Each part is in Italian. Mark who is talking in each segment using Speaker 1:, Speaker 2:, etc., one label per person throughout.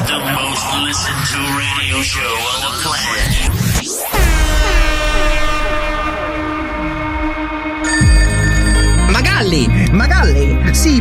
Speaker 1: most listened to radio show on the planet.
Speaker 2: Magalli!
Speaker 3: Magalli! Sì,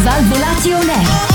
Speaker 4: Svalvolati on air.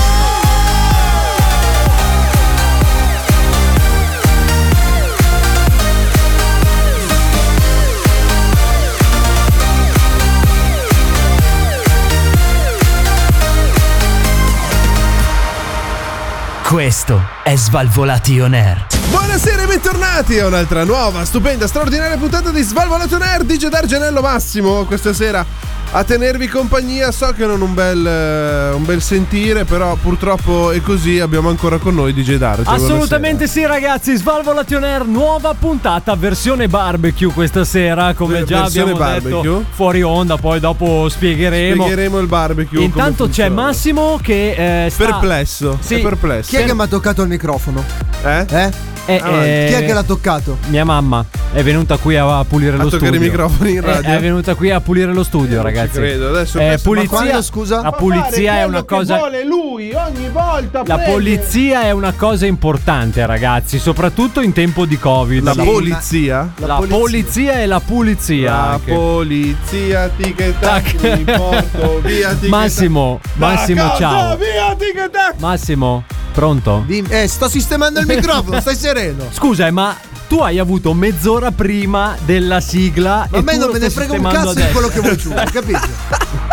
Speaker 5: Questo è Svalvolati On Air.
Speaker 6: Buonasera e bentornati a un'altra nuova, stupenda, straordinaria puntata di Svalvolato Nerd di Dargenello Massimo questa sera a tenervi compagnia. So che non un bel, eh, un bel sentire, però purtroppo è così. Abbiamo ancora con noi DJ Darge.
Speaker 7: Assolutamente sì ragazzi, Svalvolati on Air, nuova puntata, versione barbecue questa sera, come
Speaker 6: Ver-
Speaker 7: già
Speaker 6: versione
Speaker 7: abbiamo detto
Speaker 6: barbecue?
Speaker 7: fuori onda, poi dopo spiegheremo.
Speaker 6: Spiegheremo il barbecue.
Speaker 7: Intanto
Speaker 6: come
Speaker 7: c'è
Speaker 6: funziona.
Speaker 7: Massimo che eh, sta...
Speaker 6: Perplesso.
Speaker 7: Sì.
Speaker 6: È perplesso.
Speaker 3: Chi è che mi ha toccato il microfono?
Speaker 6: Eh?
Speaker 3: Eh?
Speaker 7: Eh, eh,
Speaker 3: Chi è che l'ha toccato?
Speaker 7: Mia mamma è venuta qui a pulire
Speaker 6: A
Speaker 7: lo studio.
Speaker 6: toccare i microfoni in
Speaker 7: Eh,
Speaker 6: radio. Eh,
Speaker 7: È venuta qui a pulire lo studio, ragazzi.
Speaker 6: credo. Adesso
Speaker 7: Eh,
Speaker 6: questo- ma
Speaker 7: pulizia,
Speaker 3: quando, scusa?
Speaker 7: La pulizia è una cosa
Speaker 6: lui ogni volta.
Speaker 7: La polizia è una cosa importante, ragazzi, soprattutto in tempo di Covid.
Speaker 6: La
Speaker 7: La,
Speaker 6: polizia?
Speaker 7: la polizia. e la pulizia.
Speaker 6: La
Speaker 7: anche.
Speaker 6: polizia tic e tac
Speaker 7: Tac.
Speaker 6: mi porto via tic e tac.
Speaker 7: Massimo,
Speaker 6: Da
Speaker 7: Massimo,
Speaker 6: casa,
Speaker 7: ciao.
Speaker 6: Via tic e tac.
Speaker 7: Massimo, pronto?
Speaker 3: Dimmi- Eh, sto sistemando il microfono, stai sereno.
Speaker 7: Scusa, eh, ma tu hai avuto mezz'ora prima della sigla
Speaker 3: Ma
Speaker 7: e
Speaker 3: a me
Speaker 7: tu
Speaker 3: non
Speaker 7: lo
Speaker 3: me ne
Speaker 7: stai
Speaker 3: frega un
Speaker 7: sistemando
Speaker 3: cazzo di
Speaker 7: adesso.
Speaker 3: quello che vuoi tu, hai capito?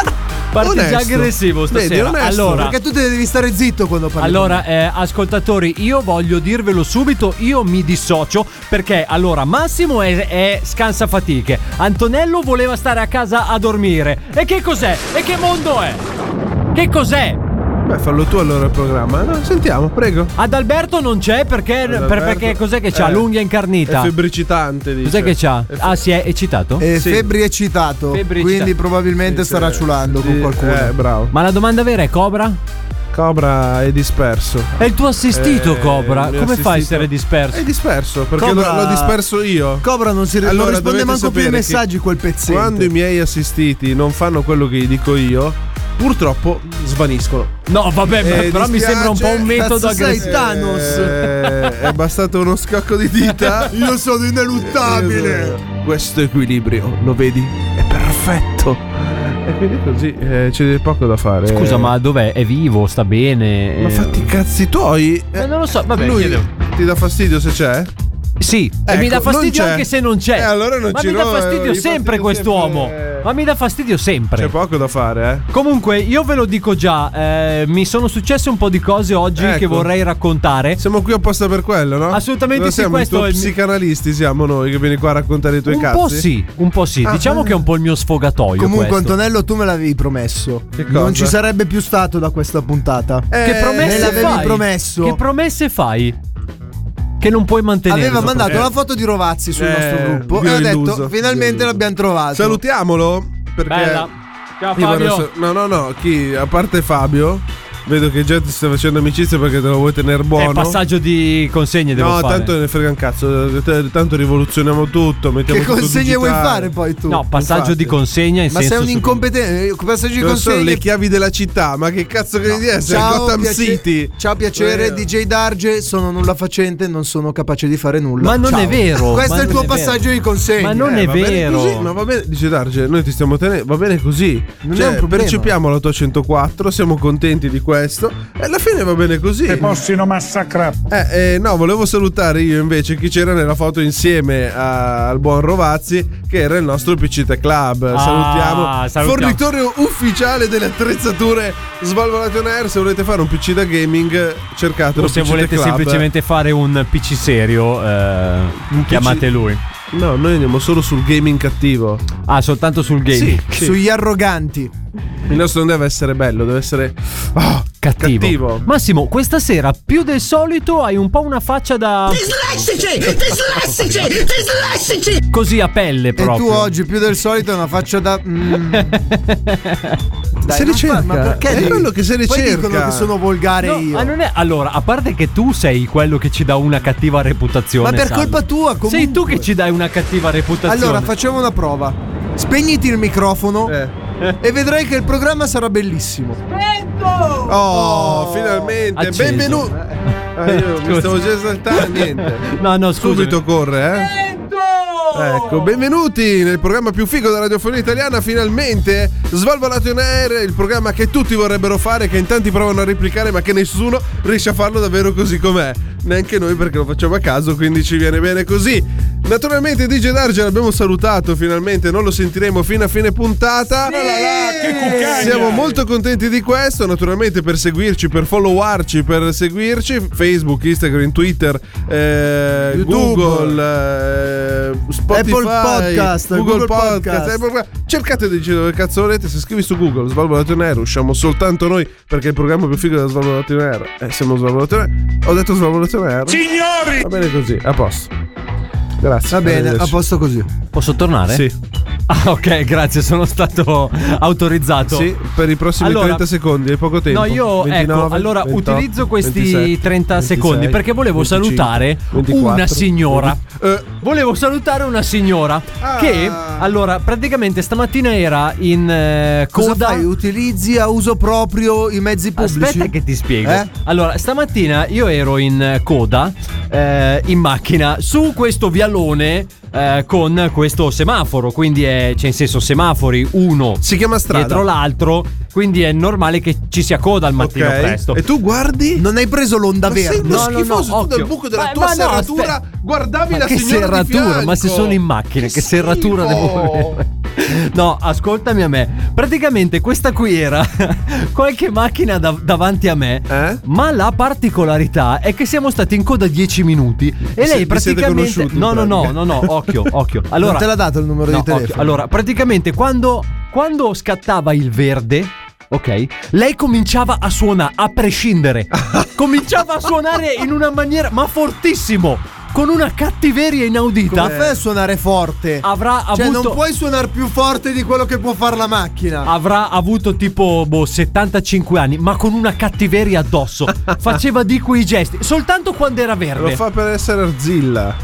Speaker 7: Parti già
Speaker 6: Onesto.
Speaker 7: aggressivo
Speaker 6: Vedi,
Speaker 7: stasera.
Speaker 6: onesto,
Speaker 7: allora,
Speaker 3: Perché tu te devi stare zitto quando parli.
Speaker 7: Allora, eh, ascoltatori, io voglio dirvelo subito, io mi dissocio perché allora Massimo è, è scansafatiche, Antonello voleva stare a casa a dormire. E che cos'è? E che mondo è? Che cos'è?
Speaker 6: Beh, fallo tu allora il programma. No, sentiamo, prego.
Speaker 7: Ad Alberto non c'è perché, per-
Speaker 6: Adalberto.
Speaker 7: perché cos'è che c'ha?
Speaker 6: Eh,
Speaker 7: L'unghia incarnita.
Speaker 6: È febbricitante. Dice.
Speaker 7: Cos'è che c'ha?
Speaker 6: È fe-
Speaker 7: Ah, si è eccitato?
Speaker 3: Eh,
Speaker 6: sì.
Speaker 3: Febbri è eccitato,
Speaker 7: Febbri è
Speaker 3: quindi
Speaker 7: eccitato.
Speaker 3: probabilmente
Speaker 6: Sì,
Speaker 3: starà
Speaker 6: sì,
Speaker 3: ciulando
Speaker 6: sì,
Speaker 3: con qualcuno.
Speaker 6: Eh, bravo.
Speaker 7: Ma la domanda vera è Cobra?
Speaker 6: Cobra è disperso.
Speaker 7: È il tuo assistito
Speaker 6: Eh,
Speaker 7: Cobra,
Speaker 6: il mio
Speaker 7: come fa
Speaker 6: assistito-
Speaker 7: a
Speaker 6: Eh,
Speaker 7: essere disperso?
Speaker 6: È disperso perché
Speaker 3: Cobra-
Speaker 6: l'ho, l'ho disperso io.
Speaker 3: Cobra non, si, non
Speaker 6: Allora,
Speaker 3: risponde
Speaker 6: dovete
Speaker 3: manco più ai
Speaker 6: sapere
Speaker 3: messaggi
Speaker 6: che
Speaker 3: quel pezzente.
Speaker 6: Quando i miei assistiti non fanno quello che gli dico io, purtroppo svaniscono.
Speaker 7: No, vabbè,
Speaker 6: Eh,
Speaker 7: però mi
Speaker 6: dispiace,
Speaker 7: sembra un po' un metodo
Speaker 3: cazzo sei,
Speaker 7: aggressivo.
Speaker 3: Thanos.
Speaker 6: Eh, è bastato uno scocco di dita. Eh,
Speaker 3: Io sono ineluttabile.
Speaker 6: Questo equilibrio, lo vedi? È perfetto. E quindi così eh, c'è poco da fare.
Speaker 7: Scusa,
Speaker 6: Eh,
Speaker 7: ma dov'è? È vivo, sta bene?
Speaker 6: Ma
Speaker 7: Eh,
Speaker 6: fatti i cazzi tuoi.
Speaker 7: Eh, non lo so, vabbè,
Speaker 6: Lui
Speaker 7: chiedevo.
Speaker 6: ti dà fastidio se c'è?
Speaker 7: Sì, e
Speaker 6: Ecco,
Speaker 7: mi dà fastidio
Speaker 6: non c'è.
Speaker 7: anche se non c'è.
Speaker 6: Eh, allora non
Speaker 7: Ma
Speaker 6: ci
Speaker 7: mi dà
Speaker 6: ro- eh,
Speaker 7: fastidio
Speaker 6: gli
Speaker 7: sempre
Speaker 6: fastidio
Speaker 7: quest'uomo.
Speaker 6: sempre, eh.
Speaker 7: Ma mi dà fastidio sempre.
Speaker 6: C'è poco da fare, eh.
Speaker 7: Comunque, io ve lo dico già, eh, mi sono successe un po' di cose oggi che
Speaker 6: Ecco.
Speaker 7: vorrei raccontare.
Speaker 6: Siamo qui apposta per quello, no?
Speaker 7: Assolutamente
Speaker 6: Cosa
Speaker 7: sì,
Speaker 6: siamo
Speaker 7: questo
Speaker 6: i tuoi
Speaker 7: è il mio-
Speaker 6: psicanalisti siamo noi che vieni qua a raccontare i tuoi
Speaker 7: Un
Speaker 6: cazzi.
Speaker 7: po' sì, un po' sì.
Speaker 6: Ah,
Speaker 7: diciamo
Speaker 6: ah.
Speaker 7: che è un po' il mio sfogatoio.
Speaker 3: Comunque,
Speaker 7: questo.
Speaker 3: Antonello, tu me l'avevi promesso.
Speaker 6: Che cosa?
Speaker 3: Non ci sarebbe più stato da questa puntata.
Speaker 6: Eh,
Speaker 7: Che promesse
Speaker 3: me l'avevi
Speaker 7: fai?
Speaker 3: promesso.
Speaker 7: Che promesse fai? Che non puoi mantenere.
Speaker 3: Aveva mandato
Speaker 6: eh.
Speaker 3: la foto di Rovazzi sul
Speaker 6: Eh,
Speaker 3: nostro gruppo
Speaker 6: vi
Speaker 3: e
Speaker 6: ho
Speaker 3: ha
Speaker 6: illuso,
Speaker 3: detto:
Speaker 6: vi ho
Speaker 3: Finalmente
Speaker 6: illuso."
Speaker 3: l'abbiamo trovato.
Speaker 6: Salutiamolo perché
Speaker 7: Bella. Ciao
Speaker 6: Io
Speaker 7: Fabio.
Speaker 6: guardo se- No, no, no, chi a parte Fabio, vedo che già ti stai facendo amicizia perché te lo vuoi tenere buono.
Speaker 7: È passaggio di consegne, Eh, devo
Speaker 6: No,
Speaker 7: fare.
Speaker 6: tanto ne frega un cazzo, t- tanto rivoluzioniamo tutto, mettiamo
Speaker 3: Che
Speaker 6: tutto
Speaker 3: consegne vuoi
Speaker 6: digitale.
Speaker 3: fare poi tu?
Speaker 7: No, passaggio
Speaker 6: infatti.
Speaker 7: di consegna in
Speaker 3: Ma
Speaker 7: senso
Speaker 3: sei un
Speaker 7: secondo-
Speaker 3: incompetente. eh, Passaggio di
Speaker 6: Non sono
Speaker 3: consegne.
Speaker 6: le chiavi della città, ma che cazzo credi di essere? Gotham
Speaker 3: piace-
Speaker 6: City.
Speaker 3: ciao, piacere,
Speaker 6: Eh,
Speaker 3: DJ Darge. Sono nulla facente, non sono capace di fare nulla.
Speaker 7: Ma non
Speaker 3: Ciao.
Speaker 7: è vero,
Speaker 3: Questo
Speaker 7: ma
Speaker 3: è il
Speaker 7: non
Speaker 3: tuo
Speaker 7: è
Speaker 3: passaggio
Speaker 7: vero.
Speaker 3: di consegna.
Speaker 7: Ma non
Speaker 6: eh,
Speaker 7: è
Speaker 6: va bene
Speaker 7: vero.
Speaker 6: così, ma va bene, dice Darge, noi ti stiamo tenendo, va bene così.
Speaker 3: Non
Speaker 6: Cioè,
Speaker 3: è un problema.
Speaker 6: percepiamo la tua 104, siamo contenti di questo e alla fine va bene così.
Speaker 8: Possino massacrare.
Speaker 6: Eh, eh, no, volevo salutare io invece chi c'era nella foto insieme a- al buon Rovazzi, che era il nostro PCT Club. salutiamo.
Speaker 7: Ah, salutiamo.
Speaker 6: Fornitore ufficiale delle attrezzature Svalvolation Air. Se volete fare un PC da gaming, cercatelo.
Speaker 7: O se
Speaker 6: PCT
Speaker 7: volete
Speaker 6: Club.
Speaker 7: semplicemente fare un PC serio, eh,
Speaker 6: Un
Speaker 7: chiamate lui.
Speaker 6: No, noi andiamo solo sul gaming cattivo.
Speaker 7: Ah, soltanto sul game.
Speaker 6: Sì, sì.
Speaker 4: Sugli arroganti.
Speaker 6: Il nostro non deve essere bello, deve essere. Oh,
Speaker 7: Cattivo.
Speaker 6: Cattivo.
Speaker 7: Massimo, questa sera più del solito hai un po' una faccia da.
Speaker 2: Dislessici! Dislessici! Dislessici!
Speaker 7: così a pelle
Speaker 4: E
Speaker 7: proprio.
Speaker 4: tu oggi più del solito hai una faccia da. mm. Dai,
Speaker 6: Se
Speaker 4: non
Speaker 6: ricerca.
Speaker 4: fa- ma perché
Speaker 6: È
Speaker 4: devi-
Speaker 6: quello che se
Speaker 4: Poi
Speaker 6: ricerca.
Speaker 4: dicono che sono volgare
Speaker 7: No,
Speaker 4: io.
Speaker 7: ma non è- Allora, a parte che tu sei quello che ci dà una cattiva reputazione.
Speaker 4: Ma per
Speaker 7: Salvo.
Speaker 4: colpa tua, comunque.
Speaker 7: Sei tu che ci dai una cattiva reputazione.
Speaker 4: Allora, facciamo una prova. Spegniti il microfono
Speaker 6: Eh.
Speaker 4: e vedrai che il programma sarà bellissimo.
Speaker 6: Oh, finalmente.
Speaker 7: Acceso.
Speaker 6: Benvenuto. Ah,
Speaker 4: Eh,
Speaker 6: io mi
Speaker 7: Scusa.
Speaker 6: stavo già saltando. Niente.
Speaker 7: No, no, scusa.
Speaker 6: Subito corre, eh. Ecco, benvenuti nel programma più figo della radiofonia italiana, finalmente Svalvolato in Air, il programma che tutti vorrebbero fare, che in tanti provano a replicare, ma che nessuno riesce a farlo davvero così com'è. Neanche noi perché lo facciamo a caso, quindi ci viene bene così. Naturalmente DJ Darge l'abbiamo salutato finalmente, non lo sentiremo fino a fine puntata. Siamo molto contenti di questo, naturalmente per seguirci, per followarci, per seguirci, Facebook, Instagram, Twitter, eh,
Speaker 4: YouTube.
Speaker 6: Google, eh, Spotify,
Speaker 4: Apple Podcast,
Speaker 6: Google,
Speaker 4: Google
Speaker 6: Podcast,
Speaker 4: Podcast.
Speaker 6: Apple Podcast. Cercate di dire dove cazzo volete, se scrivi su Google Svalvolato in Air usciamo soltanto noi perché è il programma più figo della Svalvolato in Air. Eh, siamo Svalvolato in Air. Ho detto Svalvolato in Air. Signori! Va bene così, a posto. Grazie.
Speaker 4: Va bene, a
Speaker 6: arrivederci.
Speaker 4: posto così.
Speaker 7: Posso tornare?
Speaker 6: Sì,
Speaker 7: Ah, ok, grazie, sono stato autorizzato.
Speaker 6: sì, per i prossimi
Speaker 7: Allora-
Speaker 6: 30 secondi, hai poco tempo.
Speaker 7: No, io
Speaker 6: 29,
Speaker 7: ecco, allora
Speaker 6: 28,
Speaker 7: utilizzo questi
Speaker 6: 27,
Speaker 7: 30
Speaker 6: 26,
Speaker 7: secondi perché volevo
Speaker 6: 25,
Speaker 7: salutare
Speaker 6: 24,
Speaker 7: una signora.
Speaker 6: Eh,
Speaker 7: Volevo salutare una signora
Speaker 6: Ah.
Speaker 7: che allora praticamente stamattina era in eh,
Speaker 4: Cosa
Speaker 7: coda
Speaker 4: fai? Utilizzi a uso proprio i mezzi pubblici?
Speaker 7: Aspetta che ti spiego.
Speaker 4: Eh?
Speaker 7: Allora, stamattina io ero in eh, coda eh, in macchina su questo vialone eh, con questo semaforo, quindi è, c'è in senso semafori uno
Speaker 6: Si chiama strada.
Speaker 7: dietro l'altro, quindi è normale che ci sia coda al mattino
Speaker 6: ok.
Speaker 7: presto.
Speaker 6: E tu guardi?
Speaker 4: Non hai preso l'onda
Speaker 6: Ma sei
Speaker 4: verde.
Speaker 6: uno
Speaker 7: No, no, no,
Speaker 6: schifoso tu
Speaker 7: occhio.
Speaker 6: dal buco della
Speaker 7: Ma-
Speaker 6: tua
Speaker 7: ma no,
Speaker 6: serratura
Speaker 7: aspetta.
Speaker 6: guardavi
Speaker 7: Ma
Speaker 6: la
Speaker 7: che
Speaker 6: signora di
Speaker 7: serratura, ma se
Speaker 6: fianco.
Speaker 7: sono in macchina, che,
Speaker 6: schifo.
Speaker 7: serratura devo avere? No, ascoltami a me. Praticamente questa qui era qualche macchina dav- davanti a me,
Speaker 6: Eh?
Speaker 7: ma la particolarità è che siamo stati in coda 10 minuti e
Speaker 6: se-
Speaker 7: lei
Speaker 6: vi siete
Speaker 7: praticamente
Speaker 6: conosciuti, in
Speaker 7: No, no, no,
Speaker 6: pratica.
Speaker 7: no, no, occhio, occhio. Allora
Speaker 4: non te l'ha dato il numero
Speaker 7: no,
Speaker 4: di
Speaker 7: occhio.
Speaker 4: telefono.
Speaker 7: Allora, praticamente quando quando scattava il verde Ok, lei cominciava a suonare, a prescindere. cominciava a suonare in una maniera, ma fortissimo, con una cattiveria inaudita.
Speaker 4: Come fai a suonare forte?
Speaker 7: avrà
Speaker 4: cioè,
Speaker 7: avuto Ah,
Speaker 4: non puoi suonare più forte di quello che può fare la macchina.
Speaker 7: avrà avuto tipo boh, 75 anni, ma con una cattiveria addosso. Faceva di quei gesti, soltanto quando era
Speaker 6: Lo
Speaker 7: verde.
Speaker 6: fa per essere arzilla.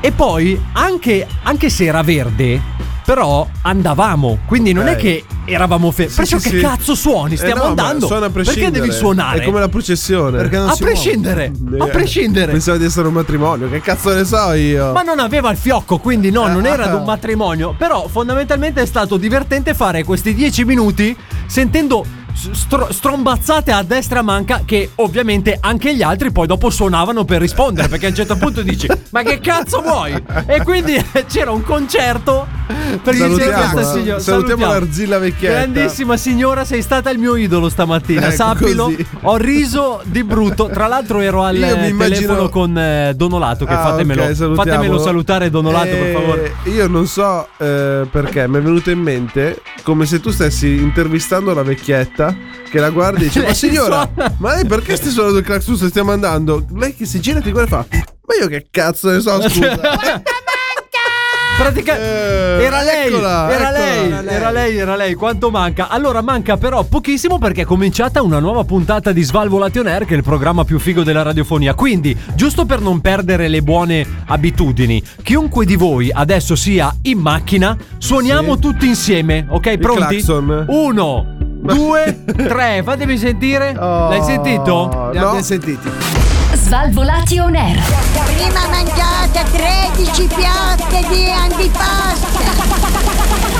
Speaker 7: E poi, anche, anche se era verde, però andavamo. Quindi non
Speaker 6: Ok.
Speaker 7: è che eravamo fermi. Perciò
Speaker 6: sì,
Speaker 7: che
Speaker 6: sì.
Speaker 7: cazzo suoni?
Speaker 6: Eh
Speaker 7: Stiamo
Speaker 6: no, ma
Speaker 7: andando.
Speaker 6: Suona a
Speaker 7: Perché
Speaker 6: prescindere.
Speaker 7: devi suonare?
Speaker 6: È come la processione.
Speaker 4: Perché non
Speaker 7: a
Speaker 4: si muove.
Speaker 7: prescindere, a
Speaker 6: Eh,
Speaker 7: prescindere.
Speaker 6: Pensavo di essere un matrimonio. Che cazzo ne so io?
Speaker 7: Ma non aveva il fiocco, quindi no, non era ad
Speaker 6: Ah.
Speaker 7: un matrimonio. Però fondamentalmente è stato divertente fare questi dieci minuti sentendo s- stro- strombazzate a destra manca che ovviamente anche gli altri poi dopo suonavano per rispondere perché a un certo punto dici ma che cazzo vuoi? E quindi eh, c'era un concerto per
Speaker 6: Salutiamo,
Speaker 7: questa
Speaker 6: eh.
Speaker 7: signora.
Speaker 6: Salutiamo l'Arzilla vecchietta.
Speaker 7: Grandissima signora, sei stata il mio idolo stamattina,
Speaker 6: Ecco,
Speaker 7: sappilo.
Speaker 6: così.
Speaker 7: Ho riso di brutto. Tra l'altro ero al
Speaker 6: Io mi
Speaker 7: eh,
Speaker 6: immagino-
Speaker 7: telefono con eh, Donolato che
Speaker 6: Ah,
Speaker 7: fatemelo,
Speaker 6: ok, salutiamolo.
Speaker 7: fatemelo salutare Donolato per
Speaker 6: Eh,
Speaker 7: favore.
Speaker 6: Io non so eh, perché, mi è venuto in mente come se tu stessi intervistando la vecchietta che la guardi e dice: Ma
Speaker 7: Lei
Speaker 6: signora,
Speaker 7: suona."
Speaker 6: ma lei perché stai suonando il clacson se stiamo andando? Lei che si gira e ti guarda e fa: Ma io che cazzo ne so, scusa.
Speaker 7: Pratica-
Speaker 6: Eh,
Speaker 7: era, lei,
Speaker 6: eccola,
Speaker 7: era
Speaker 6: eccola.
Speaker 7: lei, era lei, era lei, Quanto manca? Allora manca però pochissimo perché è cominciata una nuova puntata di Svalvolation Air che è il programma più figo della radiofonia. Quindi, giusto per non perdere le buone abitudini, chiunque di voi adesso sia in macchina, suoniamo
Speaker 6: Sì.
Speaker 7: tutti insieme, ok? Pronti?
Speaker 6: clacson.
Speaker 7: Uno, due, tre, fatemi sentire. L'hai sentito?
Speaker 4: Li
Speaker 6: Oh, No.
Speaker 4: abbiamo sentiti.
Speaker 9: Svalvolati on air.
Speaker 2: Prima mangiate 13 piatte di antipasto.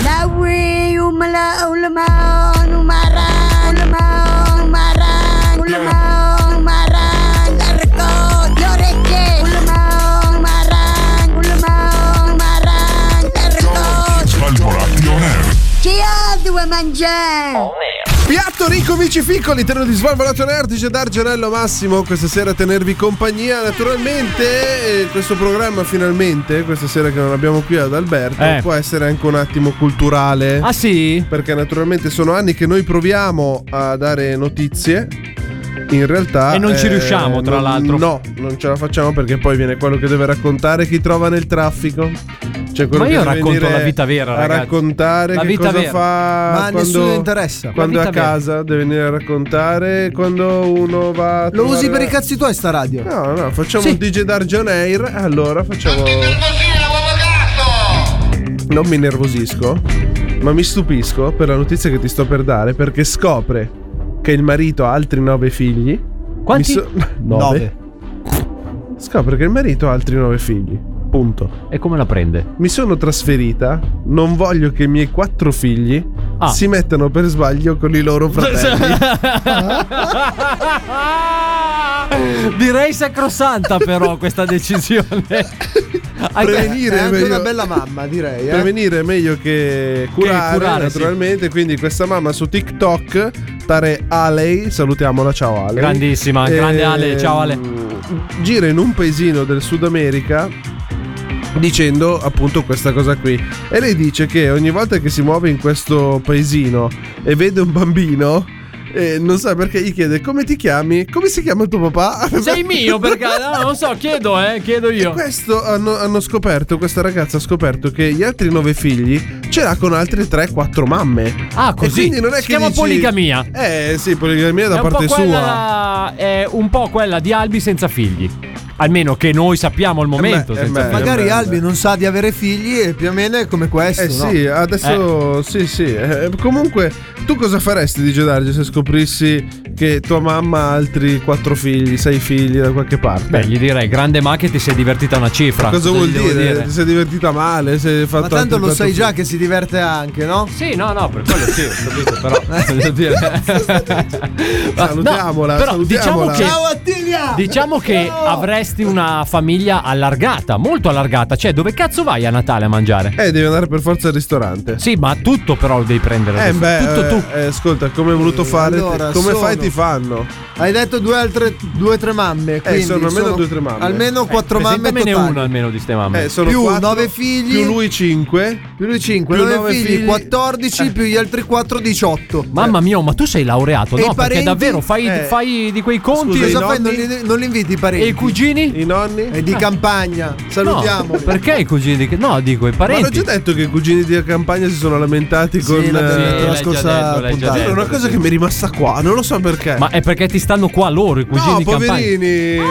Speaker 2: La Wii, un la um, un maon, un maran, un maon, un maran, un maon, un maran, um, la ricordo, le orecchie, um, un maon, un maran, un maon, un maran, um, la ricordo.
Speaker 10: Svalvolati on air.
Speaker 2: Chi ha due mangiare?
Speaker 6: Piatto ricco, amici ficcoli, terreno di Svalvolato Nerd, dice Dargenello Massimo, questa sera a tenervi compagnia. Naturalmente, eh, questo programma finalmente, questa sera che non abbiamo qui ad Alberto,
Speaker 7: Eh.
Speaker 6: può essere anche un attimo culturale.
Speaker 7: Ah sì?
Speaker 6: Perché naturalmente sono anni che noi proviamo a dare notizie. In realtà. eh,
Speaker 7: E non ci riusciamo, tra
Speaker 6: non-
Speaker 7: l'altro.
Speaker 6: No, non ce la facciamo perché poi viene quello che deve raccontare chi trova nel traffico. Cioè quello
Speaker 7: Ma
Speaker 6: che
Speaker 7: io
Speaker 6: deve
Speaker 7: racconto
Speaker 6: venire
Speaker 7: la vita vera,
Speaker 6: A
Speaker 7: ragazzi.
Speaker 6: raccontare
Speaker 7: La
Speaker 6: che
Speaker 7: vita
Speaker 6: cosa
Speaker 7: vera.
Speaker 6: fa.
Speaker 4: Ma a
Speaker 6: quando-
Speaker 4: nessuno interessa.
Speaker 6: Quando è a
Speaker 7: La vita vera.
Speaker 6: casa deve venire a raccontare. Quando uno va. a
Speaker 4: Lo usi
Speaker 6: trovare-
Speaker 4: per i cazzi tuoi sta radio.
Speaker 6: No, no, facciamo
Speaker 7: Sì.
Speaker 6: un DJ Dargion Air. Allora facciamo. Non mi nervosisco, ma mi stupisco per la notizia che ti sto per dare perché scopre che il marito ha altri nove figli.
Speaker 7: Quanti?
Speaker 6: Mi nove. Scopre che il marito ha altri nove figli. Punto.
Speaker 7: E come la prende?
Speaker 6: Mi sono trasferita, non voglio che i miei quattro figli
Speaker 7: Ah.
Speaker 6: si mettano per sbaglio con i loro fratelli.
Speaker 7: Direi sacrosanta però questa decisione. Hai-
Speaker 6: Prevenire
Speaker 4: È
Speaker 6: è
Speaker 4: eh, anche
Speaker 6: meglio-
Speaker 4: una bella mamma, direi. eh.
Speaker 6: Prevenire è meglio che curare,
Speaker 7: curare,
Speaker 6: naturalmente. Quindi questa mamma su TikTok, tare Alei, salutiamola, ciao Ale. Ehm,
Speaker 7: Grandissima, grande Ale, ciao Ale.
Speaker 6: Gira in un paesino del Sud America dicendo appunto questa cosa qui. E lei dice che ogni volta che si muove in questo paesino e vede un bambino... eh, non sa perché gli chiede come ti chiami? Come si chiama il tuo papà?
Speaker 7: Sei mio perché no, non so, chiedo, eh, chiedo
Speaker 6: E
Speaker 7: io.
Speaker 6: questo hanno, hanno scoperto, questa ragazza ha scoperto che gli altri nove figli ce l'ha con altre 3-4 mamme.
Speaker 7: Ah, così.
Speaker 6: E quindi non è
Speaker 7: Si
Speaker 6: che
Speaker 7: chiama
Speaker 6: dici-
Speaker 7: poligamia.
Speaker 6: Eh sì, poligamia da
Speaker 7: È un po'
Speaker 6: parte sua.
Speaker 7: quella- è un po' quella di Albi senza figli. Almeno che noi sappiamo al momento.
Speaker 6: beh, eh
Speaker 7: senza
Speaker 6: beh.
Speaker 7: figli.
Speaker 4: Magari
Speaker 6: merda.
Speaker 4: Albi non sa di avere figli e più o meno è come questo.
Speaker 6: Eh
Speaker 4: no?
Speaker 6: sì, adesso sì, sì. Eh, comunque, tu cosa faresti di Gedarge se scoprissi che tua mamma ha altri 4 figli, 6 figli da qualche parte?
Speaker 7: Beh, gli direi, grande ma che ti sei divertita una cifra.
Speaker 6: cosa vuol
Speaker 7: gli devo
Speaker 6: dire? Ti sei divertita male? Sei fatto
Speaker 4: Ma tanto
Speaker 6: altri
Speaker 4: lo sai
Speaker 6: quattro
Speaker 4: già che si diverte anche, no?
Speaker 7: Sì, no, no, per quello sì, ho capito, però voglio dire. Ma no,
Speaker 6: Eh. Salutiamola,
Speaker 7: però
Speaker 6: salutiamola.
Speaker 7: diciamo che
Speaker 4: Attilia!
Speaker 7: Diciamo che avresti una famiglia allargata, molto allargata, cioè dove cazzo vai a Natale a mangiare?
Speaker 6: figli. Eh, devi andare per forza al ristorante.
Speaker 7: Sì, ma tutto però lo devi prendere.
Speaker 6: Eh
Speaker 7: adesso.
Speaker 6: beh,
Speaker 7: tutto
Speaker 6: eh,
Speaker 7: tu.
Speaker 6: eh, ascolta, come hai voluto fare?
Speaker 4: allora,
Speaker 6: come
Speaker 4: sono-
Speaker 6: fai ti fanno?
Speaker 4: Hai detto due altre due o tre mamme. Quindi
Speaker 6: Eh, sono almeno due o tre mamme.
Speaker 4: Almeno
Speaker 7: eh,
Speaker 4: quattro mamme
Speaker 7: Presentamene
Speaker 4: totali.
Speaker 7: uno almeno di ste mamme.
Speaker 6: Eh, sono
Speaker 4: Più
Speaker 6: quattro,
Speaker 4: nove figli.
Speaker 6: più lui 5.
Speaker 4: Più lui 5,
Speaker 6: Più
Speaker 4: 9,
Speaker 6: nove
Speaker 4: figli,
Speaker 6: figli. Eh.
Speaker 4: 14 più gli altri 4, 18.
Speaker 6: certo.
Speaker 7: Mamma mia, oh, ma tu sei laureato,
Speaker 4: E
Speaker 7: no?
Speaker 4: i parenti?
Speaker 7: perché davvero fai,
Speaker 6: Eh.
Speaker 7: fai di quei conti
Speaker 6: Scusa,
Speaker 7: e-
Speaker 6: i
Speaker 4: Cosa fai?
Speaker 6: nonni?
Speaker 4: Non li, non li inviti i
Speaker 7: e
Speaker 4: parenti?
Speaker 7: i cugini?
Speaker 6: Eh, I nonni?
Speaker 4: È di campagna.
Speaker 7: No,
Speaker 4: Salutiamoli.
Speaker 7: perché i cugini? di- No, dico i
Speaker 6: Ma l'ho
Speaker 7: parenti.
Speaker 6: già detto che i cugini di campagna si sono lamentati con.
Speaker 4: l'abbiamo detto
Speaker 6: eh,
Speaker 4: la
Speaker 7: l'hai già
Speaker 4: scorsa
Speaker 7: detto, l'hai già
Speaker 4: puntata.
Speaker 7: detto.
Speaker 6: È una cosa che mi è rimasta qua, non lo so perché.
Speaker 7: Ma è perché ti stanno qua loro i cugini
Speaker 6: no,
Speaker 7: di campagna.
Speaker 6: poverini.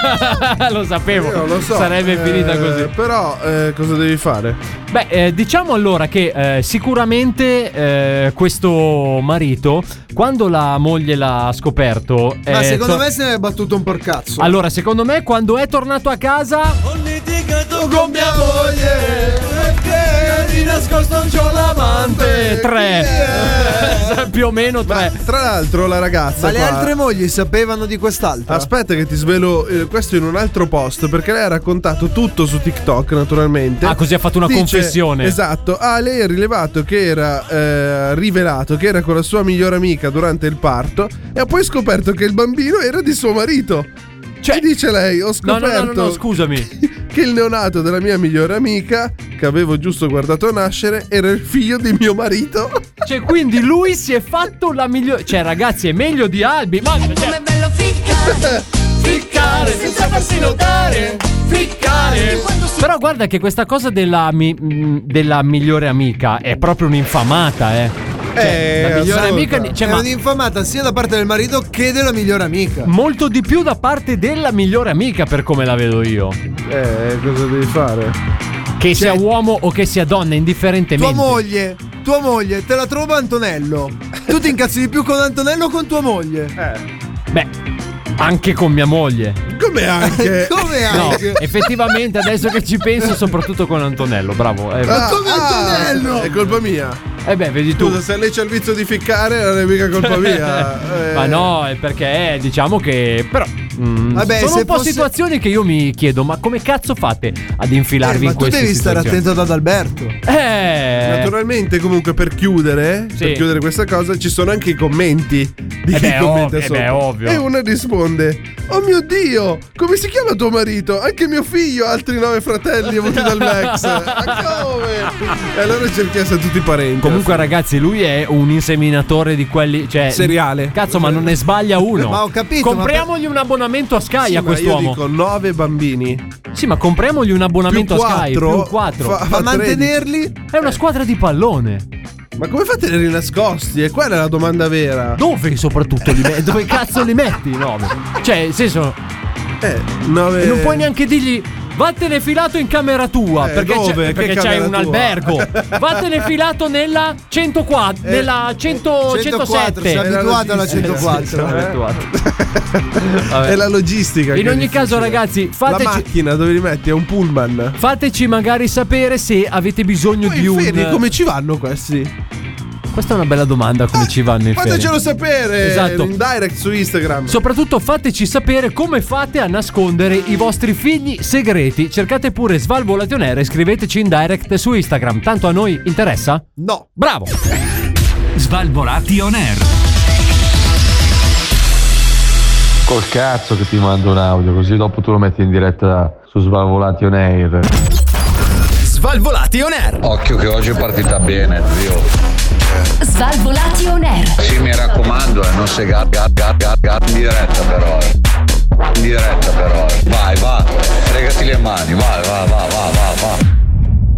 Speaker 7: lo sapevo.
Speaker 6: Io lo so.
Speaker 7: Sarebbe
Speaker 6: eh,
Speaker 7: finita così.
Speaker 6: Però, eh, cosa devi fare?
Speaker 7: Beh, eh, diciamo allora che eh, sicuramente eh, questo marito, quando la moglie l'ha scoperto.
Speaker 4: Ma
Speaker 7: eh,
Speaker 4: secondo
Speaker 7: to-
Speaker 4: me se ne è battuto un porcazzo.
Speaker 7: Allora, secondo me, quando è tornato a casa. Ho litigato con mia moglie. Perché di nascosto non c'ho l'amante. Tre. Più o meno
Speaker 6: Ma,
Speaker 7: tre.
Speaker 6: tra l'altro, la ragazza.
Speaker 4: Ma le
Speaker 6: qua-
Speaker 4: altre mogli sapevano di quest'altra?
Speaker 6: Aspetta che ti svelo eh, questo in un altro post perché lei ha raccontato tutto su TikTok naturalmente.
Speaker 7: Ah, così ha fatto una
Speaker 6: Dice-
Speaker 7: confessione.
Speaker 6: Esatto. Ah, lei ha rilevato che era eh, rivelato che era con la sua migliore amica durante il parto e ha poi scoperto che il bambino era di suo marito.
Speaker 7: Cioè-
Speaker 6: Cioè, dice lei, ho
Speaker 7: No,
Speaker 6: scoperto
Speaker 7: no, no, no, no, scusami.
Speaker 6: che il neonato della mia migliore amica, che avevo giusto guardato nascere, era il figlio di mio marito.
Speaker 7: Cioè, quindi lui si è fatto la migliore. Cioè, ragazzi, è meglio di Albi. Ma cioè,
Speaker 1: bello ficcare,
Speaker 7: ficcare senza farsi notare. Ficcare. Però guarda che questa cosa della, mi- mm, della migliore amica è proprio un'infamata, eh. Cioè,
Speaker 6: Eh,
Speaker 7: la migliore
Speaker 6: assurda.
Speaker 7: amica. Cioè,
Speaker 4: è
Speaker 7: ma
Speaker 4: un'infamata sia da parte del marito che della migliore amica.
Speaker 7: molto di più da parte della migliore amica, per come la vedo io.
Speaker 6: Eh, cosa devi fare?
Speaker 7: Che sia
Speaker 6: Cioè-
Speaker 7: uomo o che sia donna,
Speaker 4: Tua
Speaker 7: indifferentemente.
Speaker 4: moglie, tua moglie, te la trova Antonello. Tu ti incazzi di più con Antonello o con tua moglie?
Speaker 6: Eh.
Speaker 7: Beh, anche con mia moglie.
Speaker 6: Come anche?
Speaker 4: Come
Speaker 7: No,
Speaker 4: anche?
Speaker 7: effettivamente adesso che ci penso, soprattutto con Antonello, bravo. Eh,
Speaker 6: Ah,
Speaker 4: come Antonello?
Speaker 6: È colpa mia.
Speaker 7: eh beh, vedi tu.
Speaker 6: Scusa, se lei c'ha il vizio di ficcare, non è mica colpa mia. Cioè, Eh,
Speaker 7: Ma no, è perché eh, diciamo che. Però Mm,
Speaker 4: Vabbè,
Speaker 7: sono
Speaker 4: se
Speaker 7: un po'
Speaker 4: fosse-
Speaker 7: situazioni che io mi chiedo, ma come cazzo fate ad infilarvi
Speaker 4: Eh, ma
Speaker 7: in
Speaker 4: tu
Speaker 7: queste
Speaker 4: devi stare
Speaker 7: situazioni?
Speaker 4: attento ad Adalberto.
Speaker 7: Eh,
Speaker 6: Naturalmente, comunque, per chiudere,
Speaker 7: Sì.
Speaker 6: per chiudere questa cosa, ci sono anche i commenti di
Speaker 7: Eh
Speaker 6: chi
Speaker 7: beh,
Speaker 6: commenta
Speaker 7: ovvio, eh
Speaker 6: sopra.
Speaker 7: beh, ovvio.
Speaker 6: E uno risponde: Oh mio dio, come si chiama tuo marito? Anche mio figlio ha altri nove fratelli avuti dal Max. Ma come? E allora cerchiamo tutti i parenti.
Speaker 7: Comunque, ragazzi, lui è un inseminatore di quelli. Cioè,
Speaker 6: Seriale.
Speaker 7: Cazzo, ma non ne sbaglia uno.
Speaker 4: Ma ho capito, ma
Speaker 7: Compriamogli un abbonamento a Sky
Speaker 6: Sì,
Speaker 7: a
Speaker 6: ma io
Speaker 7: quest'uomo.
Speaker 6: dico nove bambini.
Speaker 7: Sì, ma compriamogli un abbonamento
Speaker 6: Più
Speaker 7: a Sky.
Speaker 6: quattro,
Speaker 7: Più 4.
Speaker 6: fa-
Speaker 4: Ma
Speaker 6: fa
Speaker 4: mantenerli?
Speaker 7: È una squadra di pallone.
Speaker 6: Ma come fate a tenerli nascosti? E quella è la domanda vera.
Speaker 7: Dove soprattutto li metti? Dove cazzo li metti? No. Cioè, nel senso,
Speaker 6: Eh, nove...
Speaker 7: non puoi neanche dirgli. Vattene filato in camera tua
Speaker 6: Eh,
Speaker 7: perché,
Speaker 6: dove?
Speaker 7: c'è,
Speaker 6: Che
Speaker 7: perché c'hai
Speaker 6: camera
Speaker 7: un
Speaker 6: tua?
Speaker 7: albergo. Vattene filato nella 104, nella 100,
Speaker 4: 104,
Speaker 7: 107.
Speaker 4: sei abituato alla
Speaker 6: Eh, sì, sì,
Speaker 4: 104.
Speaker 6: sì, sì.
Speaker 4: eh.
Speaker 6: È la logistica. che
Speaker 7: In
Speaker 6: è
Speaker 7: ogni caso,
Speaker 6: difficile.
Speaker 7: ragazzi,
Speaker 6: La
Speaker 7: fateci,
Speaker 6: macchina dove li metti? È un pullman.
Speaker 7: fateci magari sapere se avete bisogno
Speaker 6: Poi
Speaker 7: di
Speaker 6: in
Speaker 7: un.
Speaker 6: ferie come ci vanno questi?
Speaker 7: Questa è una bella domanda,
Speaker 6: Ah,
Speaker 7: come ci vanno i ferie.
Speaker 6: Fatecelo sapere
Speaker 7: Esatto.
Speaker 6: in direct su Instagram.
Speaker 7: Soprattutto fateci sapere come fate a nascondere i vostri figli segreti. Cercate pure Svalvolationera e scriveteci in direct su Instagram. Tanto a noi interessa?
Speaker 6: no.
Speaker 7: Bravo!
Speaker 5: Svalvolati on air.
Speaker 11: Col cazzo che ti mando un audio, così dopo tu lo metti in diretta su Svalvolati on Air.
Speaker 5: Svalvolati on air.
Speaker 11: Occhio che oggi è partita bene, zio.
Speaker 9: Svalvolati on air.
Speaker 11: Sì, mi raccomando, eh, non sei gat, gat, gat, gat, gat, in diretta però. eh. In diretta però. eh. Vai, va, fregati le mani, vai, va, va, va, va, va.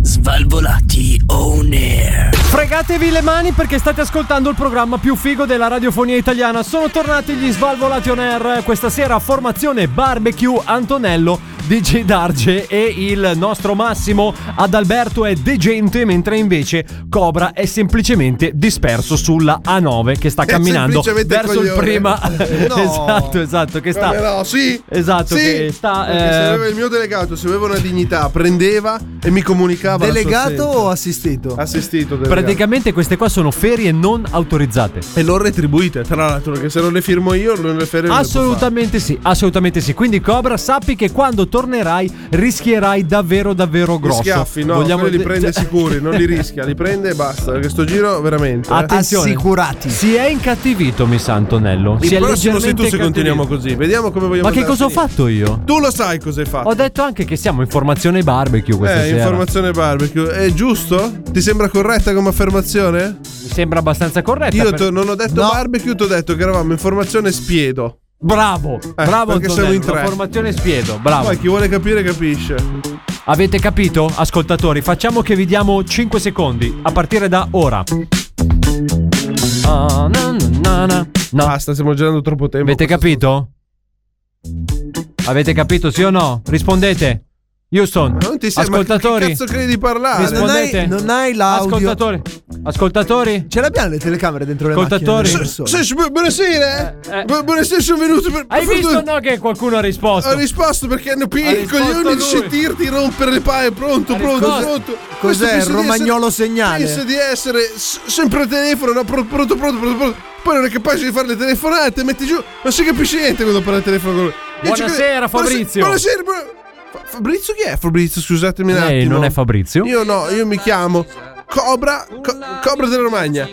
Speaker 5: Svalvolati on air.
Speaker 7: Fregatevi le mani perché state ascoltando il programma più figo della radiofonia italiana. Sono tornati gli Svalvolati on Air. Questa sera formazione barbecue Antonello, DJ Darge e il nostro Massimo Adalberto è degente mentre invece Cobra è semplicemente disperso sulla A9 che sta camminando
Speaker 6: semplicemente
Speaker 7: verso il
Speaker 6: coglione.
Speaker 7: prima.
Speaker 6: No.
Speaker 7: esatto, esatto, che sta
Speaker 6: Come no, sì.
Speaker 7: Esatto,
Speaker 6: sì.
Speaker 7: che sta,
Speaker 6: Perché se
Speaker 7: eh,
Speaker 6: aveva il mio delegato, se aveva una dignità, prendeva e mi comunicava. la sua
Speaker 4: Delegato
Speaker 6: assenza.
Speaker 4: o assistito?
Speaker 6: assistito delegato.
Speaker 7: Praticamente queste qua sono ferie non autorizzate.
Speaker 6: e non retribuite, tra l'altro, che se non le firmo io non le fermo.
Speaker 7: Assolutamente sì, assolutamente sì. Quindi Cobra, sappi che quando tornerai rischierai davvero davvero
Speaker 6: Gli
Speaker 7: grosso.
Speaker 6: schiaffi, no,
Speaker 7: Vogliamo- cioè-
Speaker 6: quelli li prende sicuri, non li rischia, li prende e basta. Perché sto giro veramente. eh.
Speaker 7: Attenzione.
Speaker 4: Assicurati.
Speaker 7: Si è incattivito, mi sa Antonello.
Speaker 6: Il
Speaker 7: si è
Speaker 6: prossimo sei tu se
Speaker 7: leggermente
Speaker 6: continuiamo
Speaker 7: incattivito.
Speaker 6: così. Vediamo come vogliamo
Speaker 7: Ma che
Speaker 6: andare
Speaker 7: cosa
Speaker 6: a
Speaker 7: ho
Speaker 6: finire.
Speaker 7: fatto io?
Speaker 6: Tu lo sai cosa hai fatto.
Speaker 7: Ho detto anche che siamo in formazione barbecue
Speaker 6: eh,
Speaker 7: questa sera.
Speaker 6: informazione barbecue. È giusto? Ti sembra corretta come affermazione?
Speaker 7: Mi sembra abbastanza corretta.
Speaker 6: Io
Speaker 7: per-
Speaker 6: t'ho- non ho detto barbecue, ti ho detto che eravamo in formazione spiedo.
Speaker 7: Bravo, bravo
Speaker 6: Eh, perché
Speaker 7: Antonello.
Speaker 6: siamo in
Speaker 7: la
Speaker 6: tre.
Speaker 7: formazione spiedo, bravo.
Speaker 6: Poi chi vuole capire capisce.
Speaker 7: Avete capito? Ascoltatori, facciamo che vi diamo 5 secondi a partire da ora. Ah, na, na, na, na.
Speaker 6: Basta, stiamo girando troppo tempo.
Speaker 7: Avete capito? Avete capito sì o no? Rispondete. Houston,
Speaker 6: Ma non ti sei, Ma
Speaker 7: ascoltatori,
Speaker 6: che cazzo credi di parlare?
Speaker 4: non hai-
Speaker 7: rispondete.
Speaker 4: non hai l'audio.
Speaker 7: Ascoltatori, ascoltatori.
Speaker 4: Ce l'abbiamo le telecamere dentro le
Speaker 7: Ascoltatori.
Speaker 4: macchine?
Speaker 6: Se- se- bu- buonasera!
Speaker 7: Eh, eh.
Speaker 6: Bu- Buonasera, sono venuto per.
Speaker 7: Hai
Speaker 6: per-
Speaker 7: visto no che qualcuno ha risposto?
Speaker 6: Ho risposto perché hanno
Speaker 7: Ha
Speaker 6: pieni i
Speaker 7: risposto
Speaker 6: coglioni di
Speaker 7: lui.
Speaker 6: sentirti rompere le palle. Pronto,
Speaker 7: Ha
Speaker 6: pronto,
Speaker 7: risposto.
Speaker 6: pronto.
Speaker 4: Cos'è
Speaker 6: Questo
Speaker 4: il
Speaker 6: pensa di
Speaker 4: romagnolo
Speaker 6: essere-
Speaker 4: segnale?
Speaker 6: Pensa di essere s- sempre al telefono, no? Pro- pronto, pronto, pronto, pronto. Poi non è capace di fare le telefonate, metti giù. Non si capisce niente quando parla al telefono con lui. Dice che-
Speaker 7: Buonasera, Fabrizio.
Speaker 6: Buonasera, buonasera. Fa- Fabrizio chi è? Fabrizio, scusatemi un
Speaker 7: Lei
Speaker 6: attimo.
Speaker 7: Eh, non è Fabrizio?
Speaker 6: Io no, io mi chiamo Cobra, Co- Cobra della Romagna.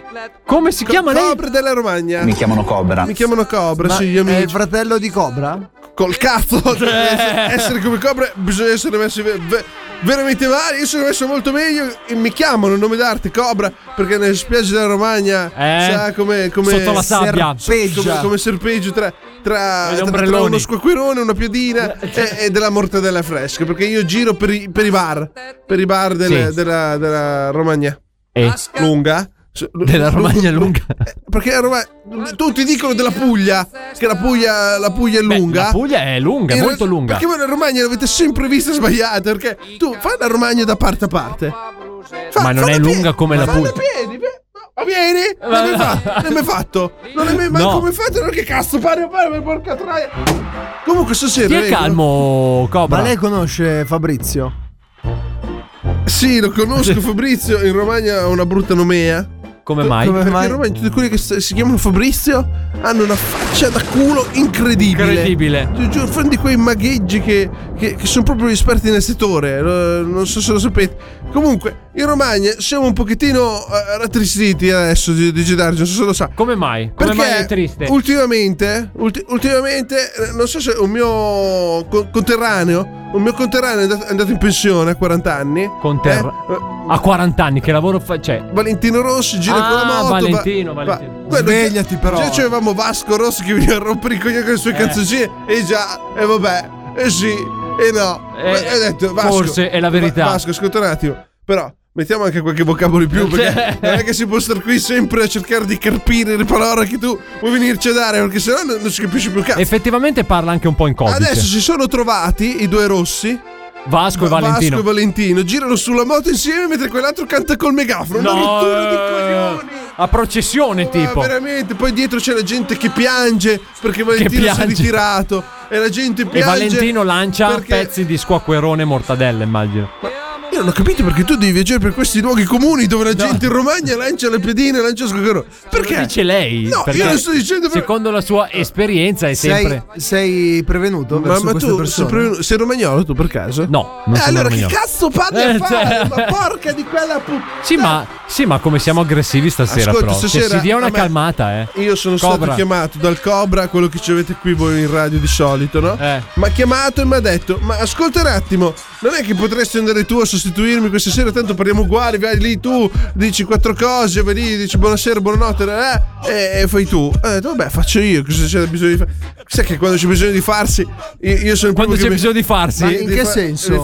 Speaker 7: Come si
Speaker 6: Co-
Speaker 7: chiama lei?
Speaker 6: Cobra della Romagna. Mi,
Speaker 11: chiamano Cobra.
Speaker 6: chiamano Cobra,
Speaker 4: Ma
Speaker 6: sì, gli
Speaker 4: è
Speaker 6: amici.
Speaker 4: il fratello di Cobra?
Speaker 6: Col cazzo, cioè,
Speaker 7: Eh.
Speaker 6: essere- essere come Cobra bisogna essere messi ve- ve- veramente male. Io sono messo molto meglio e mi chiamano il nome d'arte Cobra perché nelle spiagge della Romagna
Speaker 7: Eh,
Speaker 6: sa come, come
Speaker 7: sotto la sabbia.
Speaker 6: serpeggio, come, come serpeggio tra, tra, tra-
Speaker 7: Gli
Speaker 6: tra
Speaker 7: ombrelloni. Eh, certo.
Speaker 6: uno squacquerone, una piadina e, e della mortadella fresca perché io giro per i, per i bar, per i bar del-
Speaker 7: Sì.
Speaker 6: della, della Romagna
Speaker 7: Eh,
Speaker 6: lunga. S-
Speaker 7: Della Romagna lunga.
Speaker 6: Eh, Perché la Roma- tutti dicono della Puglia, che la Puglia, la Puglia è
Speaker 7: beh,
Speaker 6: lunga.
Speaker 7: La Puglia è lunga, è
Speaker 6: In realtà-
Speaker 7: molto lunga.
Speaker 6: Perché voi la Romagna l'avete sempre vista sbagliata? Perché tu fai la Romagna da parte a parte. Fa-
Speaker 7: Ma non
Speaker 6: falla
Speaker 7: è
Speaker 6: a piedi,
Speaker 7: lunga come la
Speaker 6: falla a
Speaker 7: Puglia.
Speaker 6: piedi, beh, Ma vieni? Non l'hai mai fatto? Non l'hai mai fatto? Non l'hai mai
Speaker 7: No.
Speaker 6: come fatto? Allora che cazzo pare pare per porca traia. Comunque stasera
Speaker 7: Ti è
Speaker 6: vengo-
Speaker 7: calmo, Cobra.
Speaker 4: Ma lei conosce Fabrizio?
Speaker 6: Sì, lo conosco Fabrizio, in Romagna ha una brutta nomea.
Speaker 7: Come mai?
Speaker 6: Perché in Romagna tutti quelli che s- si chiamano Fabrizio hanno una faccia faccia da culo incredibile.
Speaker 7: Incredibile.
Speaker 6: Ti giuro, fan di quei magheggi che, che- che sono proprio esperti nel settore. eh, Non so se lo sapete. Comunque, in Romagna siamo un pochettino eh, rattristiti adesso di, di Gedarge, non so se lo sa.
Speaker 7: Come mai? Come
Speaker 6: Perché
Speaker 7: mai è triste?
Speaker 6: Ultimamente, ulti- ultimamente, eh, non so se un mio co- conterraneo, un mio conterraneo è andato, è andato in pensione a 40 anni. Eh,
Speaker 7: Conter- a 40 anni che lavoro fa... Cioè,
Speaker 6: Valentino Rossi gira
Speaker 7: Ah,
Speaker 6: con la moto. va-
Speaker 7: Valentino,
Speaker 6: va-
Speaker 7: Valentino.
Speaker 6: quello-
Speaker 4: Svegliati, però.
Speaker 6: Già c'avevamo Vasco Rossi che veniva a rompere i coglioni con le sue
Speaker 7: Eh.
Speaker 6: canzoncine. E già, e vabbè, e sì, e no.
Speaker 7: Eh,
Speaker 6: e ho detto, Vasco,
Speaker 7: forse è la verità.
Speaker 6: Va- Vasco, ascolta un attimo. Però mettiamo anche qualche vocabolo in più perché non è che si può stare qui sempre a cercare di carpire le parole che tu vuoi venirci a dare perché sennò non, non si capisce più cazzo.
Speaker 7: effettivamente parla anche un po' in codice.
Speaker 6: Adesso si sono trovati i due rossi.
Speaker 7: Vasco e Valentino.
Speaker 6: Vasco e Valentino girano sulla moto insieme mentre quell'altro canta col megafono. Una
Speaker 7: No,
Speaker 6: rottura di
Speaker 7: eh,
Speaker 6: coglioni.
Speaker 7: a processione tipo.
Speaker 6: Ma veramente, poi dietro c'è la gente che piange perché Valentino si
Speaker 7: piange.
Speaker 6: è ritirato e la gente piange.
Speaker 7: E Valentino lancia
Speaker 6: perché-
Speaker 7: pezzi di squacquerone e mortadella, immagino.
Speaker 6: Io non ho capito perché tu devi viaggiare per questi luoghi comuni dove la gente in Romagna lancia le pedine, lancia scoccaro. Perché?
Speaker 7: Lo dice lei?
Speaker 6: No,
Speaker 7: perché
Speaker 6: io lo sto dicendo per-
Speaker 7: Secondo la sua esperienza è
Speaker 4: Sei,
Speaker 7: sempre...
Speaker 4: sei prevenuto
Speaker 6: Ma,
Speaker 4: verso
Speaker 6: ma
Speaker 4: queste
Speaker 6: tu sei,
Speaker 4: persone?
Speaker 6: pre- sei romagnolo tu per caso?
Speaker 7: No, non
Speaker 6: Eh,
Speaker 7: sono
Speaker 6: allora che
Speaker 7: romagnolo.
Speaker 6: cazzo parli
Speaker 7: Eh,
Speaker 6: a fare?
Speaker 7: cioè-
Speaker 6: Ma porca di quella puttana!
Speaker 7: Sì ma, sì, ma come siamo aggressivi stasera,
Speaker 6: Ascolta,
Speaker 7: però. Cioè,
Speaker 6: stasera
Speaker 7: si dia una
Speaker 6: a me-
Speaker 7: calmata, eh.
Speaker 6: Io sono
Speaker 7: Cobra.
Speaker 6: stato chiamato dal Cobra, quello che ci avete qui voi in radio di solito, no?
Speaker 7: Eh.
Speaker 6: Mi ha chiamato e mi ha detto: Ma ascolta un attimo, non è che potresti andare tu a sostituirmi questa sera? Tanto parliamo uguali, vai lì tu, dici quattro cose, vai lì, dici buonasera, buonanotte, là, là, e, e fai tu. Ho detto, Vabbè, faccio io, cosa c'è bisogno di fare? Sai che quando c'è bisogno di farsi, io, io sono il primo
Speaker 7: Quando
Speaker 6: che
Speaker 7: c'è
Speaker 6: mi-
Speaker 7: bisogno di farsi...
Speaker 4: Ma in che
Speaker 6: fa-
Speaker 4: senso?
Speaker 6: Di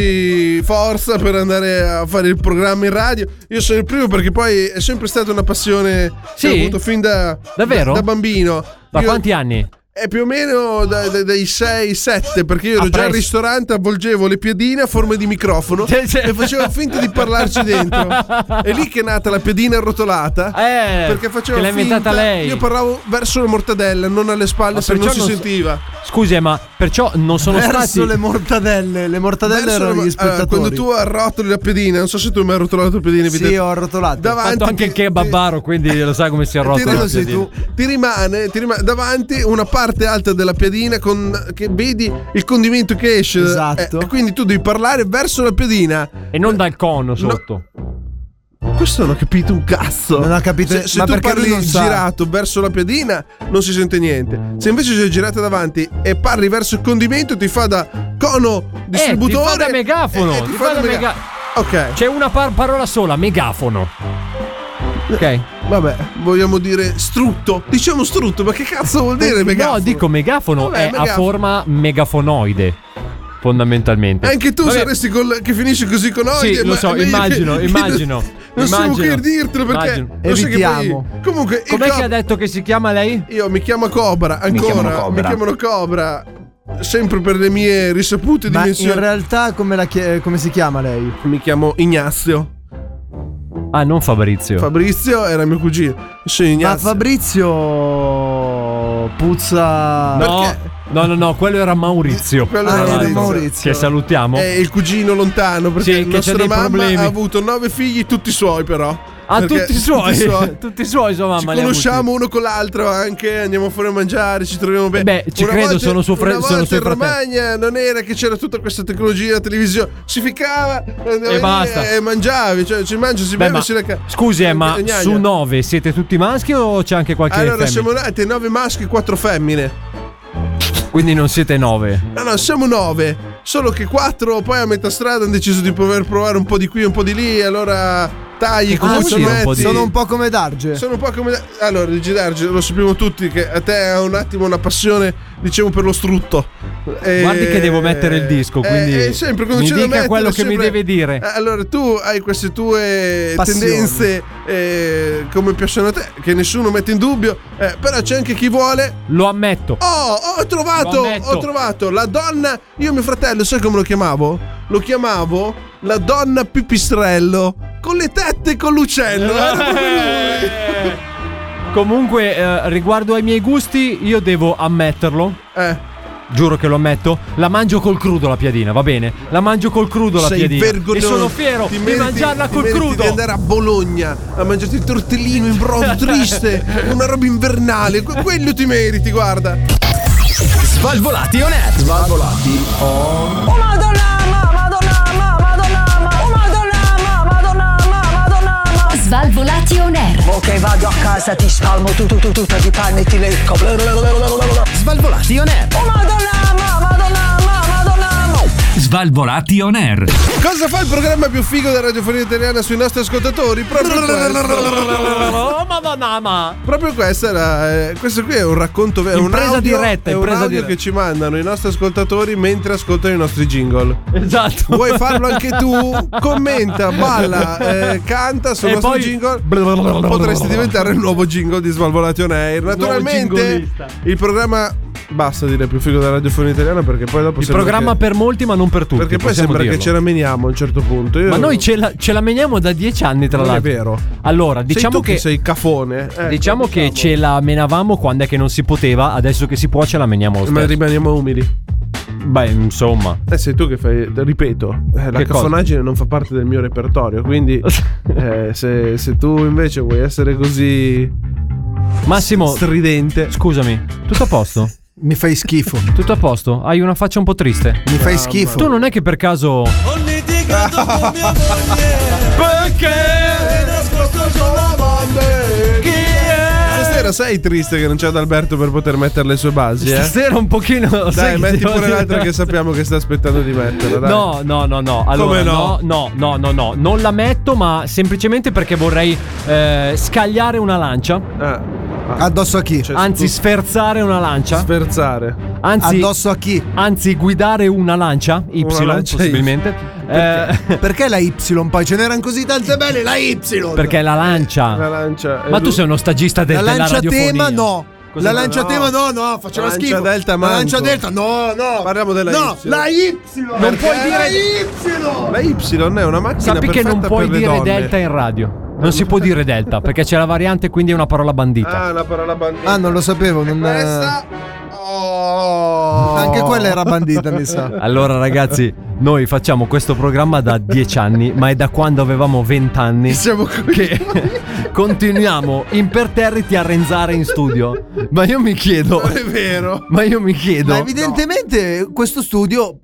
Speaker 6: farci forza per andare a fare il programma in radio. Io sono il primo perché poi è sempre stata una passione
Speaker 7: Sì?
Speaker 6: che ho avuto fin da,
Speaker 7: Davvero?
Speaker 6: da, da bambino.
Speaker 7: Da
Speaker 6: Io-
Speaker 7: quanti anni?
Speaker 6: È più o meno da- da- dai 6-7 perché io ero
Speaker 7: Ah,
Speaker 6: già al
Speaker 7: presto.
Speaker 6: ristorante, avvolgevo le piedine a forma di microfono
Speaker 7: Sì, sì.
Speaker 6: e facevo finta di parlarci dentro. È lì che è nata la piedina arrotolata.
Speaker 7: Eh,
Speaker 6: perché facevo
Speaker 7: che l'ha
Speaker 6: finta
Speaker 7: inventata lei.
Speaker 6: Io parlavo verso la mortadella, non alle spalle,
Speaker 7: Ma
Speaker 6: se non
Speaker 7: perciò
Speaker 6: si
Speaker 7: non so-
Speaker 6: sentiva.
Speaker 7: Scusi, eh, ma perciò non sono
Speaker 4: Verso
Speaker 7: stati...
Speaker 4: le mortadelle, le eh, mortadelle
Speaker 6: Verso la-
Speaker 4: erano gli
Speaker 6: allora,
Speaker 4: spettatori.
Speaker 6: quando tu arrotoli la pedina, non so se tu mi hai arrotolato la pedina,
Speaker 4: sì,
Speaker 6: evidente-
Speaker 4: ho arrotolato.
Speaker 7: Ha
Speaker 6: davanti
Speaker 7: fatto anche il eh,
Speaker 6: ti-
Speaker 7: kebabbaro, quindi lo sa come si
Speaker 6: Eh, ti,
Speaker 7: arrotola.
Speaker 6: ti- ti rimane, ti rimane davanti una parte alta della piadina con, che vedi il condimento che esce.
Speaker 4: Esatto.
Speaker 6: Eh, quindi tu devi parlare verso la piadina.
Speaker 7: E non dal cono sotto. Eh,
Speaker 6: Questo non ho capito un cazzo.
Speaker 4: Non ho capito-
Speaker 6: Se, se
Speaker 4: ma
Speaker 6: tu
Speaker 4: perché
Speaker 6: parli
Speaker 4: lui non sa.
Speaker 6: girato verso la piadina, non si sente niente. Se invece sei girato davanti e parli verso il condimento, ti fa da cono distributore.
Speaker 7: Eh,
Speaker 6: eh,
Speaker 7: da megafono,
Speaker 6: e- e
Speaker 7: ti fa da mega-
Speaker 6: Ok.
Speaker 7: C'è una par- parola sola, megafono. Ok.
Speaker 6: Vabbè, vogliamo dire strutto. Diciamo strutto, ma che cazzo vuol dire megafono?
Speaker 7: Eh, No, dico megafono
Speaker 6: Vabbè,
Speaker 7: è a
Speaker 6: megafono.
Speaker 7: forma megafonoide. Fondamentalmente.
Speaker 6: Anche tu
Speaker 7: Vabbè,
Speaker 6: saresti col, che finisce così con oide.
Speaker 7: Sì, lo
Speaker 6: ma-
Speaker 7: so,
Speaker 6: ma io-
Speaker 7: immagino,
Speaker 6: che-
Speaker 7: immagino.
Speaker 6: Non so
Speaker 7: immagino,
Speaker 6: che dirtelo perché
Speaker 7: immagino.
Speaker 6: lo sai che poi-
Speaker 4: Evitiamo.
Speaker 6: Comunque, il
Speaker 7: Com'è
Speaker 6: cop-
Speaker 7: che ha detto che si chiama lei?
Speaker 6: io mi chiamo Cobra,
Speaker 11: chiamano
Speaker 6: ancora, mi
Speaker 11: Cobra.
Speaker 6: chiamano Cobra. Sempre per le mie risapute
Speaker 4: Ma
Speaker 6: dimensioni.
Speaker 4: in realtà come, la chie- come si chiama lei?
Speaker 6: Mi chiamo Ignazio.
Speaker 7: Ah, non Fabrizio.
Speaker 6: Fabrizio era mio cugino. Sì,
Speaker 4: Ma
Speaker 6: Ignazio.
Speaker 4: Fabrizio puzza...
Speaker 7: no,
Speaker 6: perché?
Speaker 7: no, no, no, quello era Maurizio.
Speaker 6: Quello Eh,
Speaker 4: Ah,
Speaker 6: era
Speaker 7: Tra l'altro,
Speaker 4: Maurizio.
Speaker 7: Che salutiamo.
Speaker 6: È il cugino lontano perché
Speaker 7: Sì,
Speaker 6: il
Speaker 7: che c'ha
Speaker 6: nostro
Speaker 7: dei
Speaker 6: mamma
Speaker 7: problemi.
Speaker 6: ha avuto nove figli, tutti suoi però.
Speaker 7: Ah,
Speaker 6: Perché
Speaker 7: tutti i suoi. Tutti i suoi, sua
Speaker 6: Ci
Speaker 7: mamma. li ha avuti.
Speaker 6: conosciamo uno con l'altro anche, andiamo fuori a mangiare, ci troviamo bene.
Speaker 7: Beh, ci credo, sono suo fre-
Speaker 6: una
Speaker 7: sono
Speaker 6: volta
Speaker 7: suoi
Speaker 6: in
Speaker 7: fratelli.
Speaker 6: Romagna non era che c'era tutta questa tecnologia, la televisione, si ficcava andavi lì
Speaker 7: basta.
Speaker 6: E mangiavi, cioè si mangia, si
Speaker 7: Beh,
Speaker 6: beve,
Speaker 7: ma-
Speaker 6: si reca-
Speaker 7: scusi, eh, ma
Speaker 6: Eh, gnagna.
Speaker 7: su nove siete tutti maschi o c'è anche qualche
Speaker 6: Allora
Speaker 7: femmina?
Speaker 6: siamo nati nove maschi e quattro femmine.
Speaker 7: Quindi non siete nove.
Speaker 6: No, no, siamo nove. Solo che quattro poi a metà strada hanno deciso di poter provare un po' di qui e un po' di lì. E allora tagli,
Speaker 7: vuol
Speaker 6: comunque
Speaker 7: dire un po' di-
Speaker 4: Sono un po' come Darge.
Speaker 6: Sono un po' come. Allora, Luigi Darge, lo sappiamo tutti che a te è un attimo una passione, diciamo, per lo strutto. E-
Speaker 7: Guardi che devo mettere il disco,
Speaker 6: Eh,
Speaker 7: quindi
Speaker 6: eh, sempre quando
Speaker 7: mi
Speaker 6: c'è da
Speaker 7: dica
Speaker 6: mettere,
Speaker 7: quello che mi
Speaker 6: sempre-
Speaker 7: deve dire.
Speaker 6: Eh, Allora, tu hai queste tue
Speaker 4: Passioni.
Speaker 6: tendenze eh, come piacciono a te, che nessuno mette in dubbio, eh, però c'è anche chi vuole.
Speaker 7: Lo ammetto.
Speaker 6: Oh, ho trovato!
Speaker 7: Lo ammetto.
Speaker 6: Ho trovato la donna. Io, mio fratello, sai come lo chiamavo? Lo chiamavo la donna pipistrello con le tette e con l'uccello. Era proprio lui.
Speaker 7: Eh. Comunque, eh, riguardo ai miei gusti, io devo ammetterlo.
Speaker 6: Eh.
Speaker 7: giuro che lo ammetto, la mangio col crudo la piadina, va bene? La mangio col crudo la
Speaker 6: Sei
Speaker 7: piadina.
Speaker 6: vergognoso.
Speaker 7: E sono fiero
Speaker 6: Ti
Speaker 7: di
Speaker 6: meriti-
Speaker 7: mangiarla
Speaker 6: ti
Speaker 7: col
Speaker 6: meriti
Speaker 7: crudo.
Speaker 6: di andare a Bologna a mangiarti il tortellino in brodo triste, una roba invernale. que- Quello ti meriti, guarda.
Speaker 5: Svalvolati on air.
Speaker 6: Svalvolati on
Speaker 12: Oh madonna, ma, madonna, ma, madonna, ma, oh madonna, ma, madonna, ma, madonna, ma. Svalvolati on air. Ok, vado a casa, ti spalmo tu, tu, tu, tu, ti panni e ti lecco. Svalvolati on air. Oh madonna, ma, madonna, ma, madonna, ma.
Speaker 5: Svalvolati on air.
Speaker 6: Cosa fa il programma più figo della radiofonia italiana sui nostri ascoltatori? Proprio questo.
Speaker 7: Oh madonna, ma.
Speaker 6: Proprio questa era. eh, questo qui è un racconto vero.
Speaker 7: Impresa
Speaker 6: un audio,
Speaker 7: diretta,
Speaker 6: è un
Speaker 7: impresa
Speaker 6: audio
Speaker 7: diretta.
Speaker 6: che ci mandano i nostri ascoltatori mentre ascoltano i nostri jingle.
Speaker 7: Esatto.
Speaker 6: Vuoi farlo anche tu? Commenta, balla, eh, canta sul
Speaker 7: E
Speaker 6: nostro
Speaker 7: poi-
Speaker 6: jingle. Potresti diventare il nuovo jingle di Svalvolati on Air. Naturalmente,
Speaker 7: jingoleista.
Speaker 6: il programma. Basta dire più figo della radiofonia italiana perché poi dopo
Speaker 7: Il
Speaker 6: sembra
Speaker 7: programma
Speaker 6: che-
Speaker 7: per molti, ma non per tutti.
Speaker 6: Perché poi
Speaker 7: possiamo
Speaker 6: sembra che
Speaker 7: dirlo.
Speaker 6: ce la meniamo a un certo punto. Io-
Speaker 7: Ma noi ce la, ce la meniamo da dieci anni, tra
Speaker 6: Non è
Speaker 7: l'altro.
Speaker 6: vero.
Speaker 7: Allora,
Speaker 6: Sei
Speaker 7: diciamo
Speaker 6: tu che
Speaker 7: che.
Speaker 6: sei cafone. Ecco,
Speaker 7: diciamo che ce la menavamo quando è che non si poteva, adesso che si può ce la meniamo lo
Speaker 6: Ma
Speaker 7: stesso.
Speaker 6: rimaniamo umili.
Speaker 7: Beh, insomma.
Speaker 6: Eh, sei tu che fai. Ripeto, eh, la
Speaker 7: Che cosa?
Speaker 6: cafonaggine non fa parte del mio repertorio. Quindi, eh, se, se tu invece vuoi essere così.
Speaker 7: Massimo.
Speaker 6: Stridente.
Speaker 7: Scusami, tutto a posto?
Speaker 4: Mi fai schifo.
Speaker 7: Tutto a posto? Hai una faccia un po' triste.
Speaker 4: Mi fai schifo.
Speaker 7: Tu non è che per caso. Perché?
Speaker 6: Stasera sei triste che non c'è Adalberto per poter mettere le sue basi, eh?
Speaker 7: Stasera un pochino. sai
Speaker 6: Dai,
Speaker 7: che
Speaker 6: metti
Speaker 7: devo
Speaker 6: pure
Speaker 7: dire?
Speaker 6: l'altra che sappiamo che sta aspettando di metterla. Dai.
Speaker 7: No, no, no, no. Allora,
Speaker 6: Come no?
Speaker 7: No, no, no, no, no. Non la metto, ma semplicemente perché vorrei eh, scagliare una lancia.
Speaker 6: Ah,
Speaker 4: Addosso a chi?
Speaker 6: cioè,
Speaker 7: Anzi,
Speaker 6: tu-
Speaker 7: sferzare una lancia.
Speaker 6: sferzare.
Speaker 7: Anzi,
Speaker 4: Addosso a chi?
Speaker 7: anzi, guidare una lancia. Y,
Speaker 6: Una lancia
Speaker 7: possibilmente. Eh,
Speaker 4: Perché la Y poi? Ce n'erano così tante belle, la Y!
Speaker 7: perché la lancia.
Speaker 6: La lancia.
Speaker 7: Ma tu sei uno stagista del,
Speaker 4: La
Speaker 7: della
Speaker 4: lancia
Speaker 7: radiofonia.
Speaker 4: tema no.
Speaker 7: Cosa-
Speaker 4: la lancia tema no, no, faceva
Speaker 6: La lancia
Speaker 4: schifo.
Speaker 6: delta
Speaker 4: la
Speaker 6: manco.
Speaker 4: lancia delta no, no.
Speaker 6: Parliamo della
Speaker 4: No,
Speaker 6: Y.
Speaker 4: la Y.
Speaker 6: Non puoi
Speaker 4: La
Speaker 6: dire-
Speaker 4: Y.
Speaker 6: La Y è una macchina
Speaker 7: Sappi che
Speaker 6: perfetta
Speaker 7: non puoi
Speaker 6: per le
Speaker 7: dire
Speaker 6: donne.
Speaker 7: delta in radio. Non si può dire delta perché c'è la variante, quindi è una parola bandita.
Speaker 6: Ah, la parola bandita.
Speaker 4: Ah, non lo sapevo, non eh,
Speaker 6: Questa. Oh.
Speaker 4: Anche quella era bandita, mi sa.
Speaker 7: Allora, ragazzi, noi facciamo questo programma da dieci anni, ma è da quando avevamo vent'anni
Speaker 6: Siamo qui.
Speaker 7: che continuiamo imperterriti a renzare in studio. Ma io mi chiedo.
Speaker 6: È vero.
Speaker 7: Ma io mi chiedo.
Speaker 4: Ma evidentemente questo studio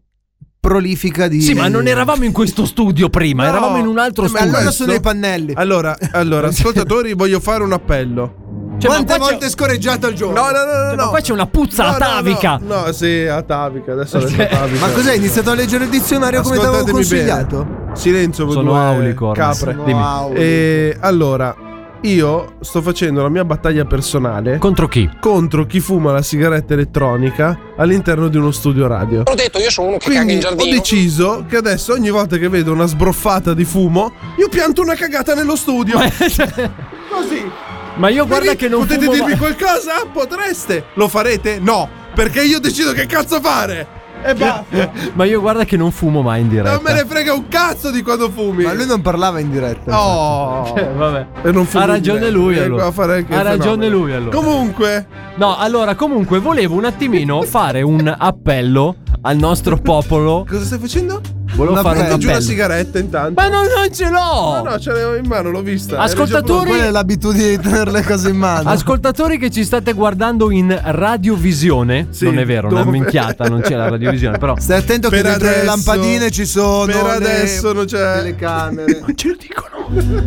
Speaker 4: prolifica di Eh,
Speaker 7: Sì, ma non eravamo in questo studio prima,
Speaker 6: No,
Speaker 7: eravamo in un altro
Speaker 6: ma
Speaker 7: studio. Cioè,
Speaker 4: Allora
Speaker 6: questo-
Speaker 4: sono dei pannelli.
Speaker 6: Allora, allora, ascoltatori, voglio fare un appello.
Speaker 7: Cioè, ma
Speaker 4: Quante
Speaker 7: qua c'è-
Speaker 4: volte scoreggiato al giorno?
Speaker 6: No, no, no, no.
Speaker 7: Ma
Speaker 6: no.
Speaker 7: qua c'è una puzza
Speaker 6: No, no,
Speaker 7: atavica.
Speaker 6: No, no, sì, atavica. Adesso adesso atavica.
Speaker 4: Ma cos'è? Hai iniziato a leggere il dizionario come ti avevo
Speaker 6: Ascoltatemi
Speaker 4: consigliato?
Speaker 6: bene. Silenzio, voi
Speaker 7: Sono
Speaker 6: due
Speaker 7: aulico ormai.
Speaker 6: Capre.
Speaker 7: Sono Dimmi.
Speaker 4: aulico.
Speaker 6: Eh, allora, io sto facendo la mia battaglia personale
Speaker 7: Contro chi?
Speaker 6: contro chi fuma la sigaretta elettronica all'interno di uno studio radio.
Speaker 13: Ho detto, io sono uno che caga
Speaker 6: Quindi
Speaker 13: in
Speaker 6: ho
Speaker 13: giardino.
Speaker 6: deciso che adesso ogni volta che vedo una sbroffata di fumo, io pianto una cagata nello studio. Così.
Speaker 7: Ma io guarda
Speaker 6: Vedi?
Speaker 7: che non
Speaker 6: Potete
Speaker 7: fumo
Speaker 6: dirmi
Speaker 7: ma-
Speaker 6: qualcosa? Potreste. Lo farete? No, perché io decido che cazzo fare. E basta.
Speaker 7: Ma io guarda che non fumo mai in diretta.
Speaker 6: Non me ne frega un cazzo di quando fumi.
Speaker 4: Ma lui non parlava in diretta.
Speaker 6: Oh.
Speaker 7: Eh, vabbè.
Speaker 6: E non fumo
Speaker 7: ha ragione
Speaker 6: niente.
Speaker 7: lui
Speaker 6: Eh,
Speaker 7: allora.
Speaker 6: qua farei anche
Speaker 7: Ha
Speaker 6: il
Speaker 7: ragione
Speaker 6: fenomeno.
Speaker 7: lui allora.
Speaker 6: Comunque,
Speaker 7: No, allora comunque volevo un attimino fare un appello al nostro popolo.
Speaker 6: cosa stai facendo?
Speaker 7: Volevo
Speaker 4: Un
Speaker 7: fare un
Speaker 4: appello.
Speaker 6: Prendi giù una
Speaker 7: appello.
Speaker 6: sigaretta intanto.
Speaker 7: Eh, Ma non, non ce l'ho!
Speaker 6: No, no, ce l'avevo in mano, l'ho vista.
Speaker 7: Ascoltatori-
Speaker 6: Era già
Speaker 4: Quella è l'abitudine di tenere le cose in mano.
Speaker 7: Ascoltatori che ci state guardando in radiovisione,
Speaker 6: Sì,
Speaker 7: non è vero, una
Speaker 6: dove?
Speaker 7: minchiata, non c'è la radiovisione, però
Speaker 4: Stai attento Certo che
Speaker 6: Per
Speaker 4: dentro le
Speaker 6: adesso-
Speaker 4: lampadine ci sono.
Speaker 6: per adesso non c'è.
Speaker 4: le camere.
Speaker 7: ce lo dicono.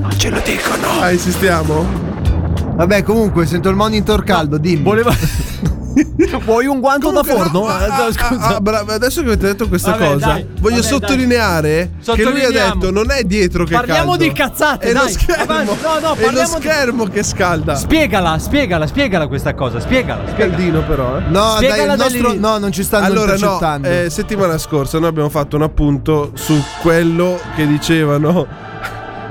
Speaker 7: Non ce lo dicono.
Speaker 6: Ah, insistiamo?
Speaker 4: Vabbè, comunque, sento il monitor caldo. Dimmi.
Speaker 7: Voleva Vuoi un guanto da
Speaker 6: Comunque,
Speaker 7: forno?
Speaker 6: no, ah,
Speaker 7: Eh,
Speaker 6: ah,
Speaker 7: scusa.
Speaker 6: ah, bravo, adesso che avete detto questa
Speaker 7: Vabbè,
Speaker 6: cosa,
Speaker 7: dai,
Speaker 6: voglio
Speaker 7: vabbè,
Speaker 6: sottolineare
Speaker 7: dai.
Speaker 6: che lui ha
Speaker 7: Sottolineiamo.
Speaker 6: detto non è dietro che
Speaker 7: Parliamo
Speaker 6: caldo.
Speaker 7: di cazzate,
Speaker 6: è lo
Speaker 7: dai,
Speaker 6: schermo,
Speaker 7: avanti. No, no,
Speaker 6: è lo
Speaker 7: parliamo di-
Speaker 6: schermo che scalda.
Speaker 7: Spiegala, spiegala, spiegala questa cosa, spiegala, spiegala.
Speaker 6: Caldino però, ah. eh.
Speaker 4: No, dai,
Speaker 7: Spiegala
Speaker 4: il nostro.
Speaker 7: dagli-
Speaker 4: No, non ci stanno
Speaker 6: Allora, no,
Speaker 4: intercettando.
Speaker 6: eh, settimana scorsa noi abbiamo fatto un appunto su quello che dicevano.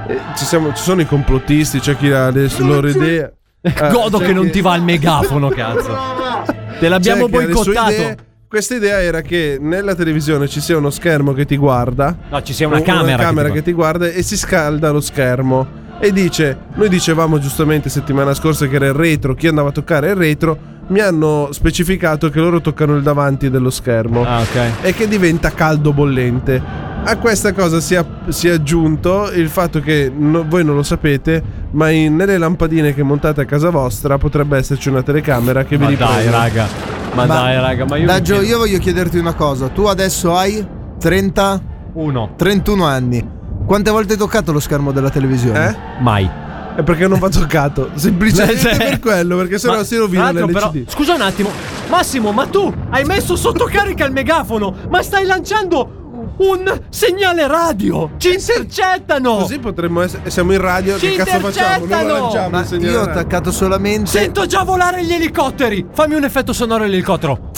Speaker 6: Eh, Ci, siamo- ci sono i complottisti, c'è chi ha le loro idee. Eh,
Speaker 7: Godo
Speaker 6: c'è
Speaker 7: che non
Speaker 6: chi-
Speaker 7: ti va il megafono, cazzo. Te l'abbiamo
Speaker 6: c'è chi ha Cioè, le sue idee.
Speaker 7: boicottato.
Speaker 6: Questa idea era che nella televisione ci sia uno schermo che ti guarda.
Speaker 7: No, ci sia una
Speaker 6: o-
Speaker 7: camera. che ti
Speaker 6: che, ti guarda e si scalda lo schermo. E dice: Noi dicevamo giustamente settimana scorsa che era il retro, chi andava a toccare il retro. mi hanno specificato che loro toccano il davanti dello schermo
Speaker 7: Ah, ok.
Speaker 6: e che diventa caldo bollente. A questa cosa si è, si è aggiunto il fatto che no- voi non lo sapete, ma in- nelle lampadine che montate a casa vostra potrebbe esserci una telecamera che
Speaker 7: Ma
Speaker 6: vi
Speaker 7: dai,
Speaker 6: riprende.
Speaker 7: raga. Ma, dai, raga, ma io.
Speaker 4: Daggio, io voglio chiederti una cosa. Tu adesso hai 30
Speaker 7: Uno.
Speaker 4: 31 anni. Quante volte hai toccato lo schermo della televisione?
Speaker 6: Eh?
Speaker 7: Mai.
Speaker 6: È perché non va toccato, semplicemente
Speaker 7: Beh, cioè-
Speaker 6: per quello, perché sennò
Speaker 7: Ma-
Speaker 6: si
Speaker 7: tra
Speaker 6: rovina
Speaker 7: l'altro,
Speaker 6: l'LCD.
Speaker 7: però, Scusa un attimo, Massimo, ma tu hai messo sotto carica il megafono, ma stai lanciando un segnale radio. Ci intercettano.
Speaker 6: Così potremmo essere. Siamo in radio,
Speaker 7: Oh. Ci
Speaker 6: che cazzo facciamo? Non lo
Speaker 7: intercettano!
Speaker 6: lanciamo,
Speaker 7: Ma
Speaker 6: il segnale
Speaker 4: Io ho
Speaker 6: radio.
Speaker 4: attaccato solamente.
Speaker 7: Sento già volare gli elicotteri. Fammi un effetto sonoro all'elicottero.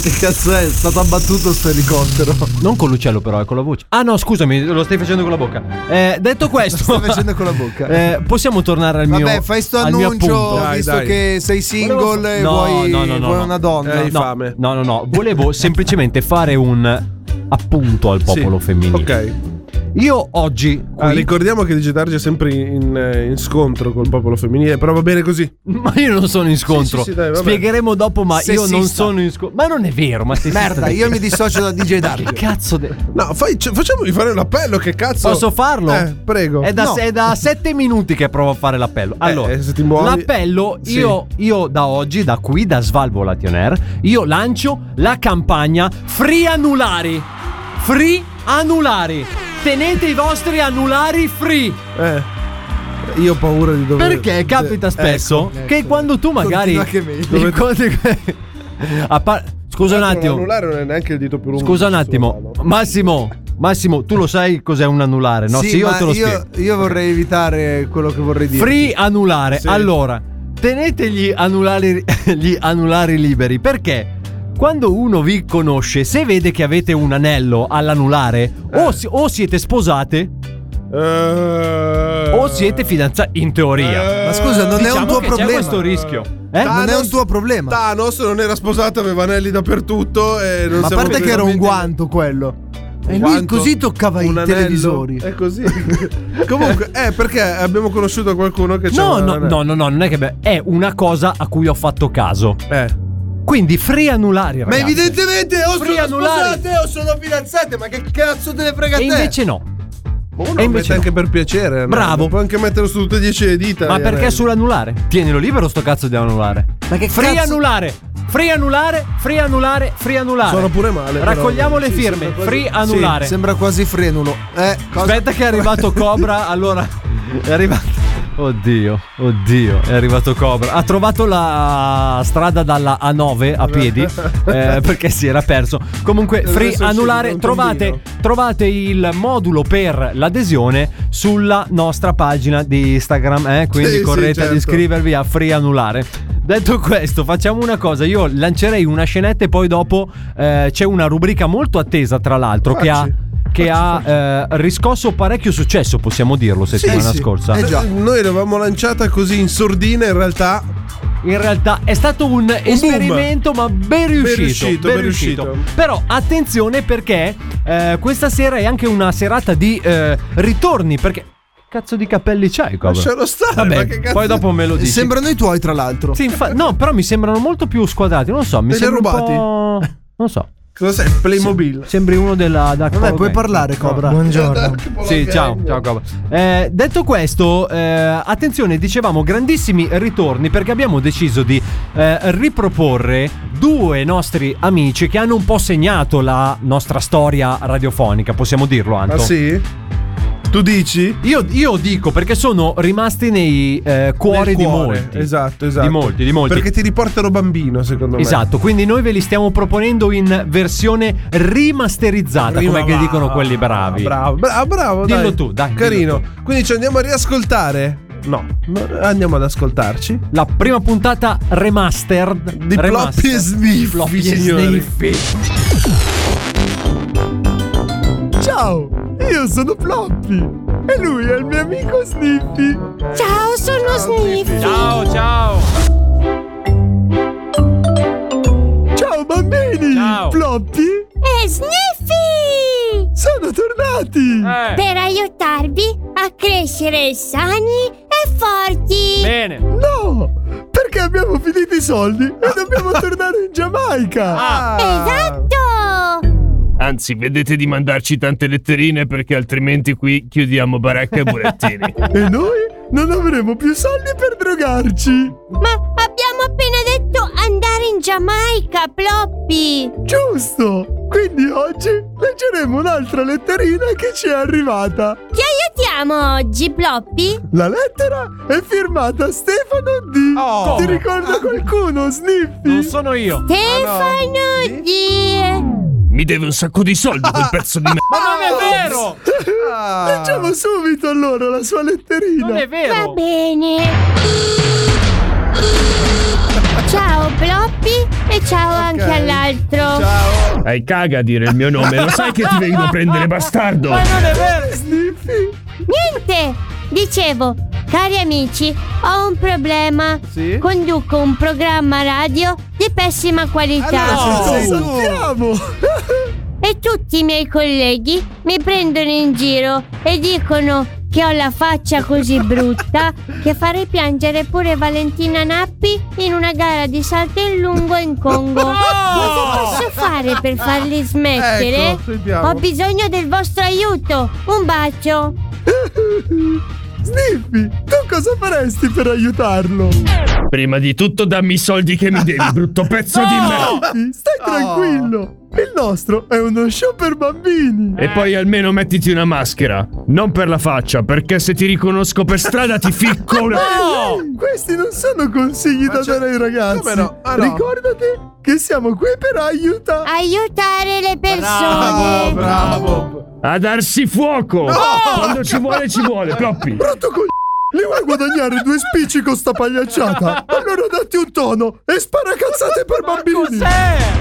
Speaker 4: che cazzo è? È stato abbattuto sto elicottero.
Speaker 7: Non con l'uccello, però, è con la voce. Ah, no, scusami, lo stai facendo con la bocca. Eh, detto questo,
Speaker 4: Sto facendo con la bocca.
Speaker 7: eh, possiamo tornare al mio.
Speaker 4: Vabbè, fai sto
Speaker 7: al mio
Speaker 4: annuncio
Speaker 7: appunto.
Speaker 4: visto
Speaker 6: dai.
Speaker 4: che sei single e
Speaker 7: No,
Speaker 4: vuoi,
Speaker 7: no, no, no,
Speaker 4: vuoi
Speaker 7: no.
Speaker 4: una donna.
Speaker 6: Eh,
Speaker 4: No.
Speaker 6: hai fame.
Speaker 7: No, no, no, volevo semplicemente fare un appunto al
Speaker 6: Sì.
Speaker 7: popolo femminile.
Speaker 6: Ok.
Speaker 7: Io oggi
Speaker 6: Ah,
Speaker 7: qui-
Speaker 6: ricordiamo che Digitarge è sempre in, eh, in scontro col popolo femminile, però va bene così.
Speaker 7: ma io non sono in scontro.
Speaker 6: sì, sì, dai, vabbè.
Speaker 7: Spiegheremo dopo, ma io non
Speaker 4: Sessista.
Speaker 7: sono in scontro. Ma non è vero, ma sei
Speaker 4: Merda, io mi dissocio da DJ Dark.
Speaker 7: Cazzo, de-
Speaker 6: No, fai, c- facciamogli fare un appello, che cazzo.
Speaker 7: posso farlo?
Speaker 6: Eh, prego.
Speaker 7: È da,
Speaker 6: No. Eh,
Speaker 7: è da sette minuti che provo a fare l'appello. Allora,
Speaker 6: se ti muovi-
Speaker 7: l'appello
Speaker 6: Sì.
Speaker 7: io, io da oggi, da qui, da Svalvo Lation Air, io lancio la campagna Free Anulari. Free Anulari. Tenete i vostri anulari free.
Speaker 6: Eh. Io ho paura di dover. Eh,
Speaker 7: Perché capita spesso
Speaker 4: ecco,
Speaker 7: che
Speaker 4: ecco.
Speaker 7: quando tu magari.
Speaker 4: Continua che meglio.
Speaker 7: Dove- A par- Scusa un attimo.
Speaker 6: L'anulare non è neanche il dito più lungo.
Speaker 7: Scusa un
Speaker 6: sul
Speaker 7: attimo.
Speaker 6: mano.
Speaker 7: Massimo, Massimo, tu lo sai cos'è un anulare, no?
Speaker 4: Sì,
Speaker 7: Se io
Speaker 4: ma
Speaker 7: te lo spiego.
Speaker 4: io, io vorrei evitare quello che vorrei dire.
Speaker 7: Free anulare.
Speaker 6: Sì.
Speaker 7: Allora, tenete gli anulari, gli anulari liberi perché quando uno vi conosce, se vede che avete un anello all'anulare,
Speaker 4: Eh.
Speaker 7: o, si- o siete sposate
Speaker 6: Eh.
Speaker 7: o siete fidanzati. In teoria,
Speaker 4: Ma scusa, Eh. non è
Speaker 7: Diciamo
Speaker 4: un tuo
Speaker 7: che
Speaker 4: problema.
Speaker 7: C'è questo rischio. Eh?
Speaker 4: Non è un tuo problema.
Speaker 6: Thanos non era sposato, aveva anelli dappertutto. E non
Speaker 4: Ma a
Speaker 6: siamo
Speaker 4: parte che era un
Speaker 6: veramente-
Speaker 4: guanto quello. E lui
Speaker 6: Quanto?
Speaker 4: così toccava
Speaker 6: Un
Speaker 4: i
Speaker 6: anello?
Speaker 4: televisori.
Speaker 6: È così. Comunque, eh, perché abbiamo conosciuto qualcuno che
Speaker 7: No,
Speaker 6: c'aveva
Speaker 7: no,
Speaker 6: l'anello.
Speaker 7: no, no, no, non è che beh, è una cosa a cui ho fatto caso.
Speaker 6: Eh.
Speaker 7: Quindi free anulari, ragazzi.
Speaker 6: evidentemente o
Speaker 7: Free anulare.
Speaker 6: o sono fidanzate, ma che cazzo te ne frega
Speaker 7: E invece no.
Speaker 6: e invece anche per piacere. no?
Speaker 7: Bravo.
Speaker 6: Puoi anche metterlo su tutte e dieci le dita. eh,
Speaker 7: Ma
Speaker 6: gli
Speaker 7: perché
Speaker 6: anelli.
Speaker 7: sull'anulare? Tienilo libero sto cazzo di anulare.
Speaker 4: Ma che
Speaker 7: Free
Speaker 4: cazzo-
Speaker 7: anulare! Free anulare, free anulare, free anulare.
Speaker 6: Suona pure male, però.
Speaker 7: Raccogliamo le
Speaker 6: Sì,
Speaker 7: firme.
Speaker 6: sembra quasi-
Speaker 7: Free
Speaker 6: Sì,
Speaker 7: anulare.
Speaker 4: Sembra quasi frenulo. Eh, cosa-
Speaker 7: Aspetta che è arrivato Cobra, allora è arrivato Oddio, oddio, è arrivato Cobra. Ha trovato la strada dalla A9 a piedi eh, perché si era perso. Comunque, free
Speaker 6: Adesso è
Speaker 7: anulare,
Speaker 6: uscito un
Speaker 7: trovate, trovate il modulo per l'adesione sulla nostra pagina di Instagram, eh, quindi
Speaker 6: Sì, sì,
Speaker 7: correte
Speaker 6: certo.
Speaker 7: ad iscrivervi a free anulare. Detto questo, facciamo una cosa, io lancerei una scenetta e poi dopo eh, c'è una rubrica molto attesa, tra l'altro, che ha
Speaker 6: Facci.
Speaker 7: che ha eh, riscosso parecchio successo, possiamo dirlo, settimana
Speaker 6: sì.
Speaker 7: scorsa.
Speaker 6: Eh già. Noi l'avevamo lanciata così in sordina, in realtà.
Speaker 7: In realtà è stato un, esperimento, ma ben riuscito.
Speaker 6: riuscito, ben riuscito.
Speaker 7: Però attenzione perché eh, questa sera è anche una serata di eh, ritorni. Perché. Che cazzo di capelli c'hai, Cobra?
Speaker 6: Lascialo stare, ma che
Speaker 7: Vabbè,
Speaker 6: cazzo-
Speaker 7: poi dopo me lo dici.
Speaker 4: Sembrano i tuoi, tra l'altro.
Speaker 7: Sì, infa- no, però mi sembrano molto più squadrati. Non lo so, mi
Speaker 6: Te li ha
Speaker 7: sembrano.
Speaker 6: rubati?
Speaker 7: un po'- Non so.
Speaker 6: Cosa sei? Playmobil.
Speaker 7: Sembri uno della. della
Speaker 4: Vabbè, puoi
Speaker 7: Gang.
Speaker 4: parlare, Cobra.
Speaker 7: Sì, ciao, ciao Cobra. Eh, detto questo, eh, attenzione, dicevamo grandissimi ritorni perché abbiamo deciso di eh, riproporre due nostri amici che hanno un po' segnato la nostra storia radiofonica, possiamo dirlo Anto.
Speaker 6: Ah sì? Tu dici?
Speaker 7: Io, io dico perché sono rimasti nei eh, cuori
Speaker 6: Nel
Speaker 7: di
Speaker 6: cuore.
Speaker 7: molti.
Speaker 6: Esatto, esatto.
Speaker 7: Di molti, di molti.
Speaker 6: Perché ti riportano bambino, secondo me.
Speaker 7: Esatto, quindi noi ve li stiamo proponendo in versione rimasterizzata,
Speaker 6: Prima
Speaker 7: come che
Speaker 6: va.
Speaker 7: dicono quelli bravi.
Speaker 6: Bravo, bravo, bravo.
Speaker 7: Dillo
Speaker 6: dai.
Speaker 7: tu, dai,
Speaker 6: Carino.
Speaker 7: dillo
Speaker 6: Quindi ci andiamo a riascoltare? No, no, andiamo ad ascoltarci.
Speaker 7: La prima puntata remastered
Speaker 6: Di Floppy e Sniffi,
Speaker 7: Floppy e
Speaker 6: signori.
Speaker 7: Sniffi.
Speaker 4: Ciao, io sono Floppy. E lui è il mio amico Sniffy.
Speaker 2: Ciao, sono Sniff.
Speaker 7: Ciao, ciao.
Speaker 4: Ciao bambini!
Speaker 7: Ciao.
Speaker 4: Floppy!
Speaker 2: E Sniffy!
Speaker 4: Sono tornati!
Speaker 7: Eh,
Speaker 2: Per aiutarvi a crescere sani e forti.
Speaker 7: bene.
Speaker 4: No! Perché perché abbiamo finito i soldi e dobbiamo tornare in Giamaica.
Speaker 7: Ah,
Speaker 2: Esatto!
Speaker 13: Anzi, vedete di mandarci tante letterine perché altrimenti qui chiudiamo baracca e burattini.
Speaker 4: e noi non avremo più soldi per drogarci.
Speaker 14: Ma abbiamo appena detto andare in Giamaica, Ploppy!
Speaker 4: Giusto! Quindi oggi leggeremo un'altra letterina che ci è arrivata.
Speaker 14: Ti aiutiamo oggi, Ploppy?
Speaker 4: La lettera è firmata Stefano D.
Speaker 14: Oh.
Speaker 4: Ah, Ti ricorda qualcuno, Sniffy? Non
Speaker 7: Ah. sono io.
Speaker 14: Stefano D!
Speaker 13: Mi deve un sacco di soldi quel pezzo di merda.
Speaker 7: Ma non è vero!
Speaker 4: Leggiamo subito allora la sua letterina.
Speaker 7: Non è
Speaker 14: Va bene. Ciao Ploppy e ciao anche all'altro. Ciao.
Speaker 13: Hai caga a dire il mio nome, lo sai che ti vengo a prendere, bastardo!
Speaker 7: è vero,
Speaker 4: Sniffy!
Speaker 14: Niente! Dicevo, cari amici, ho un problema.
Speaker 4: Sì?
Speaker 14: Conduco un programma radio di pessima qualità. E tutti i miei colleghi mi prendono in giro e dicono che ho la faccia così brutta che farei piangere pure Valentina Nappi in una gara di salto in lungo in Congo. Cosa posso fare per farli smettere?
Speaker 4: Ecco, sentiamo.
Speaker 14: ho bisogno del vostro aiuto. Un bacio.
Speaker 4: Sniffy, tu cosa faresti per aiutarlo?
Speaker 13: Prima di tutto dammi i soldi che mi devi, brutto pezzo di merda!
Speaker 4: Sniffy,
Speaker 7: Ah.
Speaker 4: stai tranquillo. Il nostro è uno show per bambini.
Speaker 13: E poi
Speaker 7: Eh.
Speaker 13: almeno mettiti una maschera. Non per la faccia, perché se ti riconosco per strada ti ficco.
Speaker 4: Eh, Questi non sono consigli da dare ai ragazzi.
Speaker 13: Come no? Ah, no.
Speaker 4: Ricordati che siamo qui per aiutare.
Speaker 14: Aiutare le persone.
Speaker 13: A darsi fuoco! Quando ci vuole, ci vuole, Ploppi!
Speaker 4: Brutto co... Li vuoi guadagnare due spicci con sta pagliacciata? Allora datti un tono e spara cazzate per bambini.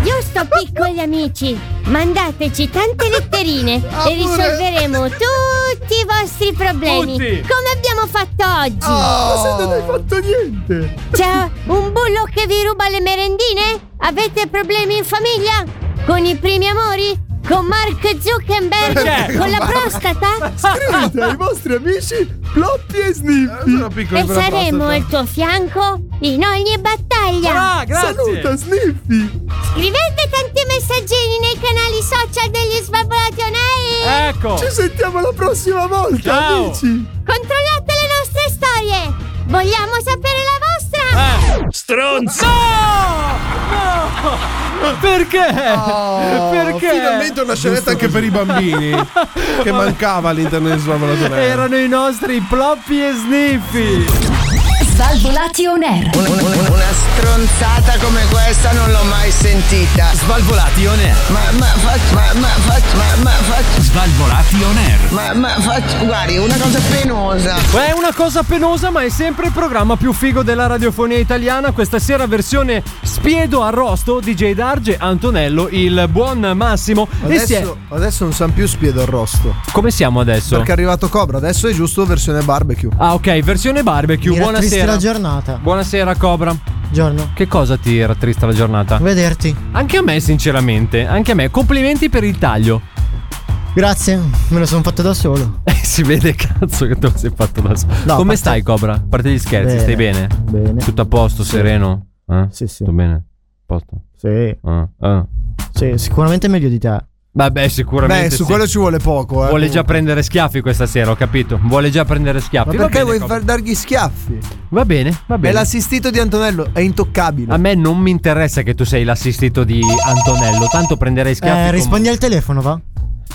Speaker 14: Giusto piccoli amici, mandateci tante letterine e risolveremo tutti i vostri problemi,
Speaker 4: Tutti. Ah.
Speaker 14: come abbiamo fatto oggi.
Speaker 4: Ma se non hai fatto niente.
Speaker 14: C'è un bullo che vi ruba le merendine? Avete problemi in famiglia? Con i primi amori? Con Mark Zuckerberg?
Speaker 4: Perché?
Speaker 14: Con la prostata?
Speaker 4: Scrivete ai vostri amici Ploppi e
Speaker 6: Mm.
Speaker 4: Sniffy.
Speaker 14: E saremo al tuo fianco in ogni
Speaker 4: Ah,
Speaker 14: battaglia.
Speaker 4: Saluta Sniffy.
Speaker 14: Scrivete tanti messaggini nei canali social degli Svalvolati On Air.
Speaker 7: Ecco.
Speaker 4: Ci sentiamo la prossima volta,
Speaker 14: Ciao.
Speaker 7: Eh.
Speaker 4: amici.
Speaker 14: Controllate le nostre storie. Vogliamo sapere la vostra?
Speaker 13: Stronzo!
Speaker 7: Ah, Perché? Perché?
Speaker 6: Finalmente una scenetta anche per i bambini che mancava all'interno di Svalvolato
Speaker 7: Erano i nostri Ploppi e Sniffy.
Speaker 9: Svalvolati on air.
Speaker 15: Una stronzata come questa non l'ho mai sentita.
Speaker 5: Svalvolati on air.
Speaker 15: Ma ma fac- ma ma fac- ma ma fac-
Speaker 5: Svalvolati on air.
Speaker 15: ma ma fac- guardi, una cosa penosa.
Speaker 7: È una cosa penosa, ma è sempre il programma più figo della radiofonia italiana. Questa sera versione spiedo arrosto DJ Darge, Antonello, il buon Massimo. e si è...
Speaker 16: Adesso, adesso non siamo più spiedo arrosto.
Speaker 7: Come siamo adesso?
Speaker 16: Perché è arrivato Cobra, adesso è giusto versione barbecue.
Speaker 7: Ah, ok, versione barbecue.
Speaker 16: Mi rattrista
Speaker 7: Buonasera.
Speaker 16: la
Speaker 7: giornata. Buonasera, Cobra. Giorno. Che cosa ti rattrista la giornata?
Speaker 17: Vederti.
Speaker 7: Anche a me, sinceramente. Anche a me. Complimenti per il taglio.
Speaker 17: Grazie, me lo sono fatto da solo.
Speaker 7: Eh, si vede cazzo che tu sei fatto da solo.
Speaker 17: No,
Speaker 7: Come
Speaker 17: parte-
Speaker 7: stai, Cobra? A parte gli
Speaker 17: Bene,
Speaker 7: scherzi, Eh, stai bene?
Speaker 17: bene.
Speaker 7: Tutto a posto,
Speaker 17: Sì.
Speaker 7: sereno? Eh?
Speaker 17: Sì, sì.
Speaker 7: Tutto bene? A Posto?
Speaker 17: Sì.
Speaker 7: Ah, ah.
Speaker 17: Sì, sicuramente meglio di te.
Speaker 7: Vabbè,
Speaker 17: Beh,
Speaker 7: sicuramente.
Speaker 17: su
Speaker 7: sì.
Speaker 17: quello
Speaker 16: ci vuole poco, eh.
Speaker 7: Vuole già prendere schiaffi questa sera, ho capito. Vuole già prendere
Speaker 16: Ma
Speaker 7: schiaffi. Va
Speaker 16: perché
Speaker 7: bene,
Speaker 16: vuoi
Speaker 7: Cobra.
Speaker 16: far dargli schiaffi?
Speaker 7: Va bene, va bene.
Speaker 16: È l'assistito di Antonello, è intoccabile.
Speaker 7: A me non mi interessa che tu sei l'assistito di Antonello, tanto prenderei schiaffi.
Speaker 17: Eh,
Speaker 7: con-
Speaker 17: rispondi al telefono, va.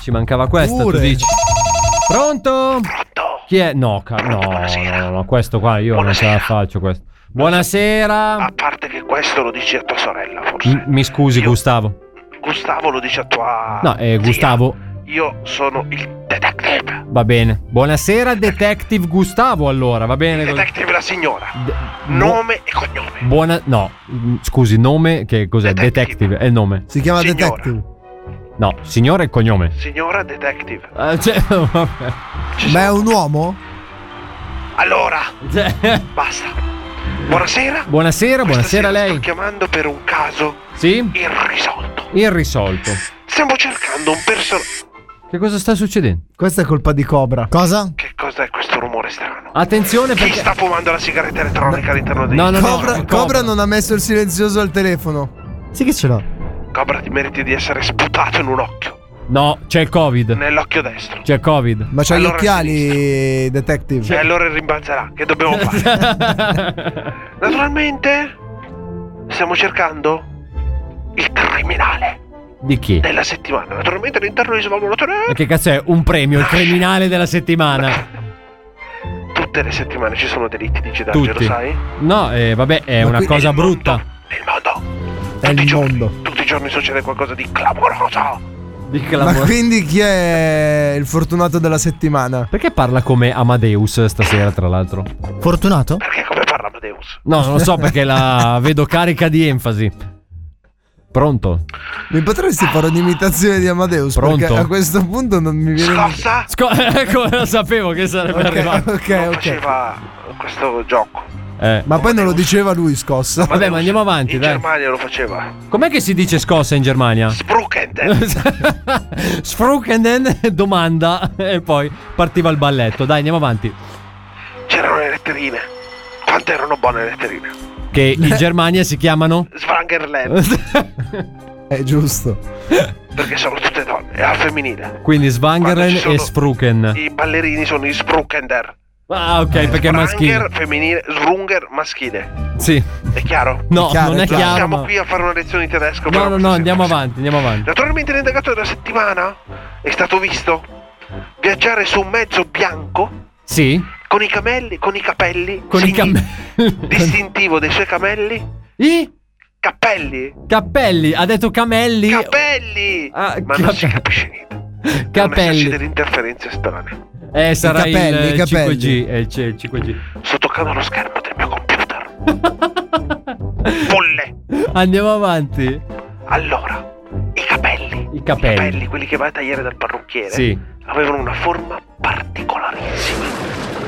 Speaker 7: Ci mancava questa,
Speaker 17: Pure.
Speaker 7: tu dici. Pronto? Chi è? No, ca- no, no, no, no, questo qua io non ce la faccio questo. Buonasera.
Speaker 18: A parte che questo lo dici a tua sorella, forse.
Speaker 7: M- mi scusi Gustavo.
Speaker 18: Gustavo lo dice a tua.
Speaker 7: No, eh, Gustavo.
Speaker 18: Io sono il detective.
Speaker 7: Va bene. Buonasera Detective Gustavo allora, va bene.
Speaker 18: Detective la signora.
Speaker 7: no.
Speaker 18: Nome e cognome.
Speaker 7: Buona no, mm, scusi, nome che cos'è? Detective, è il nome.
Speaker 16: Si chiama
Speaker 18: Signora.
Speaker 16: Detective.
Speaker 7: No, signore e cognome.
Speaker 18: Signora detective.
Speaker 7: Ah, cioè, vabbè.
Speaker 16: Ma è un uomo?
Speaker 18: Allora.
Speaker 7: Cioè.
Speaker 18: Basta. Buonasera.
Speaker 7: Buonasera, buonasera a
Speaker 18: Sto
Speaker 7: lei.
Speaker 18: chiamando per un caso
Speaker 7: Sì?
Speaker 18: irrisolto.
Speaker 7: Irrisolto.
Speaker 18: Stiamo cercando un personaggio.
Speaker 7: Che cosa sta succedendo?
Speaker 16: Questa è colpa di Cobra.
Speaker 17: Cosa?
Speaker 18: Che cos'è questo rumore strano?
Speaker 7: Attenzione
Speaker 18: Chi sta fumando la sigaretta elettronica all'interno di
Speaker 16: No, no, Cobra, Cobra. non ha messo il silenzioso al telefono.
Speaker 17: Sì che ce l'ho.
Speaker 18: Cobra, ti meriti di essere sputato in un occhio,
Speaker 7: No, c'è il Covid.
Speaker 18: nell'occhio destro.
Speaker 7: C'è il Covid.
Speaker 16: Ma c'ha
Speaker 18: Allora
Speaker 16: gli occhiali, detective.
Speaker 18: E allora rimbalzerà. Che dobbiamo fare? Naturalmente, stiamo cercando il criminale
Speaker 7: Di chi?
Speaker 18: della settimana. Naturalmente, all'interno di Svalvolatore
Speaker 7: Ma che cazzo è? Un premio, il criminale della settimana.
Speaker 18: tutte le settimane ci sono delitti digitali, lo
Speaker 7: Tutti.
Speaker 18: sai?
Speaker 7: No, eh, vabbè, è
Speaker 18: Ma
Speaker 7: una
Speaker 18: qui-
Speaker 7: cosa
Speaker 18: il mondo-
Speaker 7: brutta.
Speaker 18: Il mondo.
Speaker 16: È il mondo.
Speaker 18: Tutti i giorni succede qualcosa di clamoroso.
Speaker 7: Di
Speaker 16: Ma
Speaker 7: clamore.
Speaker 16: quindi chi è il fortunato della settimana?
Speaker 7: Perché parla come Amadeus stasera, tra l'altro?
Speaker 17: Fortunato?
Speaker 7: No, non lo so perché la vedo carica di enfasi. Pronto?
Speaker 16: Mi potresti fare un'imitazione di Amadeus? Perché
Speaker 7: Pronto?
Speaker 16: a questo punto non mi viene.
Speaker 18: Scossa
Speaker 7: Sco- ecco, lo sapevo che sarebbe arrivato.
Speaker 16: Ok, ok.
Speaker 18: faceva questo gioco.
Speaker 7: Eh,
Speaker 16: Ma poi non lo diceva lui, scossa.
Speaker 7: Vabbè, ma andiamo avanti,
Speaker 18: In
Speaker 7: dai. Ah.
Speaker 18: Germania lo faceva.
Speaker 7: Eh, Com'è che si dice scossa in Germania?
Speaker 18: Bruckenden.
Speaker 7: Sfruckenden, domanda. E poi partiva il balletto. Dai, andiamo avanti.
Speaker 18: C'erano le letterine. Quante erano buone le letterine?
Speaker 7: Che
Speaker 18: Eh.
Speaker 7: in Germania si chiamano?
Speaker 18: Svangerland.
Speaker 16: È giusto.
Speaker 18: perché sono tutte donne, è al femminile.
Speaker 7: Quindi Svangeren
Speaker 18: Quando ci sono
Speaker 7: Eh. e Sfrucken.
Speaker 18: I ballerini sono gli Spruckender.
Speaker 7: Ah,
Speaker 18: Eh,
Speaker 7: ok, perché è maschile.
Speaker 18: Spranger femminile, Srunger maschile.
Speaker 7: Sì.
Speaker 18: È chiaro?
Speaker 7: No,
Speaker 16: È chiaro,
Speaker 7: non è
Speaker 16: è chiaro.
Speaker 7: chiaro.
Speaker 18: Siamo
Speaker 7: ma-
Speaker 18: qui a fare una lezione di tedesco. però
Speaker 7: No, no,
Speaker 18: questa
Speaker 7: no,
Speaker 18: sera.
Speaker 7: andiamo avanti, andiamo avanti.
Speaker 18: Naturalmente l'indagato della settimana è stato visto viaggiare su un mezzo bianco
Speaker 7: Sì,
Speaker 18: con i camelli, con i capelli,
Speaker 7: con i
Speaker 18: segni
Speaker 7: cammelli.
Speaker 18: distintivo dei suoi camelli,
Speaker 7: I
Speaker 18: cappelli,
Speaker 7: cappelli, ha detto camelli.
Speaker 18: capelli.
Speaker 7: Ah,
Speaker 18: Ma non si
Speaker 7: cap-
Speaker 18: capisce niente. Devono esserci
Speaker 7: Capelli.
Speaker 18: delle interferenze strane.
Speaker 7: Eh, sarà il,
Speaker 16: capelli, i
Speaker 7: eh,
Speaker 16: capelli.
Speaker 7: 5G. eh, c'è il 5G.
Speaker 18: Sto toccando lo schermo del mio computer. Bolle.
Speaker 7: Andiamo avanti.
Speaker 18: Allora, i capelli.
Speaker 7: I capelli.
Speaker 18: I capelli, quelli che vai a tagliare dal parrucchiere.
Speaker 7: Sì.
Speaker 18: Avevano una forma particolarissima.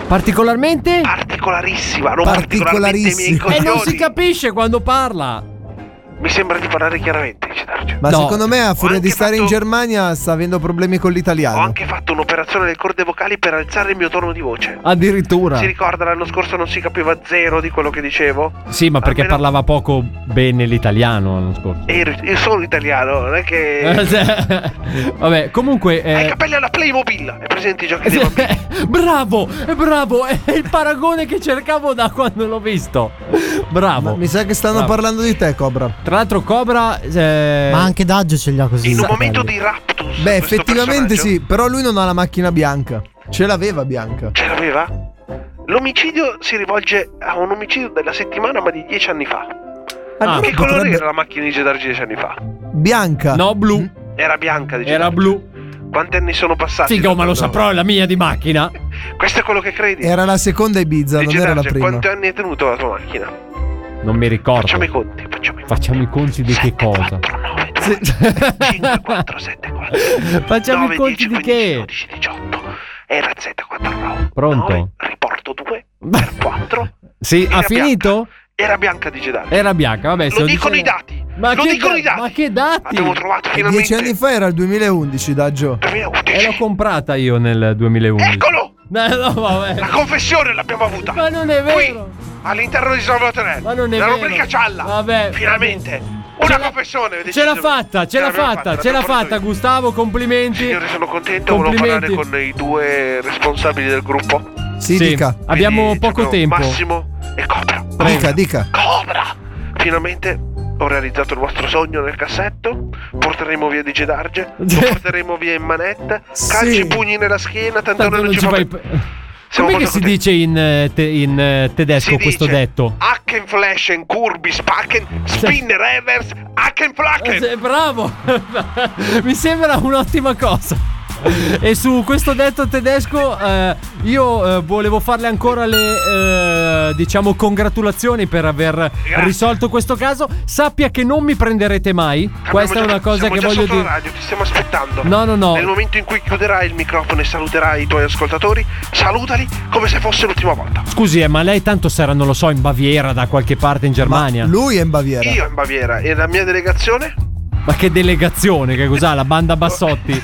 Speaker 7: Particolarmente?
Speaker 18: Particolarissima, non particolarmente i miei
Speaker 16: Particolarissima. Eh,
Speaker 7: E
Speaker 18: coglioni.
Speaker 7: non si capisce quando parla.
Speaker 18: Mi sembra di parlare chiaramente, Citarcio.
Speaker 16: Ma
Speaker 7: No.
Speaker 16: secondo me, a furia
Speaker 18: anche
Speaker 16: di stare in
Speaker 18: fatto-
Speaker 16: Germania, sta avendo problemi con
Speaker 18: Ho
Speaker 16: l'italiano.
Speaker 18: anche fatto un'operazione delle corde vocali per alzare il mio tono di voce.
Speaker 7: Addirittura.
Speaker 18: Si ricorda l'anno scorso non si capiva zero di quello che dicevo?
Speaker 7: Sì, ma perché
Speaker 18: Almeno-
Speaker 7: parlava poco bene l'italiano l'anno scorso.
Speaker 18: E io, io sono italiano, non è
Speaker 16: Eh,
Speaker 18: che...
Speaker 7: Vabbè, comunque.
Speaker 18: Eh. Hai i
Speaker 7: eh,
Speaker 18: capelli alla Playmobil! È presente i giochi dei
Speaker 16: Esatto.
Speaker 18: bambini?
Speaker 7: bravo, bravo, è il paragone che cercavo da quando l'ho visto. Bravo.
Speaker 16: Ma mi sa che stanno
Speaker 7: Bravo.
Speaker 16: parlando di te, Cobra.
Speaker 7: Tra l'altro Cobra eh,
Speaker 17: Ma anche Daggio ce li ha così.
Speaker 18: In un
Speaker 17: sti
Speaker 18: momento
Speaker 17: capelli.
Speaker 18: di raptus.
Speaker 16: Esatto. Beh,
Speaker 18: questo
Speaker 16: effettivamente
Speaker 18: personaggio
Speaker 16: sì, però lui non ha la macchina bianca. Ce l'aveva bianca.
Speaker 18: Ce l'aveva? L'omicidio si rivolge a un omicidio della settimana, ma di dieci anni fa.
Speaker 7: Ah,
Speaker 18: che
Speaker 16: potrebbe-
Speaker 18: colore era la macchina di Jedi dieci anni fa?
Speaker 16: Bianca.
Speaker 7: No, blu.
Speaker 18: Era bianca, diciamo.
Speaker 7: Era blu.
Speaker 18: Quanti anni sono passati?
Speaker 7: Figa,
Speaker 18: da
Speaker 7: oh, ma lo
Speaker 18: quando-
Speaker 7: saprò, è la mia di macchina.
Speaker 18: Questo è quello che credi.
Speaker 16: Era la seconda Ibiza, non
Speaker 18: Dice
Speaker 16: era la
Speaker 18: Darge,
Speaker 16: prima.
Speaker 18: quanti anni hai tenuto la tua macchina?
Speaker 7: Non mi ricordo.
Speaker 18: Facciamo i conti, facciamo i conti.
Speaker 7: Facciamo i conti di che cosa?
Speaker 18: 4, 9, 2,
Speaker 7: Sì.
Speaker 18: 5, 4, 7, 4.
Speaker 7: Facciamo
Speaker 18: 9,
Speaker 7: i conti
Speaker 18: 10,
Speaker 7: di
Speaker 18: 15,
Speaker 7: che?
Speaker 18: 12, 18. Era Z49.
Speaker 7: Pronto?
Speaker 18: 9, riporto 2 per 4.
Speaker 7: Sì,
Speaker 18: Era
Speaker 7: ha finito?
Speaker 18: bianca. Era bianca di Jedi.
Speaker 7: Era bianca, vabbè. se
Speaker 18: Lo dicono i
Speaker 7: dicevo-
Speaker 18: dati.
Speaker 7: Ma
Speaker 18: Lo
Speaker 7: che
Speaker 18: dicono
Speaker 7: da-
Speaker 18: i dati.
Speaker 7: ma che dati?
Speaker 18: Abbiamo trovato finalmente.
Speaker 16: Dieci anni fa era il 2011, Daggio.
Speaker 18: 2011.
Speaker 7: E l'ho comprata io nel 2011.
Speaker 18: Eccolo!
Speaker 7: No, no, vabbè.
Speaker 18: La confessione l'abbiamo avuta.
Speaker 7: Ma non è vero.
Speaker 18: Ecco! Qui, all'interno di Salvatore.
Speaker 7: Ma non è
Speaker 18: La
Speaker 7: vero.
Speaker 18: rubrica cialla.
Speaker 7: Vabbè.
Speaker 18: Finalmente.
Speaker 7: Ce
Speaker 18: Una
Speaker 7: la-
Speaker 18: confessione.
Speaker 7: Ce l'ha fatta, ce l'ha
Speaker 18: l'abbiamo
Speaker 7: fatta,
Speaker 18: l'abbiamo
Speaker 7: ce l'ha
Speaker 18: fatto
Speaker 7: fatta,
Speaker 18: io.
Speaker 7: Gustavo, complimenti.
Speaker 18: Signori, sono contento. Volevo parlare con i due responsabili del gruppo.
Speaker 16: Sì,
Speaker 7: Sì,
Speaker 16: dica.
Speaker 7: Abbiamo
Speaker 18: Quindi
Speaker 7: poco
Speaker 18: c'abbiamo
Speaker 7: tempo.
Speaker 18: Massimo e Cobra.
Speaker 16: Dica, dica.
Speaker 18: Cobra! Finalmente ho realizzato il vostro sogno nel cassetto. Porteremo via di Gedarge. Lo porteremo via in manetta. Calci
Speaker 16: Sì.
Speaker 18: pugni nella schiena. Tanto,
Speaker 7: Tanto
Speaker 18: noi
Speaker 7: non ci fai...
Speaker 18: fa-
Speaker 7: Com'è
Speaker 18: Siamo molto
Speaker 7: che si
Speaker 18: contenti.
Speaker 7: dice in, eh, te- in, eh, tedesco
Speaker 18: Si
Speaker 7: questo
Speaker 18: dice
Speaker 7: detto?
Speaker 18: Hacken, flashen, curbi, spacken, spin, reverse, hacken,
Speaker 7: Eh,
Speaker 18: flacken.
Speaker 7: se- Bravo! Mi sembra un'ottima cosa. E su questo detto tedesco eh, io eh, volevo farle ancora le eh, diciamo congratulazioni per aver risolto questo caso. Sappia che non mi prenderete mai. Questa è
Speaker 18: Abbiamo
Speaker 7: una
Speaker 18: già-
Speaker 7: cosa
Speaker 18: siamo
Speaker 7: che
Speaker 18: già
Speaker 7: voglio
Speaker 18: sotto la
Speaker 7: dire.
Speaker 18: radio, ti stiamo aspettando.
Speaker 7: No, no, no.
Speaker 18: Nel momento in cui chiuderai il microfono e saluterai i tuoi ascoltatori, salutali come se fosse l'ultima volta.
Speaker 7: Scusi, eh, ma lei tanto sarà, non lo so, in Baviera da qualche parte in Germania. Ma,
Speaker 16: Lui è in Baviera.
Speaker 18: Io in Baviera e la mia delegazione
Speaker 7: che delegazione, che cos'ha? La banda Bassotti?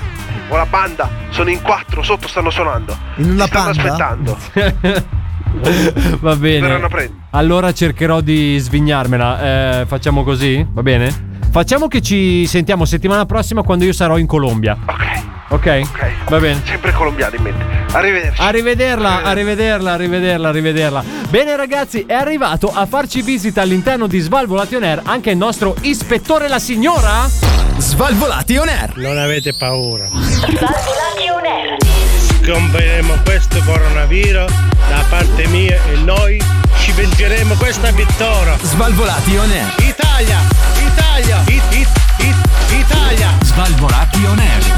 Speaker 18: Ho la banda, sono in quattro, sotto stanno suonando.
Speaker 16: In una
Speaker 18: Mi stanno
Speaker 16: panda?
Speaker 18: aspettando.
Speaker 7: Va
Speaker 18: Verranno a
Speaker 7: bene.
Speaker 18: prendere.
Speaker 7: Allora cercherò di svignarmela. Eh, facciamo così? Va bene? Facciamo che ci sentiamo settimana prossima quando io sarò in Colombia.
Speaker 18: Ok.
Speaker 7: Ok? Va bene.
Speaker 18: Sempre colombiano in mente. Arrivederci.
Speaker 7: Arrivederla, arrivederla, arrivederla, arrivederla. Bene ragazzi, è arrivato a farci visita all'interno di Svalvolati On Air anche il nostro ispettore la signora Svalvolati On Air.
Speaker 19: Non avete paura. Scomperemo questo coronavirus da parte mia e noi ci vengeremo questa vittoria.
Speaker 5: Svalvolati on air.
Speaker 19: Italia, Italia, it, it, it, Italia.
Speaker 5: Svalvolati on air.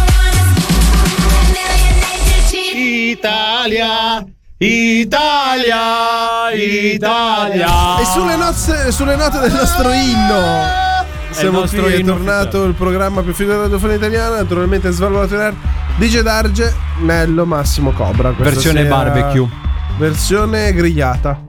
Speaker 19: Italia, Italia, Italia.
Speaker 6: E sulle, nozze- sulle note del nostro inno. Siamo
Speaker 19: nostro
Speaker 6: qui, è
Speaker 19: inno
Speaker 6: tornato il programma più figo della radiofonia italiana, naturalmente Svalvolato in Air, DJ Darge, Mello, Massimo Cobra. questa
Speaker 7: Versione
Speaker 6: sera.
Speaker 7: barbecue.
Speaker 6: Versione grigliata.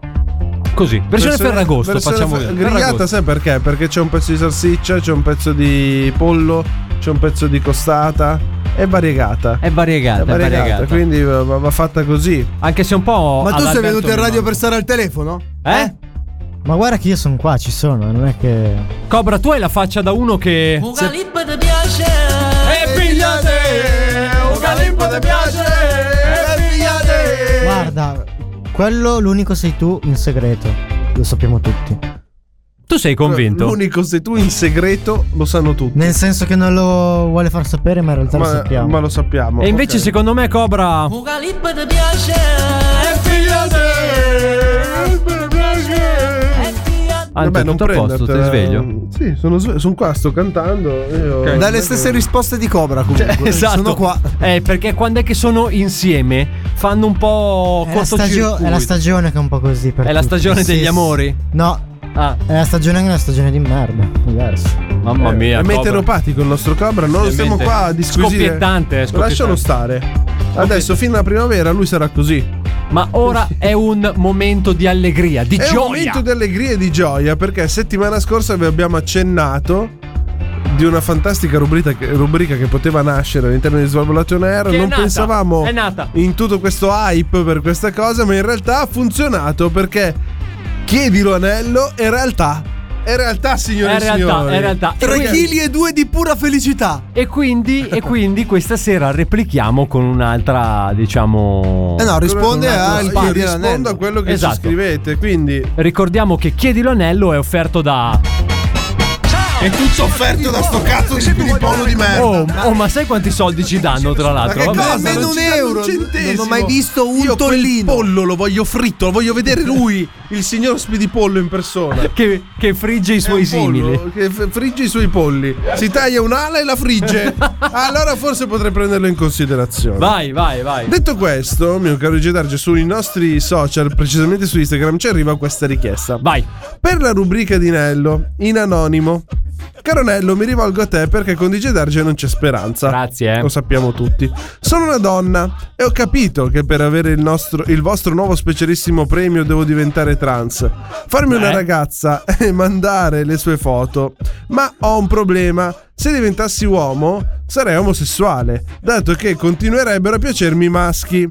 Speaker 7: Così, versione Ferragosto, facciamo
Speaker 6: fe-
Speaker 7: vedere.
Speaker 6: Grigliata,
Speaker 7: Ferragosto.
Speaker 6: sai perché? Perché c'è un pezzo di salsiccia, c'è un pezzo di pollo, c'è un pezzo di costata. È variegata. È
Speaker 7: variegata,
Speaker 6: È variegata,
Speaker 7: variegata.
Speaker 6: quindi va, va- va fatta così.
Speaker 7: Anche se un po'.
Speaker 16: Ma tu sei venuto in radio per stare
Speaker 6: stare
Speaker 16: al telefono?
Speaker 7: Eh?
Speaker 17: Ma guarda che io sono qua, ci sono, non è che.
Speaker 7: Cobra, tu hai la faccia da uno che
Speaker 20: Galippo ti piace E
Speaker 7: pigliate
Speaker 20: Un galippo ti piace E pigliate
Speaker 17: Guarda, quello l'unico sei tu in segreto. Lo sappiamo tutti.
Speaker 7: Tu sei
Speaker 17: convinto?
Speaker 6: L'unico se tu in segreto lo sanno tutti.
Speaker 17: Nel senso che non lo vuole far sapere, ma in realtà lo
Speaker 6: Ma,
Speaker 17: sappiamo.
Speaker 6: ma lo sappiamo.
Speaker 7: E invece
Speaker 6: ok.
Speaker 7: secondo me Cobra
Speaker 20: Un galippo ti piace E pigliate
Speaker 7: Ante,
Speaker 6: Vabbè, non
Speaker 7: tutto a posto,
Speaker 6: prendertela.
Speaker 7: sei sveglio?
Speaker 6: Sì, sono, sve- sono qua, sto cantando. io-
Speaker 7: Ok.
Speaker 16: Dalle stesse risposte di Cobra comunque.
Speaker 7: Cioè, esatto.
Speaker 16: Sono qua.
Speaker 7: Eh, perché quando è che sono insieme fanno un po'
Speaker 17: È la, stagio-
Speaker 7: cortocircuito.
Speaker 17: è la stagione che è un po' così. per
Speaker 7: È la
Speaker 17: tutti.
Speaker 7: stagione
Speaker 17: Sì,
Speaker 7: degli
Speaker 17: sì.
Speaker 7: amori?
Speaker 17: No.
Speaker 7: Ah.
Speaker 17: È la stagione che è una stagione di merda. Diverso.
Speaker 7: Mamma mia.
Speaker 6: è
Speaker 7: Cobra.
Speaker 6: meteoropatico il nostro Cobra, non
Speaker 7: Ovviamente.
Speaker 6: stiamo qua a disquisire.
Speaker 7: Scoppiettante, eh, scoppiettante.
Speaker 6: Lascialo stare. Adesso fino alla primavera lui sarà così.
Speaker 7: Ma ora è un momento di allegria, di
Speaker 6: è
Speaker 7: gioia.
Speaker 6: un momento di allegria e di gioia perché settimana scorsa vi abbiamo accennato di una fantastica rubrica che, rubrica che poteva nascere all'interno di Svalvolato on Air.
Speaker 7: Che è
Speaker 6: non
Speaker 7: nata,
Speaker 6: pensavamo
Speaker 7: è nata.
Speaker 6: in tutto questo hype per questa cosa, ma in realtà ha funzionato perché chiedilo anello e realtà. È realtà, signore
Speaker 7: È realtà,
Speaker 6: e signori.
Speaker 7: è realtà. E
Speaker 16: 3
Speaker 7: quindi-
Speaker 16: kg e 2 di pura felicità.
Speaker 7: E quindi, e quindi questa sera replichiamo con un'altra, diciamo.
Speaker 16: Eh no, risponde
Speaker 6: Quello-
Speaker 16: al
Speaker 6: io
Speaker 16: chiedi
Speaker 6: rispondo
Speaker 16: l'anello.
Speaker 6: a quello che
Speaker 7: Esatto.
Speaker 6: ci scrivete. Quindi
Speaker 7: Ricordiamo che Chiedi l'anello è offerto da.
Speaker 6: è tutto offerto da sto cazzo di pollo di merda.
Speaker 7: Oh, oh, ma sai quanti soldi ci danno, tra l'altro?
Speaker 6: Ma che
Speaker 7: Vabbè,
Speaker 6: cosa?
Speaker 7: vabbè.
Speaker 16: Ecco,
Speaker 6: Non
Speaker 16: un
Speaker 6: ci danno
Speaker 16: euro,
Speaker 6: centesimo.
Speaker 16: non ho mai visto un
Speaker 6: Io quel
Speaker 16: tollino.
Speaker 6: pollo lo voglio fritto, lo voglio vedere lui, il signor Spidipollo in persona.
Speaker 7: che, che frigge i
Speaker 6: È un
Speaker 7: suoi simili.
Speaker 6: pollo Che f- frigge i suoi polli. Si taglia un'ala e la frigge. allora forse potrei prenderlo in considerazione.
Speaker 7: Vai, vai, vai.
Speaker 6: Detto questo, mio caro Gedarge, sui nostri social, precisamente su Instagram, ci arriva questa richiesta.
Speaker 7: Vai.
Speaker 6: Per la rubrica di Nello, in anonimo. Caro Nello, mi rivolgo a te perché con DJ Darge non c'è speranza.
Speaker 7: Grazie, eh.
Speaker 6: Lo sappiamo tutti. Sono una donna e ho capito che per avere il, nostro- il vostro nuovo specialissimo premio devo diventare trans. Farmi una
Speaker 7: Beh.
Speaker 6: ragazza e mandare le sue foto. Ma ho un problema. Se diventassi uomo, sarei omosessuale, dato che continuerebbero a piacermi i maschi.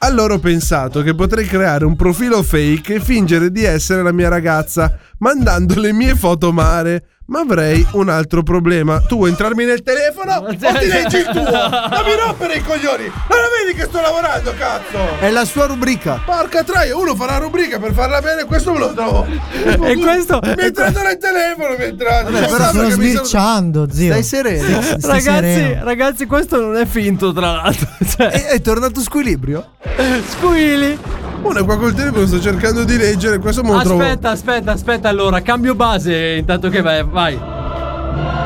Speaker 6: Allora ho pensato che potrei creare un profilo fake e fingere di essere la mia ragazza, mandando le mie foto mare. Ma avrei un altro problema. Tu vuoi entrarmi nel telefono o ti leggi il tuo? Non mi rompere i coglioni! Non lo vedi che sto lavorando, cazzo!
Speaker 18: Eh.
Speaker 16: È la sua rubrica.
Speaker 6: Porca troia, uno fa la rubrica per farla bene, questo me lo trovo.
Speaker 7: E questo-
Speaker 6: Mi è entrato nel telefono, mi è entrato.
Speaker 16: Vabbè, però
Speaker 6: Pensavo
Speaker 16: sono
Speaker 6: che mi sono-
Speaker 16: sbirciando, zio. Stai sereno. Stai, stai
Speaker 7: Ragazzi,
Speaker 16: sereno.
Speaker 7: ragazzi, questo non è finto, tra l'altro. Cioè,
Speaker 16: È, è tornato squilibrio?
Speaker 6: Eh.
Speaker 7: squili.
Speaker 6: Uno è qua col telefono, sto cercando di leggere, questo me lo trovo.
Speaker 7: Aspetta, aspetta, aspetta. Allora, cambio base intanto che vai. Vai,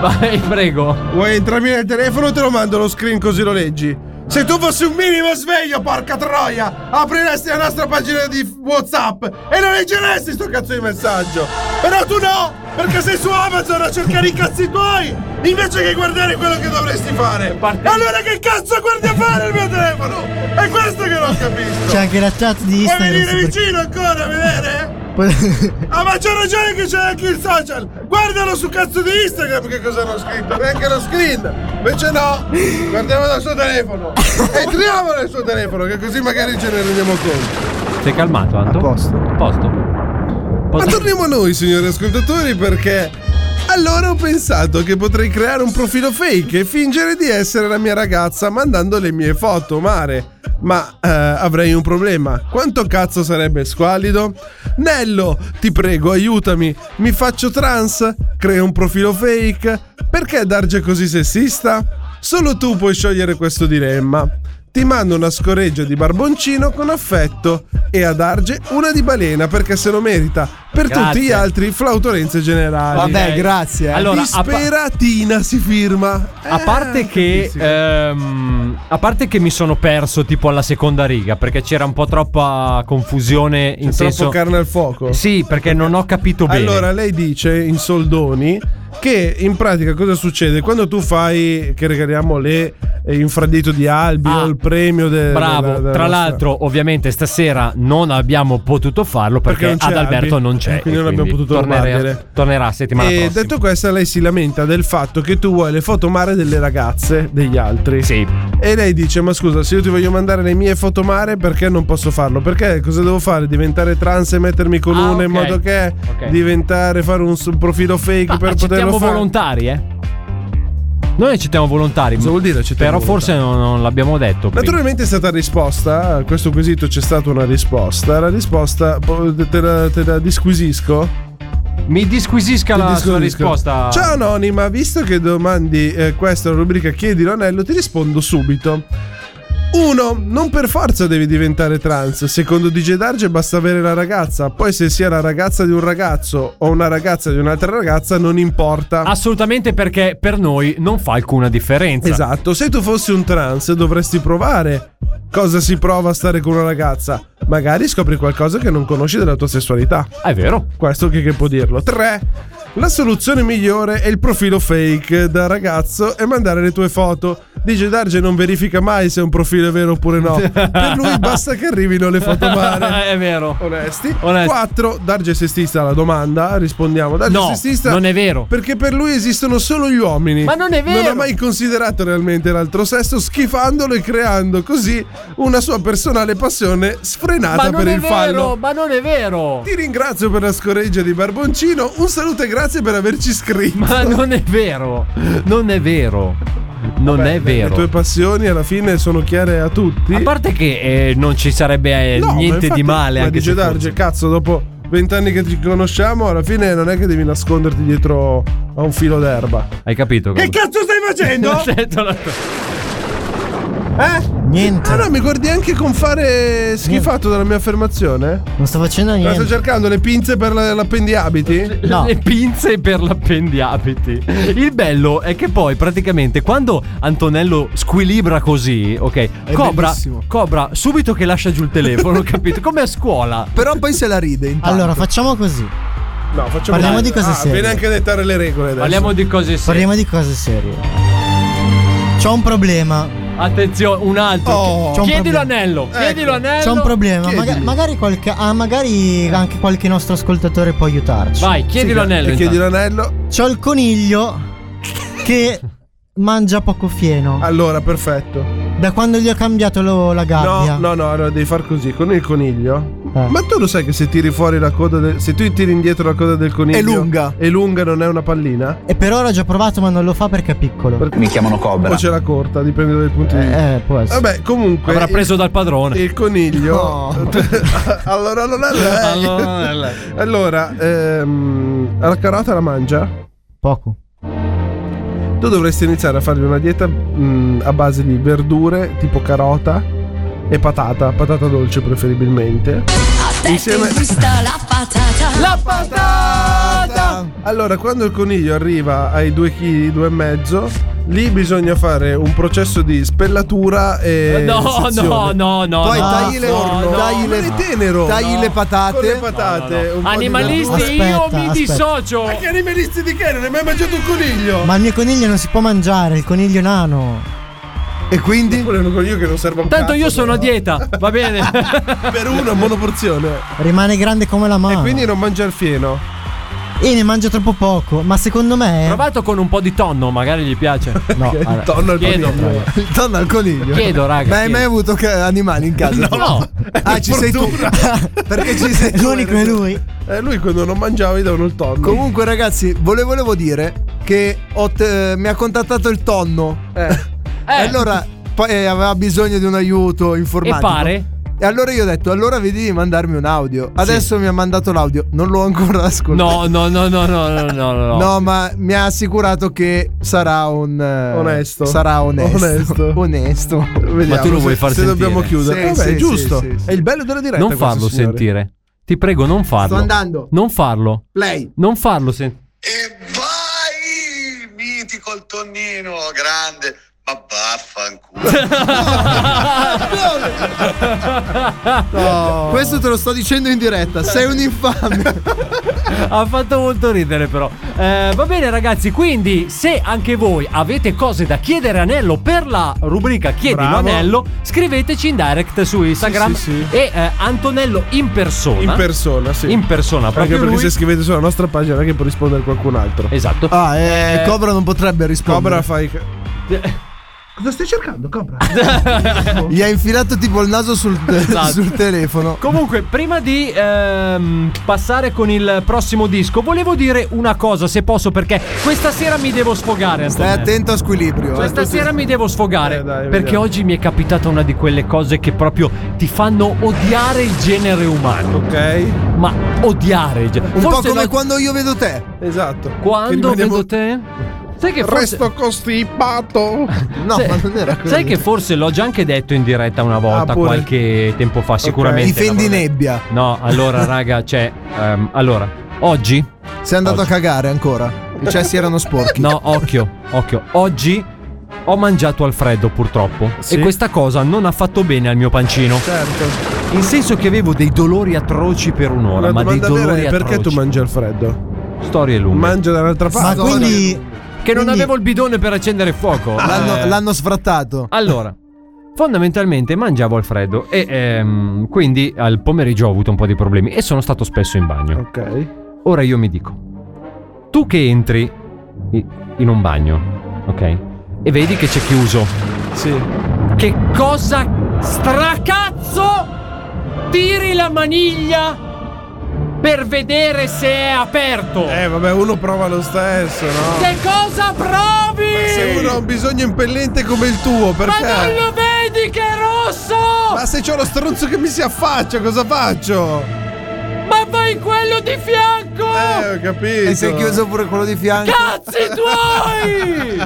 Speaker 7: vai prego.
Speaker 6: Vuoi entrarmi nel telefono? Te lo mando lo screen così lo leggi. Se tu fossi un minimo sveglio, porca troia, apriresti la nostra pagina di WhatsApp e non leggeresti sto cazzo di messaggio. Però tu no, perché sei su Amazon a cercare i cazzi tuoi invece che guardare quello che dovresti fare. Allora che cazzo guardi a fare il mio telefono? È questo che non capisco.
Speaker 17: C'è anche la chat di
Speaker 6: Vuoi venire
Speaker 17: Instagram.
Speaker 6: vicino ancora a vedere?
Speaker 20: A maggior ragione che c'è anche il social! Guardalo su cazzo di Instagram che cosa hanno scritto! Neanche lo screen! Invece no! Guardiamo dal suo telefono! Entriamo nel suo telefono, che così magari ce ne rendiamo conto!
Speaker 7: Sei calmato, Anto? A posto.
Speaker 6: Ma torniamo a noi, signori ascoltatori, perché allora ho pensato che potrei creare un profilo fake e fingere di essere la mia ragazza mandando le mie foto, mare. Ma eh, avrei un problema. Quanto cazzo sarebbe squallido? Nello, ti prego, aiutami. Mi faccio trans? Creo un profilo fake? Perché Darge è così sessista? Solo tu puoi sciogliere questo dilemma ti mando una scoreggia di barboncino con affetto e ad Arge una di balena perché se lo merita. Per
Speaker 7: Grazie.
Speaker 6: tutti gli altri flautolenze generali.
Speaker 7: Vabbè, grazie, eh. Allora, a pa-
Speaker 6: Disperatina si firma.
Speaker 7: A
Speaker 6: Eh.
Speaker 7: parte che eh, ehm, a parte che mi sono perso tipo alla seconda riga perché c'era un po' troppa confusione in
Speaker 6: C'è
Speaker 7: senso
Speaker 6: troppo carne al fuoco.
Speaker 7: Sì, perché non ho capito bene.
Speaker 6: Allora, lei dice in soldoni che in pratica cosa succede? Quando tu fai che regaliamo le eh, infradito di Albi o il premio del
Speaker 7: Ah, Bravo,
Speaker 6: della- della
Speaker 7: tra
Speaker 6: nostra-
Speaker 7: l'altro ovviamente stasera non abbiamo potuto farlo perché,
Speaker 6: Perché non c'è
Speaker 7: ad Alberto
Speaker 6: Albi,
Speaker 7: non c'è.
Speaker 6: e quindi non abbiamo potuto
Speaker 7: tornerà,
Speaker 6: rubargliele.
Speaker 7: tornerà settimana
Speaker 6: e
Speaker 7: prossima.
Speaker 6: detto questo, lei si lamenta del fatto che tu vuoi le foto mare delle ragazze degli altri.
Speaker 7: Sì.
Speaker 6: E lei dice: Ma scusa, se io ti voglio mandare le mie foto mare, perché non posso farlo? Perché cosa devo fare? Diventare trans e mettermi con
Speaker 7: Ah,
Speaker 6: una in
Speaker 7: ok.
Speaker 6: modo che
Speaker 7: Ok.
Speaker 6: diventare, fare un su- profilo fake
Speaker 7: Ma
Speaker 6: per poterlo
Speaker 7: accettiamo
Speaker 6: fare.
Speaker 7: volontari, eh? Noi accettiamo volontari. Cosa vuol
Speaker 6: dire
Speaker 7: Però forse non, non l'abbiamo detto. prima.
Speaker 6: Naturalmente è stata risposta a questo quesito c'è stata una risposta. La risposta po- te la, te la disquisisco.
Speaker 7: Mi disquisisca
Speaker 6: Ti
Speaker 7: la sua
Speaker 6: disquisisco.
Speaker 7: risposta.
Speaker 6: Ciao Anonima, visto che domandi eh, questa è la rubrica Chiedilo Anello, ti rispondo subito. 1. Non per forza devi diventare trans. Secondo DJ Darge basta avere la ragazza. Poi se sia la ragazza di un ragazzo o una ragazza di un'altra ragazza non importa.
Speaker 7: Ah, Assolutamente perché per noi non fa alcuna differenza.
Speaker 6: Esatto, se tu fossi un trans dovresti provare cosa si prova a stare con una ragazza. Magari scopri qualcosa che non conosci della tua sessualità.
Speaker 7: È vero.
Speaker 6: Questo chi che può dirlo. 3. La soluzione migliore è il profilo fake da ragazzo e mandare le tue foto. Dice Darge non verifica mai se un profilo è vero oppure no. per lui basta che arrivino le foto male.
Speaker 7: è vero.
Speaker 6: Onesti.
Speaker 7: Onesti.
Speaker 6: 4. Darge sessista alla domanda, rispondiamo. Darge
Speaker 7: No,
Speaker 6: sessista.
Speaker 7: non è vero.
Speaker 6: Perché per lui esistono solo gli uomini.
Speaker 7: Ma non è vero.
Speaker 6: Non ha mai considerato realmente l'altro sesso, schifandolo e creando così una sua personale passione sfrenata
Speaker 7: Ma non
Speaker 6: per
Speaker 7: è
Speaker 6: il
Speaker 7: vero,
Speaker 6: fallo.
Speaker 7: ma non è vero.
Speaker 6: Ti ringrazio per la scoreggia di Barboncino. Un saluto e grazie per averci scritto.
Speaker 7: Ma non è vero. Non è vero. Non è vero.
Speaker 6: Le tue passioni alla fine sono chiare a tutti.
Speaker 7: A parte che eh, non ci sarebbe eh,
Speaker 6: No, ma
Speaker 7: niente
Speaker 6: infatti-
Speaker 7: di male.
Speaker 6: Ma
Speaker 7: anche
Speaker 6: dice
Speaker 7: se fosse.
Speaker 6: Darge, cazzo, dopo vent'anni che ci conosciamo, alla fine non è che devi nasconderti dietro a un filo d'erba.
Speaker 7: Hai capito? Cioè,
Speaker 20: Che cazzo stai facendo?
Speaker 6: Eh? Niente. Ah no, mi guardi anche con fare schifato dalla mia affermazione?
Speaker 17: Non sto facendo
Speaker 6: Ma
Speaker 17: niente.
Speaker 6: sto cercando le pinze per la- l'appendiabiti?
Speaker 7: Le pinze per l'appendiabiti. Il bello è che poi praticamente quando Antonello squilibra così, ok, cobra,
Speaker 16: bellissimo.
Speaker 7: cobra subito che lascia giù il telefono, capito? Come a scuola.
Speaker 16: Però poi se la ride. Intanto.
Speaker 17: Allora, facciamo così.
Speaker 6: No, facciamo
Speaker 17: Parliamo di cose
Speaker 6: ah,
Speaker 17: serie.
Speaker 6: Viene anche a dettare le regole adesso.
Speaker 7: Parliamo di cose serie.
Speaker 17: Parliamo di cose serie. C'ho un problema.
Speaker 7: Attenzione, un altro.
Speaker 17: C'è un
Speaker 7: Chiedi
Speaker 17: problema.
Speaker 7: l'anello.
Speaker 6: Ecco,
Speaker 7: Chiedi l'anello.
Speaker 17: C'è un problema. maga-
Speaker 7: Chiedilo.
Speaker 17: magari, qualche, ah, magari anche qualche nostro ascoltatore può aiutarci.
Speaker 7: Vai, chiedi
Speaker 17: Sì,
Speaker 7: l'anello.
Speaker 6: E chiedi
Speaker 7: intanto.
Speaker 6: l'anello.
Speaker 17: C'ho il coniglio che mangia poco fieno.
Speaker 6: Allora, perfetto.
Speaker 17: Da quando gli ho cambiato lo- la gabbia. Eh.
Speaker 6: No, no, no, allora devi far così con il coniglio. Ma tu lo sai che se tiri fuori la coda del, se tu tiri indietro la coda del coniglio
Speaker 17: È lunga.
Speaker 6: E lunga non è una pallina?
Speaker 17: E per ora ho già provato, ma non lo fa perché è piccolo.
Speaker 6: Mi chiamano cobra. O c'è la corta, dipende dai punti di vista.
Speaker 17: Eh, può essere.
Speaker 6: Vabbè, comunque
Speaker 7: Avrà preso dal padrone.
Speaker 6: il coniglio Allora non è lei.
Speaker 7: Allora non è lei.
Speaker 6: Allora, ehm, la carota la mangia?
Speaker 17: Poco.
Speaker 6: Tu dovresti iniziare a fargli una dieta mm, a base di verdure, tipo carota e patata, patata dolce preferibilmente. Insieme
Speaker 12: la patata. La patata.
Speaker 6: Allora, quando il coniglio arriva ai 2 kg, 2,5 lì bisogna fare un processo di spellatura e
Speaker 7: No, no,
Speaker 6: eh, sezione.
Speaker 7: no, no, Poi no, tagli le- no, no,
Speaker 6: tagli le
Speaker 7: no.
Speaker 6: tenero.
Speaker 7: Tagli le
Speaker 6: patate. Con le patate,
Speaker 7: No, no, no.
Speaker 6: un po' di
Speaker 7: Animalisti,
Speaker 6: verdura.
Speaker 7: io mi dissocio.
Speaker 6: Ma che animalisti di che? Non hai mai mangiato un coniglio?
Speaker 17: Ma il mio coniglio non si può mangiare, il coniglio nano.
Speaker 6: E quindi? Quello
Speaker 20: con io che non serve un
Speaker 7: Tanto io sono a dieta, va bene.
Speaker 6: per uno, monoporzione.
Speaker 17: Rimane grande come la mano.
Speaker 6: E quindi non mangia il fieno.
Speaker 17: E ne mangio troppo poco, ma secondo me.
Speaker 7: Provato con un po' di tonno, magari gli piace. No,
Speaker 6: il tonno al
Speaker 7: chiedo,
Speaker 6: coniglio.
Speaker 7: raga.
Speaker 16: Il tonno al coniglio.
Speaker 7: Chiedo, raga,
Speaker 16: Ma hai
Speaker 7: chiedo.
Speaker 16: mai avuto ca- animali in casa?
Speaker 7: No. Eh, No.
Speaker 16: Ah, ci sei tu. Perché ci sei tu?
Speaker 17: L'unico è lui.
Speaker 6: Eh, lui quando non mangiava gli davano il tonno.
Speaker 16: Comunque, ragazzi, vole- volevo dire che ho te- mi ha contattato il tonno. E allora poi eh, aveva bisogno di un aiuto informatico.
Speaker 7: E pare?
Speaker 16: E allora io ho detto, allora vedi di mandarmi un audio. Adesso mi ha mandato l'audio, non l'ho ancora ascoltato.
Speaker 7: No, no, no, no, no, no, no, no.
Speaker 16: No, ma mi ha assicurato che sarà un. eh,
Speaker 6: Onesto.
Speaker 16: Sarà onesto.
Speaker 6: Onesto.
Speaker 16: Onesto.
Speaker 6: Vediamo
Speaker 7: Ma tu lo vuoi
Speaker 6: se-
Speaker 7: far
Speaker 6: se
Speaker 7: sentire?
Speaker 6: dobbiamo chiudere.
Speaker 16: Sì, sì,
Speaker 6: Vabbè, è giusto.
Speaker 16: sì, sì, sì.
Speaker 6: È il bello della diretta.
Speaker 7: non
Speaker 6: questo,
Speaker 7: farlo
Speaker 6: signori.
Speaker 7: sentire. Ti prego, non farlo.
Speaker 16: andando.
Speaker 7: Non farlo.
Speaker 16: Play.
Speaker 7: Non farlo. Se...
Speaker 11: Mitico il tonnino, grande. Ma vaffanculo.
Speaker 16: No. Questo te lo sto dicendo in diretta. Sei un infame.
Speaker 7: Cioè, ha fatto molto ridere, però. Eh, va bene, ragazzi. Quindi, se anche voi avete cose da chiedere a Nello per la rubrica Chiedilo
Speaker 6: Bravo.
Speaker 7: a Nello, scriveteci in direct su Instagram.
Speaker 6: sì, sì.
Speaker 7: E eh, Antonello in persona.
Speaker 6: In persona, sì.
Speaker 7: Ah? In persona,
Speaker 6: Anche
Speaker 7: proprio
Speaker 6: perché
Speaker 7: lui.
Speaker 6: se scrivete sulla nostra pagina non è che può rispondere qualcun altro.
Speaker 7: Esatto.
Speaker 16: Ah, eh, Cobra non potrebbe rispondere.
Speaker 6: Cobra fai.
Speaker 20: Cosa stai cercando, Cobra?
Speaker 16: Gli ha infilato tipo il naso sul,
Speaker 7: Esatto.
Speaker 16: sul telefono.
Speaker 7: Comunque, prima di ehm, passare con il prossimo disco, volevo dire una cosa, se posso, perché questa sera mi devo sfogare.
Speaker 16: Stai
Speaker 7: Antonello.
Speaker 16: attento a squilibrio. eh.
Speaker 7: Questa sera mi devo sfogare
Speaker 6: Eh, dai,
Speaker 7: perché
Speaker 6: vediamo.
Speaker 7: oggi mi è capitata una di quelle cose che proprio ti fanno odiare il genere umano.
Speaker 6: Ok.
Speaker 7: Ma odiare il genere.
Speaker 16: Un
Speaker 7: Forse
Speaker 16: po' come
Speaker 7: la-
Speaker 16: quando io vedo te.
Speaker 6: Esatto. Che
Speaker 7: quando
Speaker 6: rimaniamo-
Speaker 7: vedo te. Sai che forse...
Speaker 6: Resto costipato.
Speaker 16: No,
Speaker 7: sai-
Speaker 16: ma non era così.
Speaker 7: Sai che forse l'ho già anche detto in diretta una volta
Speaker 6: Ah, pure.
Speaker 7: qualche tempo fa, sicuramente.
Speaker 16: Difendi
Speaker 7: l'avrò detto.
Speaker 16: nebbia.
Speaker 7: No, allora, raga, cioè. ehm, allora, oggi.
Speaker 16: Sei andato
Speaker 7: Oggi.
Speaker 16: a cagare ancora. I cessi erano sporchi.
Speaker 7: No, occhio, occhio. Oggi ho mangiato al freddo, purtroppo.
Speaker 6: Sì.
Speaker 7: E questa cosa non ha fatto bene al mio pancino.
Speaker 6: Certo.
Speaker 7: In senso che avevo dei dolori atroci per un'ora,
Speaker 6: La
Speaker 7: ma dei
Speaker 6: domanda vera
Speaker 7: dolori
Speaker 6: è perché tu
Speaker 7: atroci.
Speaker 6: mangi al freddo?
Speaker 7: Storie lunghe.
Speaker 6: Mangia dall'altra
Speaker 16: Ma
Speaker 6: parte.
Speaker 16: quindi
Speaker 7: che non
Speaker 16: quindi-
Speaker 7: avevo il bidone per accendere il fuoco.
Speaker 6: Ah.
Speaker 16: l'hanno,
Speaker 7: Eh.
Speaker 16: l'hanno sfrattato.
Speaker 7: Allora, fondamentalmente mangiavo al freddo e ehm, quindi al pomeriggio ho avuto un po' di problemi e sono stato spesso in bagno.
Speaker 6: Ok.
Speaker 7: Ora io mi dico, tu che entri i- in un bagno, ok? E vedi che c'è chiuso.
Speaker 6: Sì.
Speaker 7: Che cosa stracazzo tiri la maniglia per vedere se è aperto?
Speaker 6: Eh, vabbè, uno prova lo stesso, no?
Speaker 7: Che cosa
Speaker 6: Se uno ha
Speaker 7: provi?
Speaker 6: un bisogno impellente come il tuo,
Speaker 7: Ma non
Speaker 6: perché?
Speaker 7: lo vedi che è rosso?
Speaker 6: Ma se c'ho lo stronzo che mi si affaccia, cosa faccio?
Speaker 7: Ma vai quello di fianco!
Speaker 6: Eh, ho capito.
Speaker 16: E si è chiuso pure quello di fianco.
Speaker 7: Cazzi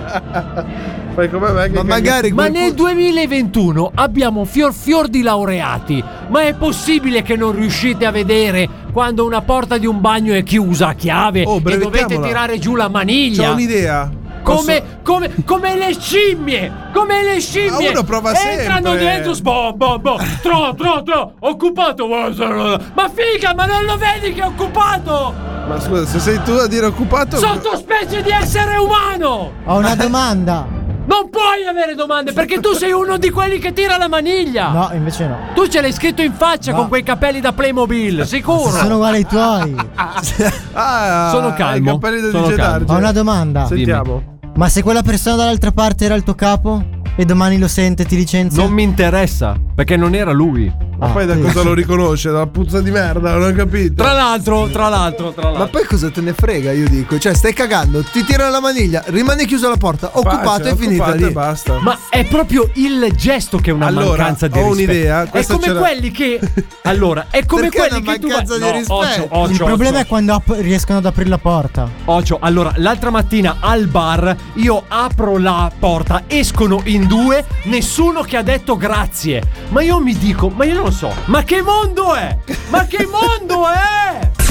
Speaker 7: tuoi!
Speaker 6: Fai come me che
Speaker 16: Ma
Speaker 6: che-
Speaker 16: magari
Speaker 7: Ma
Speaker 16: qualcuno-
Speaker 7: nel 2021 abbiamo fior fior di laureati. Ma è possibile che non riuscite a vedere quando una porta di un bagno è chiusa a chiave
Speaker 6: Oh,
Speaker 7: e dovete
Speaker 6: brevettiamola.
Speaker 7: tirare giù la
Speaker 6: C'ho
Speaker 7: maniglia?
Speaker 6: un'idea.
Speaker 7: Come,
Speaker 6: Posso-
Speaker 7: come, come le scimmie! Come le scimmie!
Speaker 6: Ma uno prova
Speaker 7: Entrano
Speaker 6: sempre.
Speaker 7: dentro, boh, boh, boh, tro, tro, tro, occupato! Ma figa, ma non lo vedi che è occupato?
Speaker 6: Ma scusa, se sei tu a dire occupato.
Speaker 7: Sottospecie di essere umano!
Speaker 17: Ho una domanda.
Speaker 7: Non puoi avere domande perché tu sei uno di quelli che tira la maniglia!
Speaker 17: No, invece no.
Speaker 7: Tu ce l'hai scritto in faccia
Speaker 17: No.
Speaker 7: con quei capelli da Playmobil, sicuro!
Speaker 17: Sono uguali ai tuoi.
Speaker 6: Ah,
Speaker 7: Sono calmo,
Speaker 6: I cappelli del
Speaker 7: sono
Speaker 6: DJ
Speaker 7: calmo.
Speaker 6: Darge.
Speaker 17: Ho una domanda.
Speaker 6: cioè. Sentiamo.
Speaker 17: Ma se quella persona dall'altra parte era il tuo capo e domani lo sente ti licenzia?
Speaker 7: Non mi interessa, perché non era lui.
Speaker 6: Ma poi da
Speaker 17: sì.
Speaker 6: cosa lo riconosce? Dalla puzza di merda, non ho capito.
Speaker 7: Tra l'altro, tra l'altro, tra l'altro.
Speaker 16: Ma poi cosa te ne frega, io dico? Cioè, stai cagando, ti tirano la maniglia, rimane chiusa la porta, occupato
Speaker 6: Pace,
Speaker 16: e finita
Speaker 6: occupato
Speaker 16: lì.
Speaker 6: e basta.
Speaker 7: Ma è proprio il gesto che è una
Speaker 6: Allora,
Speaker 7: mancanza di
Speaker 6: ho
Speaker 7: rispetto.
Speaker 6: un'idea,
Speaker 7: È
Speaker 6: questa
Speaker 7: come
Speaker 6: c'era-
Speaker 7: quelli che. Allora, è come
Speaker 16: Perché è
Speaker 7: quelli
Speaker 16: una
Speaker 7: che tu. vai-
Speaker 16: mancanza di rispetto?
Speaker 7: Ocio, ocio,
Speaker 17: Il problema
Speaker 7: ocio.
Speaker 17: è quando ap- riescono ad aprire la porta.
Speaker 7: Ocio, allora, l'altra mattina al bar io apro la porta, escono in due, nessuno che ha detto grazie. Ma io mi dico, ma io non lo so, ma che mondo è? Ma che mondo è?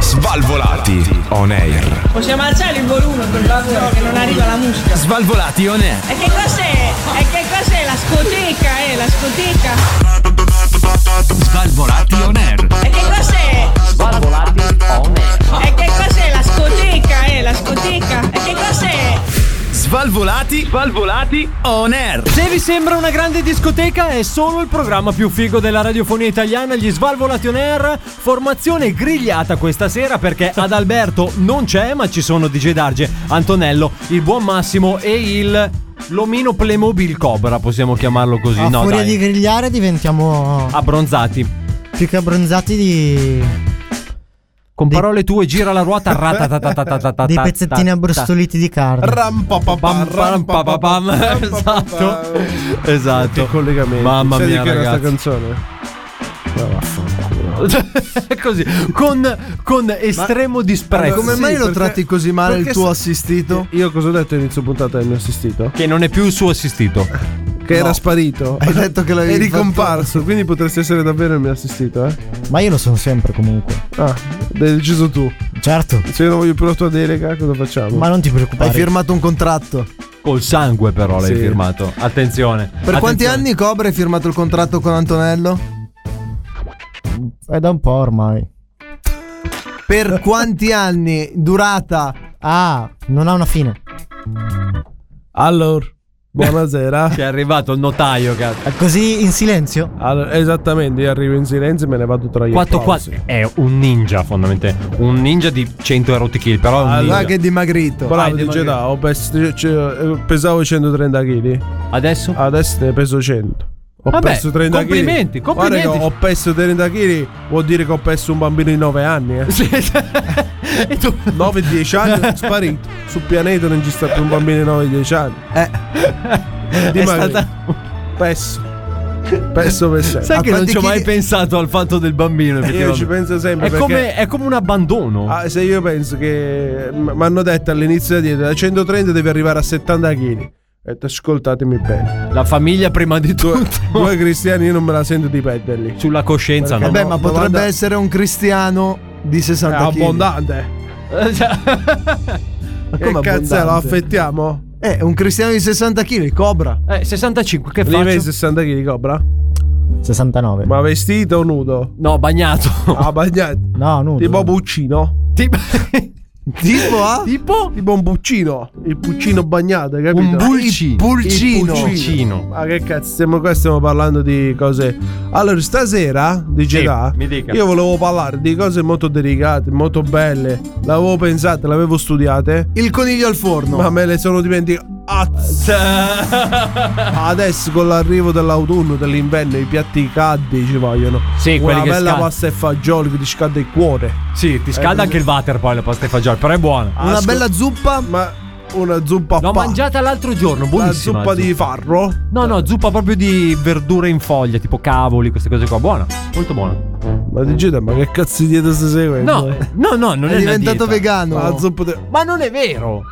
Speaker 10: Svalvolati on air.
Speaker 21: Possiamo alzare il volume per favore che non arriva la musica.
Speaker 5: Svalvolati on air.
Speaker 21: E che cos'è? E che cos'è la scoteca, eh? La scoteca?
Speaker 5: Svalvolati on air.
Speaker 21: E che cos'è?
Speaker 5: Svalvolati on air.
Speaker 21: E che cos'è la scoteca, eh? La scoteca? E che cos'è?
Speaker 5: Svalvolati Svalvolati. Svalvolati. On air.
Speaker 7: Se vi sembra una grande discoteca, è solo il programma più figo della radiofonia italiana, gli Svalvolati On Air. Formazione grigliata questa sera perché ad Alberto non c'è, ma ci sono DJ Darge, Antonello, il buon Massimo e il. L'omino Playmobil Cobra, possiamo chiamarlo così.
Speaker 17: A
Speaker 7: no,
Speaker 17: furia
Speaker 7: dai.
Speaker 17: di grigliare diventiamo
Speaker 7: Abbronzati.
Speaker 17: più che abbronzati di...
Speaker 7: Con parole tue gira la ruota ratatatatatatatata.
Speaker 17: dei pezzettini abbrustoliti di carne.
Speaker 7: Pam, pam, pam, pam, pam. Esatto. Esatto.
Speaker 6: collegamenti.
Speaker 7: Mamma
Speaker 6: Sai di
Speaker 7: mia,
Speaker 6: chi era sta
Speaker 7: ragazzi.
Speaker 6: canzone?
Speaker 7: Così, con, con estremo disprezzo.
Speaker 6: Allora, sì, perché- perché se- Io cosa ho detto all'inizio puntata del mio assistito?
Speaker 7: Che non è più il suo assistito.
Speaker 6: Che era scomparito.
Speaker 16: Hai detto che l'avevi
Speaker 6: È
Speaker 16: fatto-
Speaker 6: ricomparso, quindi potresti essere davvero il mio assistito, eh?
Speaker 17: Ma io lo sono sempre comunque.
Speaker 6: Ah, l'hai deciso tu.
Speaker 17: Certo.
Speaker 6: Se io non voglio più la tua delega, cosa facciamo?
Speaker 17: Ma non ti preoccupare.
Speaker 16: Hai firmato un contratto.
Speaker 7: Col sangue, però, l'hai
Speaker 6: Sì.
Speaker 7: firmato. Attenzione.
Speaker 16: Per quanti anni Cobra hai firmato il contratto con Antonello?
Speaker 17: È da un po' ormai.
Speaker 16: Per quanti anni? Durata?
Speaker 17: Ah, non ha una fine.
Speaker 6: Allora, buonasera.
Speaker 7: Ci è arrivato il notaio, cazzo.
Speaker 17: Così in silenzio?
Speaker 6: Allora, esattamente, io arrivo in silenzio e me ne vado tra gli
Speaker 7: 4
Speaker 6: applausi.
Speaker 7: È un ninja, fondamentalmente. Un ninja di 100 erotti kill, però è un
Speaker 6: Allora,
Speaker 7: ninja.
Speaker 16: Che è dimagrito.
Speaker 7: Vai,
Speaker 6: Bravo,
Speaker 7: devo
Speaker 6: dice
Speaker 7: dire.
Speaker 6: da, ho pes- cioè, pesavo 130 kg.
Speaker 7: Adesso?
Speaker 6: Adesso ne peso 100. Ho
Speaker 7: Vabbè,
Speaker 6: perso 30 kg.
Speaker 7: complimenti, complimenti.
Speaker 6: Guarda che ho perso 30 kg, vuol dire che ho perso un bambino di 9 anni. Eh.
Speaker 7: Sì, sì.
Speaker 6: 9-10 anni, sparito. Sul pianeta non ci sta più un bambino di 9-10 anni. Eh.
Speaker 7: È
Speaker 6: Dimagri.
Speaker 7: stata-
Speaker 6: Perso. Perso per sempre.
Speaker 7: Sai che non ci
Speaker 6: Quanti
Speaker 7: ho mai
Speaker 6: chili-
Speaker 7: pensato al fatto del bambino.
Speaker 6: Io ci
Speaker 7: effettivamente.
Speaker 6: penso sempre
Speaker 7: È
Speaker 6: perché-
Speaker 7: come, è come un abbandono.
Speaker 6: Ah, se io penso che mi hanno detto all'inizio della dieta da 130 devi arrivare a 70 kg. Ho detto ascoltatemi bene.
Speaker 7: La famiglia prima di tutto.
Speaker 6: Voi cristiani io non me la sento di perderli.
Speaker 7: Sulla coscienza,
Speaker 6: Perché
Speaker 7: no?
Speaker 16: Oh. Eh Beh,
Speaker 6: no,
Speaker 16: ma potrebbe
Speaker 6: 90
Speaker 16: essere un cristiano di 60
Speaker 6: È
Speaker 16: kg.
Speaker 6: Eh, abbondante.
Speaker 16: Ma
Speaker 6: Che cazzo è, lo
Speaker 16: abbondante?
Speaker 6: affettiamo?
Speaker 16: Eh, un cristiano di 60 kg, cobra.
Speaker 7: Eh, 65, che
Speaker 6: Li vedi
Speaker 7: faccio?
Speaker 6: 60 kg cobra?
Speaker 17: 69.
Speaker 6: Ma vestito o nudo?
Speaker 7: No, bagnato.
Speaker 6: Ah, bagnato.
Speaker 17: No, nudo.
Speaker 6: Tipo Puccino.
Speaker 7: Tipo,
Speaker 16: Tipo ah?
Speaker 7: tipo
Speaker 6: Tipo un Puccino. Il Puccino
Speaker 16: Mm.
Speaker 6: bagnato, capito?
Speaker 7: un pulcino.
Speaker 16: Pulcino.
Speaker 7: Il pulcino.
Speaker 6: Ma che cazzo, stiamo qua stiamo parlando di cose. Allora, stasera, dice
Speaker 7: Sì,
Speaker 6: là,
Speaker 7: mi dica.
Speaker 6: io volevo parlare di cose molto delicate, molto belle. L'avevo pensate, l'avevo studiate,
Speaker 16: Il coniglio al forno.
Speaker 6: ma me le sono dimenticate.
Speaker 7: Cioè
Speaker 6: Ah, Adesso con l'arrivo dell'autunno, dell'inverno, i piatti caldi ci vogliono.
Speaker 7: Sì, quelli
Speaker 6: Una
Speaker 7: che
Speaker 6: bella
Speaker 7: scal-
Speaker 6: pasta e fagioli che ti scalda il cuore.
Speaker 7: Sì, ti scalda anche il water poi le paste e fagioli, però è buona.
Speaker 16: Una
Speaker 6: Ascol-
Speaker 16: bella zuppa.
Speaker 6: Ma una Ah, zuppa
Speaker 7: L'ho
Speaker 6: pa-
Speaker 7: mangiata l'altro giorno,
Speaker 6: La
Speaker 7: buonissima.
Speaker 6: zuppa di farro.
Speaker 7: No, no, zuppa proprio di verdure in foglia, tipo cavoli, queste cose qua. Buona, molto buona.
Speaker 6: Ma dici, ma che cazzo di dieta stai seguendo?
Speaker 7: No, no, no, non
Speaker 16: È
Speaker 7: è, una
Speaker 16: diventato
Speaker 7: dieta.
Speaker 16: vegano.
Speaker 6: Ma la zuppa di.
Speaker 7: Ma non è vero.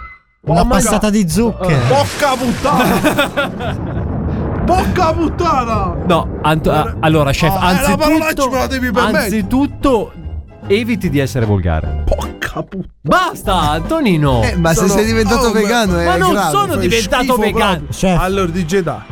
Speaker 7: Oh
Speaker 17: Una passata di
Speaker 16: Eh.
Speaker 17: zucche.
Speaker 6: Porca puttana! Porca puttana!
Speaker 7: No, Anto- ah, allora, chef,
Speaker 6: Ah, eh, la parolaccia me la devi
Speaker 7: anzitutto,
Speaker 6: permettere.
Speaker 7: anzitutto eviti di essere volgare.
Speaker 6: Porca puttana!
Speaker 7: Basta, Tonino.
Speaker 16: Eh, ma
Speaker 6: Sono-
Speaker 16: se sei diventato
Speaker 6: oh, ma-
Speaker 16: vegano è
Speaker 7: ma non
Speaker 16: grave.
Speaker 7: sono diventato
Speaker 6: schifo
Speaker 7: vegano.
Speaker 17: Chef.
Speaker 6: Allora, dice da.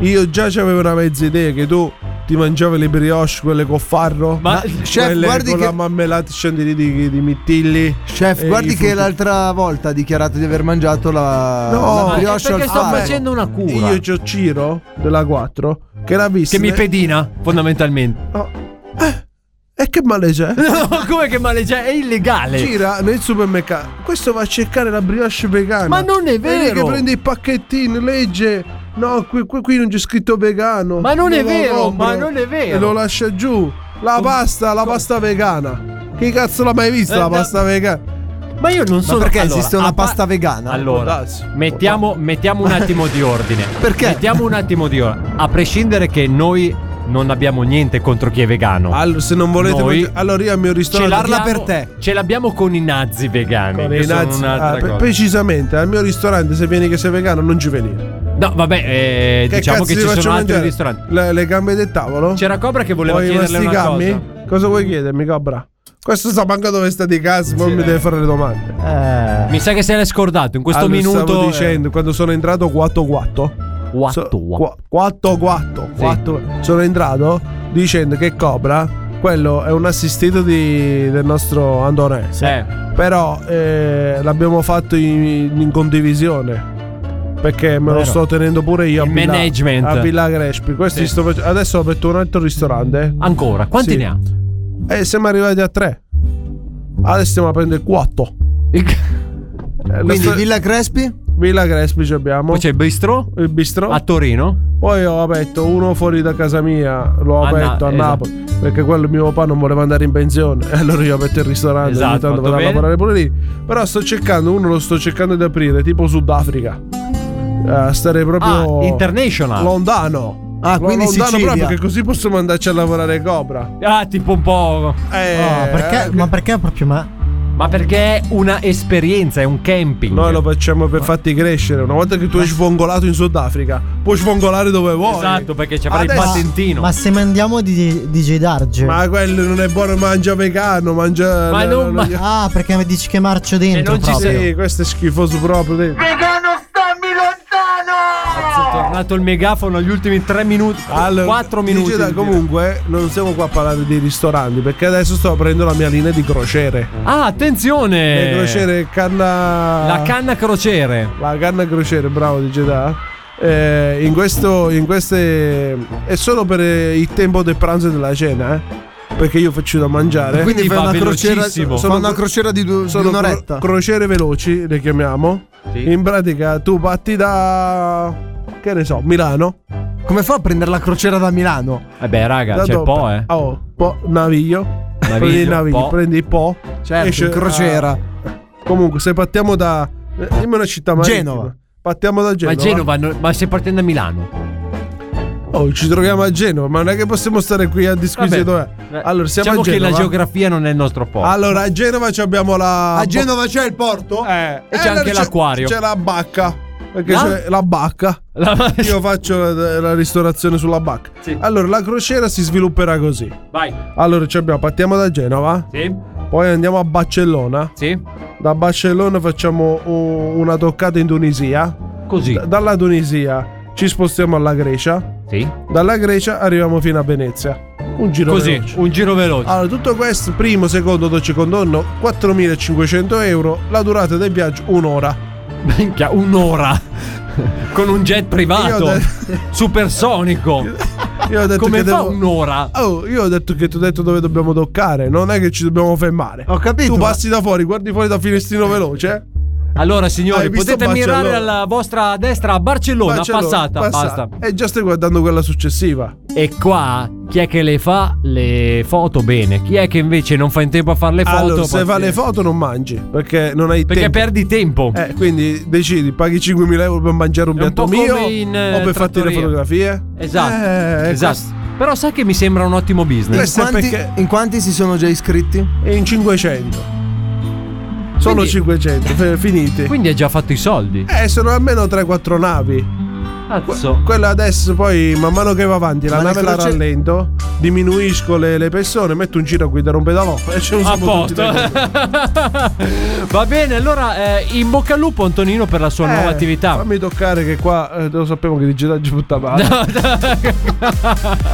Speaker 6: Io già c'avevo una mezza idea che tu ti mangiavi le brioche, quelle con farro.
Speaker 7: Ma-
Speaker 16: Chef,
Speaker 6: quelle
Speaker 16: guardi
Speaker 6: con
Speaker 16: che-
Speaker 6: la marmellata scendere di, di mittilli.
Speaker 16: Chef,
Speaker 6: e i
Speaker 16: guardi che
Speaker 6: frutti.
Speaker 16: l'altra volta ha dichiarato di aver mangiato la,
Speaker 6: No,
Speaker 16: la
Speaker 7: Ma è
Speaker 16: brioche
Speaker 7: eh, perché
Speaker 16: al
Speaker 7: sto
Speaker 16: farro.
Speaker 7: facendo una cura.
Speaker 6: Io c'ho Ciro della 4 che l'ha vista.
Speaker 7: Che mi pedina, fondamentalmente.
Speaker 6: E che male c'è?
Speaker 7: No, come che male c'è? È illegale.
Speaker 6: Gira nel supermercato. Questo va a cercare la brioche vegana.
Speaker 7: Ma non è
Speaker 6: Vedi
Speaker 7: vero.
Speaker 6: che prende i pacchettini, legge. No, qui, qui- qui non c'è scritto vegano.
Speaker 7: Ma non è
Speaker 6: lo
Speaker 7: vero, ma non è vero.
Speaker 6: E lo lascia giù. La pasta, la pasta vegana. Che cazzo l'ha mai vista
Speaker 7: Eh,
Speaker 6: la
Speaker 7: da-
Speaker 6: pasta vegana?
Speaker 7: Ma io non sono.
Speaker 16: perché
Speaker 7: allora,
Speaker 16: esiste una
Speaker 7: a pa-
Speaker 16: pasta vegana?
Speaker 6: Può
Speaker 7: Allora,
Speaker 6: darsi,
Speaker 7: mettiamo, mettiamo un attimo di ordine.
Speaker 16: Perché?
Speaker 7: Mettiamo un attimo di ordine. A prescindere che noi non abbiamo niente contro chi è vegano.
Speaker 6: Allora, se non volete,
Speaker 7: Noi-
Speaker 6: mangiare- allora io al mio
Speaker 7: Ce
Speaker 6: ristorante.
Speaker 7: l'abbiamo,
Speaker 16: per te.
Speaker 7: Ce l'abbiamo con i nazi vegani.
Speaker 6: Con
Speaker 7: che
Speaker 6: i
Speaker 7: sono
Speaker 6: nazi-
Speaker 7: un'altra
Speaker 6: ah, pre-
Speaker 7: cosa.
Speaker 6: precisamente al mio ristorante, se vieni che sei vegano, non ci venire.
Speaker 7: No, vabbè, eh,
Speaker 6: Che
Speaker 7: diciamo
Speaker 6: cazzo
Speaker 7: che
Speaker 6: ti
Speaker 7: ci sono
Speaker 6: faccio
Speaker 7: altri
Speaker 6: mangiare?
Speaker 7: ristoranti.
Speaker 6: Le, le gambe del tavolo?
Speaker 7: C'era Cobra che voleva
Speaker 6: Vuoi
Speaker 7: chiederle una
Speaker 6: masticarmi?
Speaker 7: cosa.
Speaker 6: Cosa vuoi chiedermi, Cobra? Questo sta manca dove sta di casa, poi mi deve fare le domande.
Speaker 7: Mi sa che se l'è scordato in questo
Speaker 6: Allora,
Speaker 7: minuto.
Speaker 6: stavo
Speaker 7: eh,
Speaker 6: dicendo, quando sono entrato 4 4
Speaker 7: quattro, quattro.
Speaker 6: 4 4
Speaker 7: Sì.
Speaker 6: sono entrato dicendo che Cobra quello è un assistito di- del nostro Andone.
Speaker 7: Eh,
Speaker 6: Però eh, l'abbiamo fatto in, in condivisione. Perché me lo
Speaker 7: Vero.
Speaker 6: sto tenendo pure io a
Speaker 7: Il
Speaker 6: Villa-
Speaker 7: management.
Speaker 6: A Villa Crespi. Questi
Speaker 7: Sì. Ah.
Speaker 6: sto facendo- Adesso ho aperto un altro ristorante.
Speaker 7: Ancora? Quanti
Speaker 6: Sì.
Speaker 7: ne ha?
Speaker 6: Eh, siamo arrivati a tre. Adesso stiamo a prendere quattro. Eh,
Speaker 16: Quindi Villa Crespi?
Speaker 6: Villa Crespi ci abbiamo.
Speaker 7: Poi c'è il bistro?
Speaker 6: Il bistro.
Speaker 7: A Torino?
Speaker 6: Poi ho aperto uno fuori da casa mia, l'ho
Speaker 7: A Na-
Speaker 6: aperto a
Speaker 7: esatto.
Speaker 6: Napoli, perché quello mio papà non voleva andare in pensione, e allora io ho aperto il ristorante,
Speaker 7: Esatto,
Speaker 6: ogni tanto
Speaker 7: fatto
Speaker 6: vado a
Speaker 7: bene.
Speaker 6: lavorare pure lì. Però sto cercando, uno lo sto cercando di aprire, tipo Sudafrica. Eh, stare proprio...
Speaker 7: Ah, international.
Speaker 6: Lontano.
Speaker 16: Ah,
Speaker 6: Lo-
Speaker 16: quindi
Speaker 6: lontano
Speaker 16: Sicilia.
Speaker 6: proprio, perché così possiamo andarci a lavorare Cobra.
Speaker 7: Ah, tipo un po'.
Speaker 6: Eh,
Speaker 17: Ah, perché- ma perché proprio ma?
Speaker 7: Ma perché è una esperienza, è un camping.
Speaker 6: Noi lo facciamo per farti crescere. Una volta che tu hai svongolato in Sudafrica, puoi svongolare dove vuoi.
Speaker 7: Esatto, perché ci avrai il
Speaker 6: Adesso-
Speaker 7: patentino.
Speaker 17: Ma se mandiamo di DJ Darge?
Speaker 6: Ma quello non è buono, mangia vegano, mangia.
Speaker 17: Ma non- ma- Ah, perché mi dici che marcio dentro proprio.
Speaker 6: Sì, questo è schifoso proprio. dai.
Speaker 1: Vegano stammi
Speaker 7: È
Speaker 1: lontano!
Speaker 7: tornato il megafono agli ultimi 3 minuti. 4
Speaker 6: dice
Speaker 7: minuti.
Speaker 6: da-
Speaker 7: di-
Speaker 6: comunque, non siamo qua a parlare di ristoranti, perché adesso sto aprendo la mia linea di crociere.
Speaker 7: Ah, attenzione!
Speaker 6: Le crociere canna.
Speaker 7: La canna crociere.
Speaker 6: La canna crociere, bravo di Jeddah. Eh, in questo. In queste. È solo per il tempo del pranzo e della cena, eh. Perché io faccio da mangiare.
Speaker 16: Quindi
Speaker 7: va
Speaker 16: fai una crociera,
Speaker 7: velocissimo.
Speaker 16: sono una crociera di, due, di
Speaker 6: Sono
Speaker 16: un'oretta.
Speaker 6: cro- crociere veloci, le chiamiamo.
Speaker 7: Sì.
Speaker 6: In pratica tu parti da che ne so, Milano.
Speaker 16: Come fa a prendere la crociera da Milano?
Speaker 7: Eh beh, raga,
Speaker 6: da
Speaker 7: c'è
Speaker 6: dove-
Speaker 7: po', eh.
Speaker 6: Oh, po, naviglio.
Speaker 7: Naviglio,
Speaker 6: prendi il naviglio,
Speaker 7: Po.
Speaker 6: prendi il po.
Speaker 16: Certo, in crociera.
Speaker 6: ah, comunque, se partiamo da eh, dimmi una città marittima.
Speaker 16: Genova.
Speaker 6: Partiamo da Genova.
Speaker 7: Ma Genova, no- ma stai partendo da Milano.
Speaker 6: Oh, ci troviamo a Genova, ma non è che possiamo stare qui a discutere
Speaker 7: Vabbè.
Speaker 6: dov'è. Allora, siamo
Speaker 7: diciamo
Speaker 6: a
Speaker 7: che
Speaker 6: Genova.
Speaker 7: la geografia non è il nostro posto.
Speaker 6: Allora, a Genova ci abbiamo la
Speaker 16: A Genova c'è il porto?
Speaker 6: Eh,
Speaker 7: E c'è
Speaker 6: allora
Speaker 7: anche l'acquario. Ah.
Speaker 6: C'è la bacca. Perché
Speaker 7: La?
Speaker 6: c'è la bacca.
Speaker 7: La-
Speaker 6: Io faccio la, la ristorazione sulla bacca.
Speaker 7: Sì.
Speaker 6: Allora, la crociera si svilupperà così.
Speaker 7: Vai.
Speaker 6: Allora, ci abbiamo, partiamo da Genova,
Speaker 7: Sì?
Speaker 6: poi andiamo a Barcellona.
Speaker 7: Sì?
Speaker 6: Da Barcellona facciamo u- una toccata in Tunisia.
Speaker 7: Così.
Speaker 6: D- dalla Tunisia ci spostiamo alla Grecia.
Speaker 7: Sì?
Speaker 6: Dalla Grecia arriviamo fino a Venezia. Un giro
Speaker 7: Così,
Speaker 6: veloce.
Speaker 7: un giro veloce.
Speaker 6: Allora, tutto questo, primo, secondo, dolce contorno, 4.500 euro, la durata del viaggio un'ora.
Speaker 7: Minchia, un'ora. Con un jet privato.
Speaker 6: Io ho
Speaker 7: Supersonico.
Speaker 6: Io ho detto
Speaker 7: Come
Speaker 6: che
Speaker 7: fa
Speaker 6: devo-
Speaker 7: un'ora?
Speaker 6: Oh, io ho detto che ti ho detto dove dobbiamo toccare, non è che ci dobbiamo fermare.
Speaker 16: Ho capito,
Speaker 6: Tu
Speaker 16: ma- Eh.
Speaker 6: passi da fuori, guardi fuori da finestrino veloce.
Speaker 7: Allora,
Speaker 6: Hai
Speaker 7: signori,
Speaker 6: visto
Speaker 7: potete mirare
Speaker 6: Barcellona?
Speaker 7: alla vostra destra a Barcellona, Oh, passata, basta.
Speaker 6: E già stai guardando quella successiva.
Speaker 7: E qua chi è che le fa le foto bene? Chi è che invece non fa in tempo a fare le foto?
Speaker 6: allora, se fa
Speaker 7: pazienza.
Speaker 6: le foto non mangi, perché non hai
Speaker 7: Perché
Speaker 6: tempo.
Speaker 7: perdi tempo.
Speaker 6: Eh, quindi decidi, paghi 5.000 euro per mangiare un
Speaker 7: È un
Speaker 6: piatto
Speaker 7: po'
Speaker 6: mio
Speaker 7: come in, eh,
Speaker 6: o per farti le
Speaker 7: trattoria.
Speaker 6: fotografie.
Speaker 7: Esatto.
Speaker 6: Eh,
Speaker 7: esatto. Però sai che mi sembra un ottimo
Speaker 16: In
Speaker 7: business.
Speaker 6: Questo è
Speaker 16: quanti,
Speaker 6: perché-
Speaker 16: in quanti si sono già iscritti?
Speaker 6: E in 500. Sono
Speaker 7: Quindi-
Speaker 6: 500, fe- finiti.
Speaker 7: Quindi hai già fatto i soldi.
Speaker 6: Eh, sono almeno 3-4 navi. Eh,
Speaker 7: Cazzo.
Speaker 6: Quella adesso poi man mano che va avanti
Speaker 16: Ma
Speaker 6: la
Speaker 16: le
Speaker 6: nave la
Speaker 16: croce-
Speaker 6: rallento, diminuisco le, le persone, metto un giro a guidare un pedalò e ce lo
Speaker 7: A
Speaker 6: siamo tutti
Speaker 7: posto.
Speaker 6: dentro.
Speaker 7: Va bene, allora eh, in bocca al lupo Antonino per la sua nuova
Speaker 6: Eh,
Speaker 7: attività.
Speaker 6: Fammi toccare che qua eh, lo sapevo che di Jedi puttava.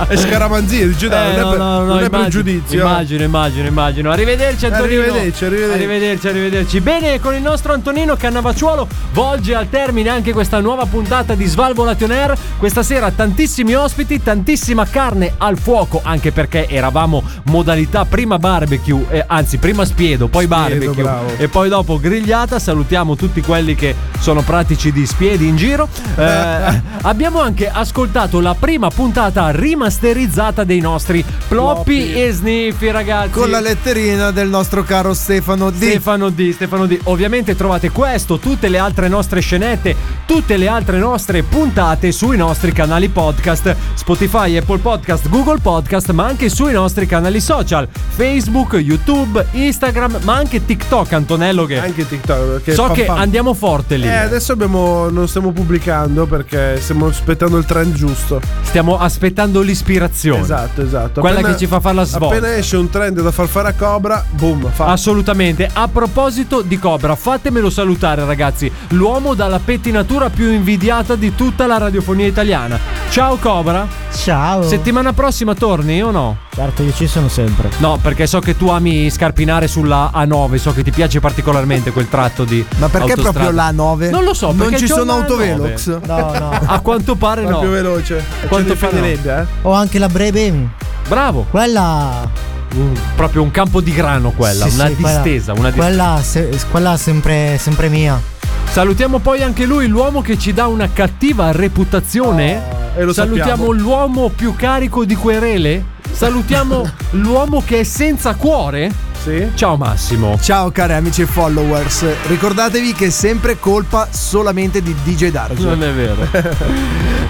Speaker 6: è scaramanzia di Jedi,
Speaker 7: Eh,
Speaker 6: non è per, non è per un
Speaker 7: immagino,
Speaker 6: giudizio. eh.
Speaker 7: Immagino, immagino, immagino. Arrivederci Antonino.
Speaker 6: Arrivederci, arrivederci.
Speaker 7: Arrivederci, arrivederci. Bene, con il nostro Antonino Cannavacciuolo volge al termine anche questa nuova puntata di Svalvolation Air. Questa sera tantissimi ospiti, tantissima carne al fuoco, anche perché eravamo modalità prima barbecue, eh, anzi prima spiedo, poi
Speaker 6: Spiedo,
Speaker 7: barbecue
Speaker 6: bravo.
Speaker 7: e poi dopo grigliata. Salutiamo tutti quelli che sono pratici di spiedi in giro. Eh, abbiamo anche ascoltato la prima puntata rimasterizzata dei nostri ploppi,
Speaker 6: Ploppi.
Speaker 7: e sniffi, ragazzi.
Speaker 16: Con la letterina del nostro caro Stefano D.
Speaker 7: Stefano D, Stefano D. Ovviamente trovate questo, tutte le altre nostre scenette, tutte le altre nostre puntate sui nostri canali podcast, Spotify, Apple Podcast, Google Podcast, ma anche sui nostri canali social, Facebook, YouTube, Instagram, ma anche TikTok, Antonello che
Speaker 6: Anche TikTok. perché
Speaker 7: so
Speaker 6: pam,
Speaker 7: che
Speaker 6: pam.
Speaker 7: andiamo forte lì.
Speaker 6: Eh, adesso abbiamo, non stiamo pubblicando perché stiamo aspettando il trend giusto.
Speaker 7: Stiamo aspettando l'ispirazione.
Speaker 6: Esatto, esatto.
Speaker 7: Quella che ci fa fare la svolta. Ah,
Speaker 6: Appena esce un trend da far fare a Cobra, boom, fa.
Speaker 7: Assolutamente. A proposito di Cobra, fatemelo salutare, ragazzi. L'uomo dalla pettinatura più invidiata di tutti tutta la radiofonia italiana. Ciao Cobra.
Speaker 16: Oh.
Speaker 17: Ciao.
Speaker 7: Settimana prossima torni o no?
Speaker 17: Certo, io ci sono sempre.
Speaker 7: No, perché so che tu ami scarpinare sulla A9, so che ti piace particolarmente quel tratto di
Speaker 16: Ma perché
Speaker 7: autostrada.
Speaker 16: proprio la 9?
Speaker 7: Non lo so,
Speaker 16: Non
Speaker 7: perché
Speaker 16: ci
Speaker 7: c'è
Speaker 16: sono
Speaker 7: una
Speaker 16: autovelox?
Speaker 7: A9. A quanto pare
Speaker 6: Va
Speaker 7: no.
Speaker 6: più veloce.
Speaker 7: A
Speaker 6: Ce
Speaker 7: quanto
Speaker 6: ne
Speaker 7: pare no.
Speaker 6: finirebbe, eh?
Speaker 17: Ho anche la Brebemi.
Speaker 7: Bravo.
Speaker 17: Quella.
Speaker 7: Mm, proprio un campo di grano quella,
Speaker 17: Sì,
Speaker 7: una
Speaker 17: sì, quella-
Speaker 7: distesa, una distesa.
Speaker 17: Quella, se- quella sempre, sempre mia.
Speaker 7: Salutiamo poi anche lui, l'uomo che ci dà una cattiva reputazione.
Speaker 6: e lo
Speaker 7: Salutiamo
Speaker 6: sappiamo.
Speaker 7: l'uomo più carico di querele. Salutiamo l'uomo che è senza cuore.
Speaker 6: Sì.
Speaker 7: Ciao Massimo.
Speaker 16: Ciao cari amici e followers, ricordatevi che è sempre colpa solamente di DJ Darge.
Speaker 7: Non è vero.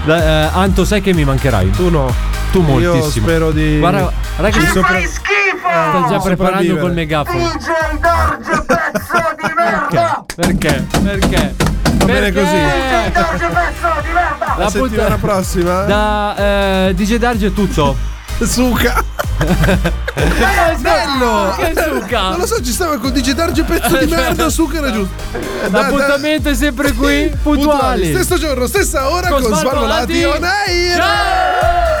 Speaker 7: Da- eh, Anto, sai che mi mancherai?
Speaker 6: Tu no.
Speaker 7: Tu
Speaker 6: Io
Speaker 7: moltissimo.
Speaker 6: spero di.
Speaker 7: Guarda, guarda che
Speaker 6: di
Speaker 7: mi
Speaker 6: sopra-
Speaker 7: sto già
Speaker 6: di
Speaker 7: preparando
Speaker 6: sopravvivere.
Speaker 7: col megafono.
Speaker 1: DJ Darge, pezzo di merda!
Speaker 7: Perché? Perché?
Speaker 6: Va bene
Speaker 7: Perché?
Speaker 6: così.
Speaker 1: Darge, pezzo di merda!
Speaker 6: La
Speaker 7: La
Speaker 6: settimana
Speaker 7: puntata-
Speaker 6: prossima. eh?
Speaker 7: Da eh, DJ Darge Tuzzo.
Speaker 6: Suca. Bello.
Speaker 7: Che suca!
Speaker 6: Non lo so, ci stava con digitarge pezzo di merda, suca era giusto. Da- da-
Speaker 7: L'appuntamento è sempre qui, puntuali.
Speaker 6: Stesso giorno, stessa ora
Speaker 7: Con
Speaker 6: con, con
Speaker 7: Svalvolati.
Speaker 6: Svalvolati on air.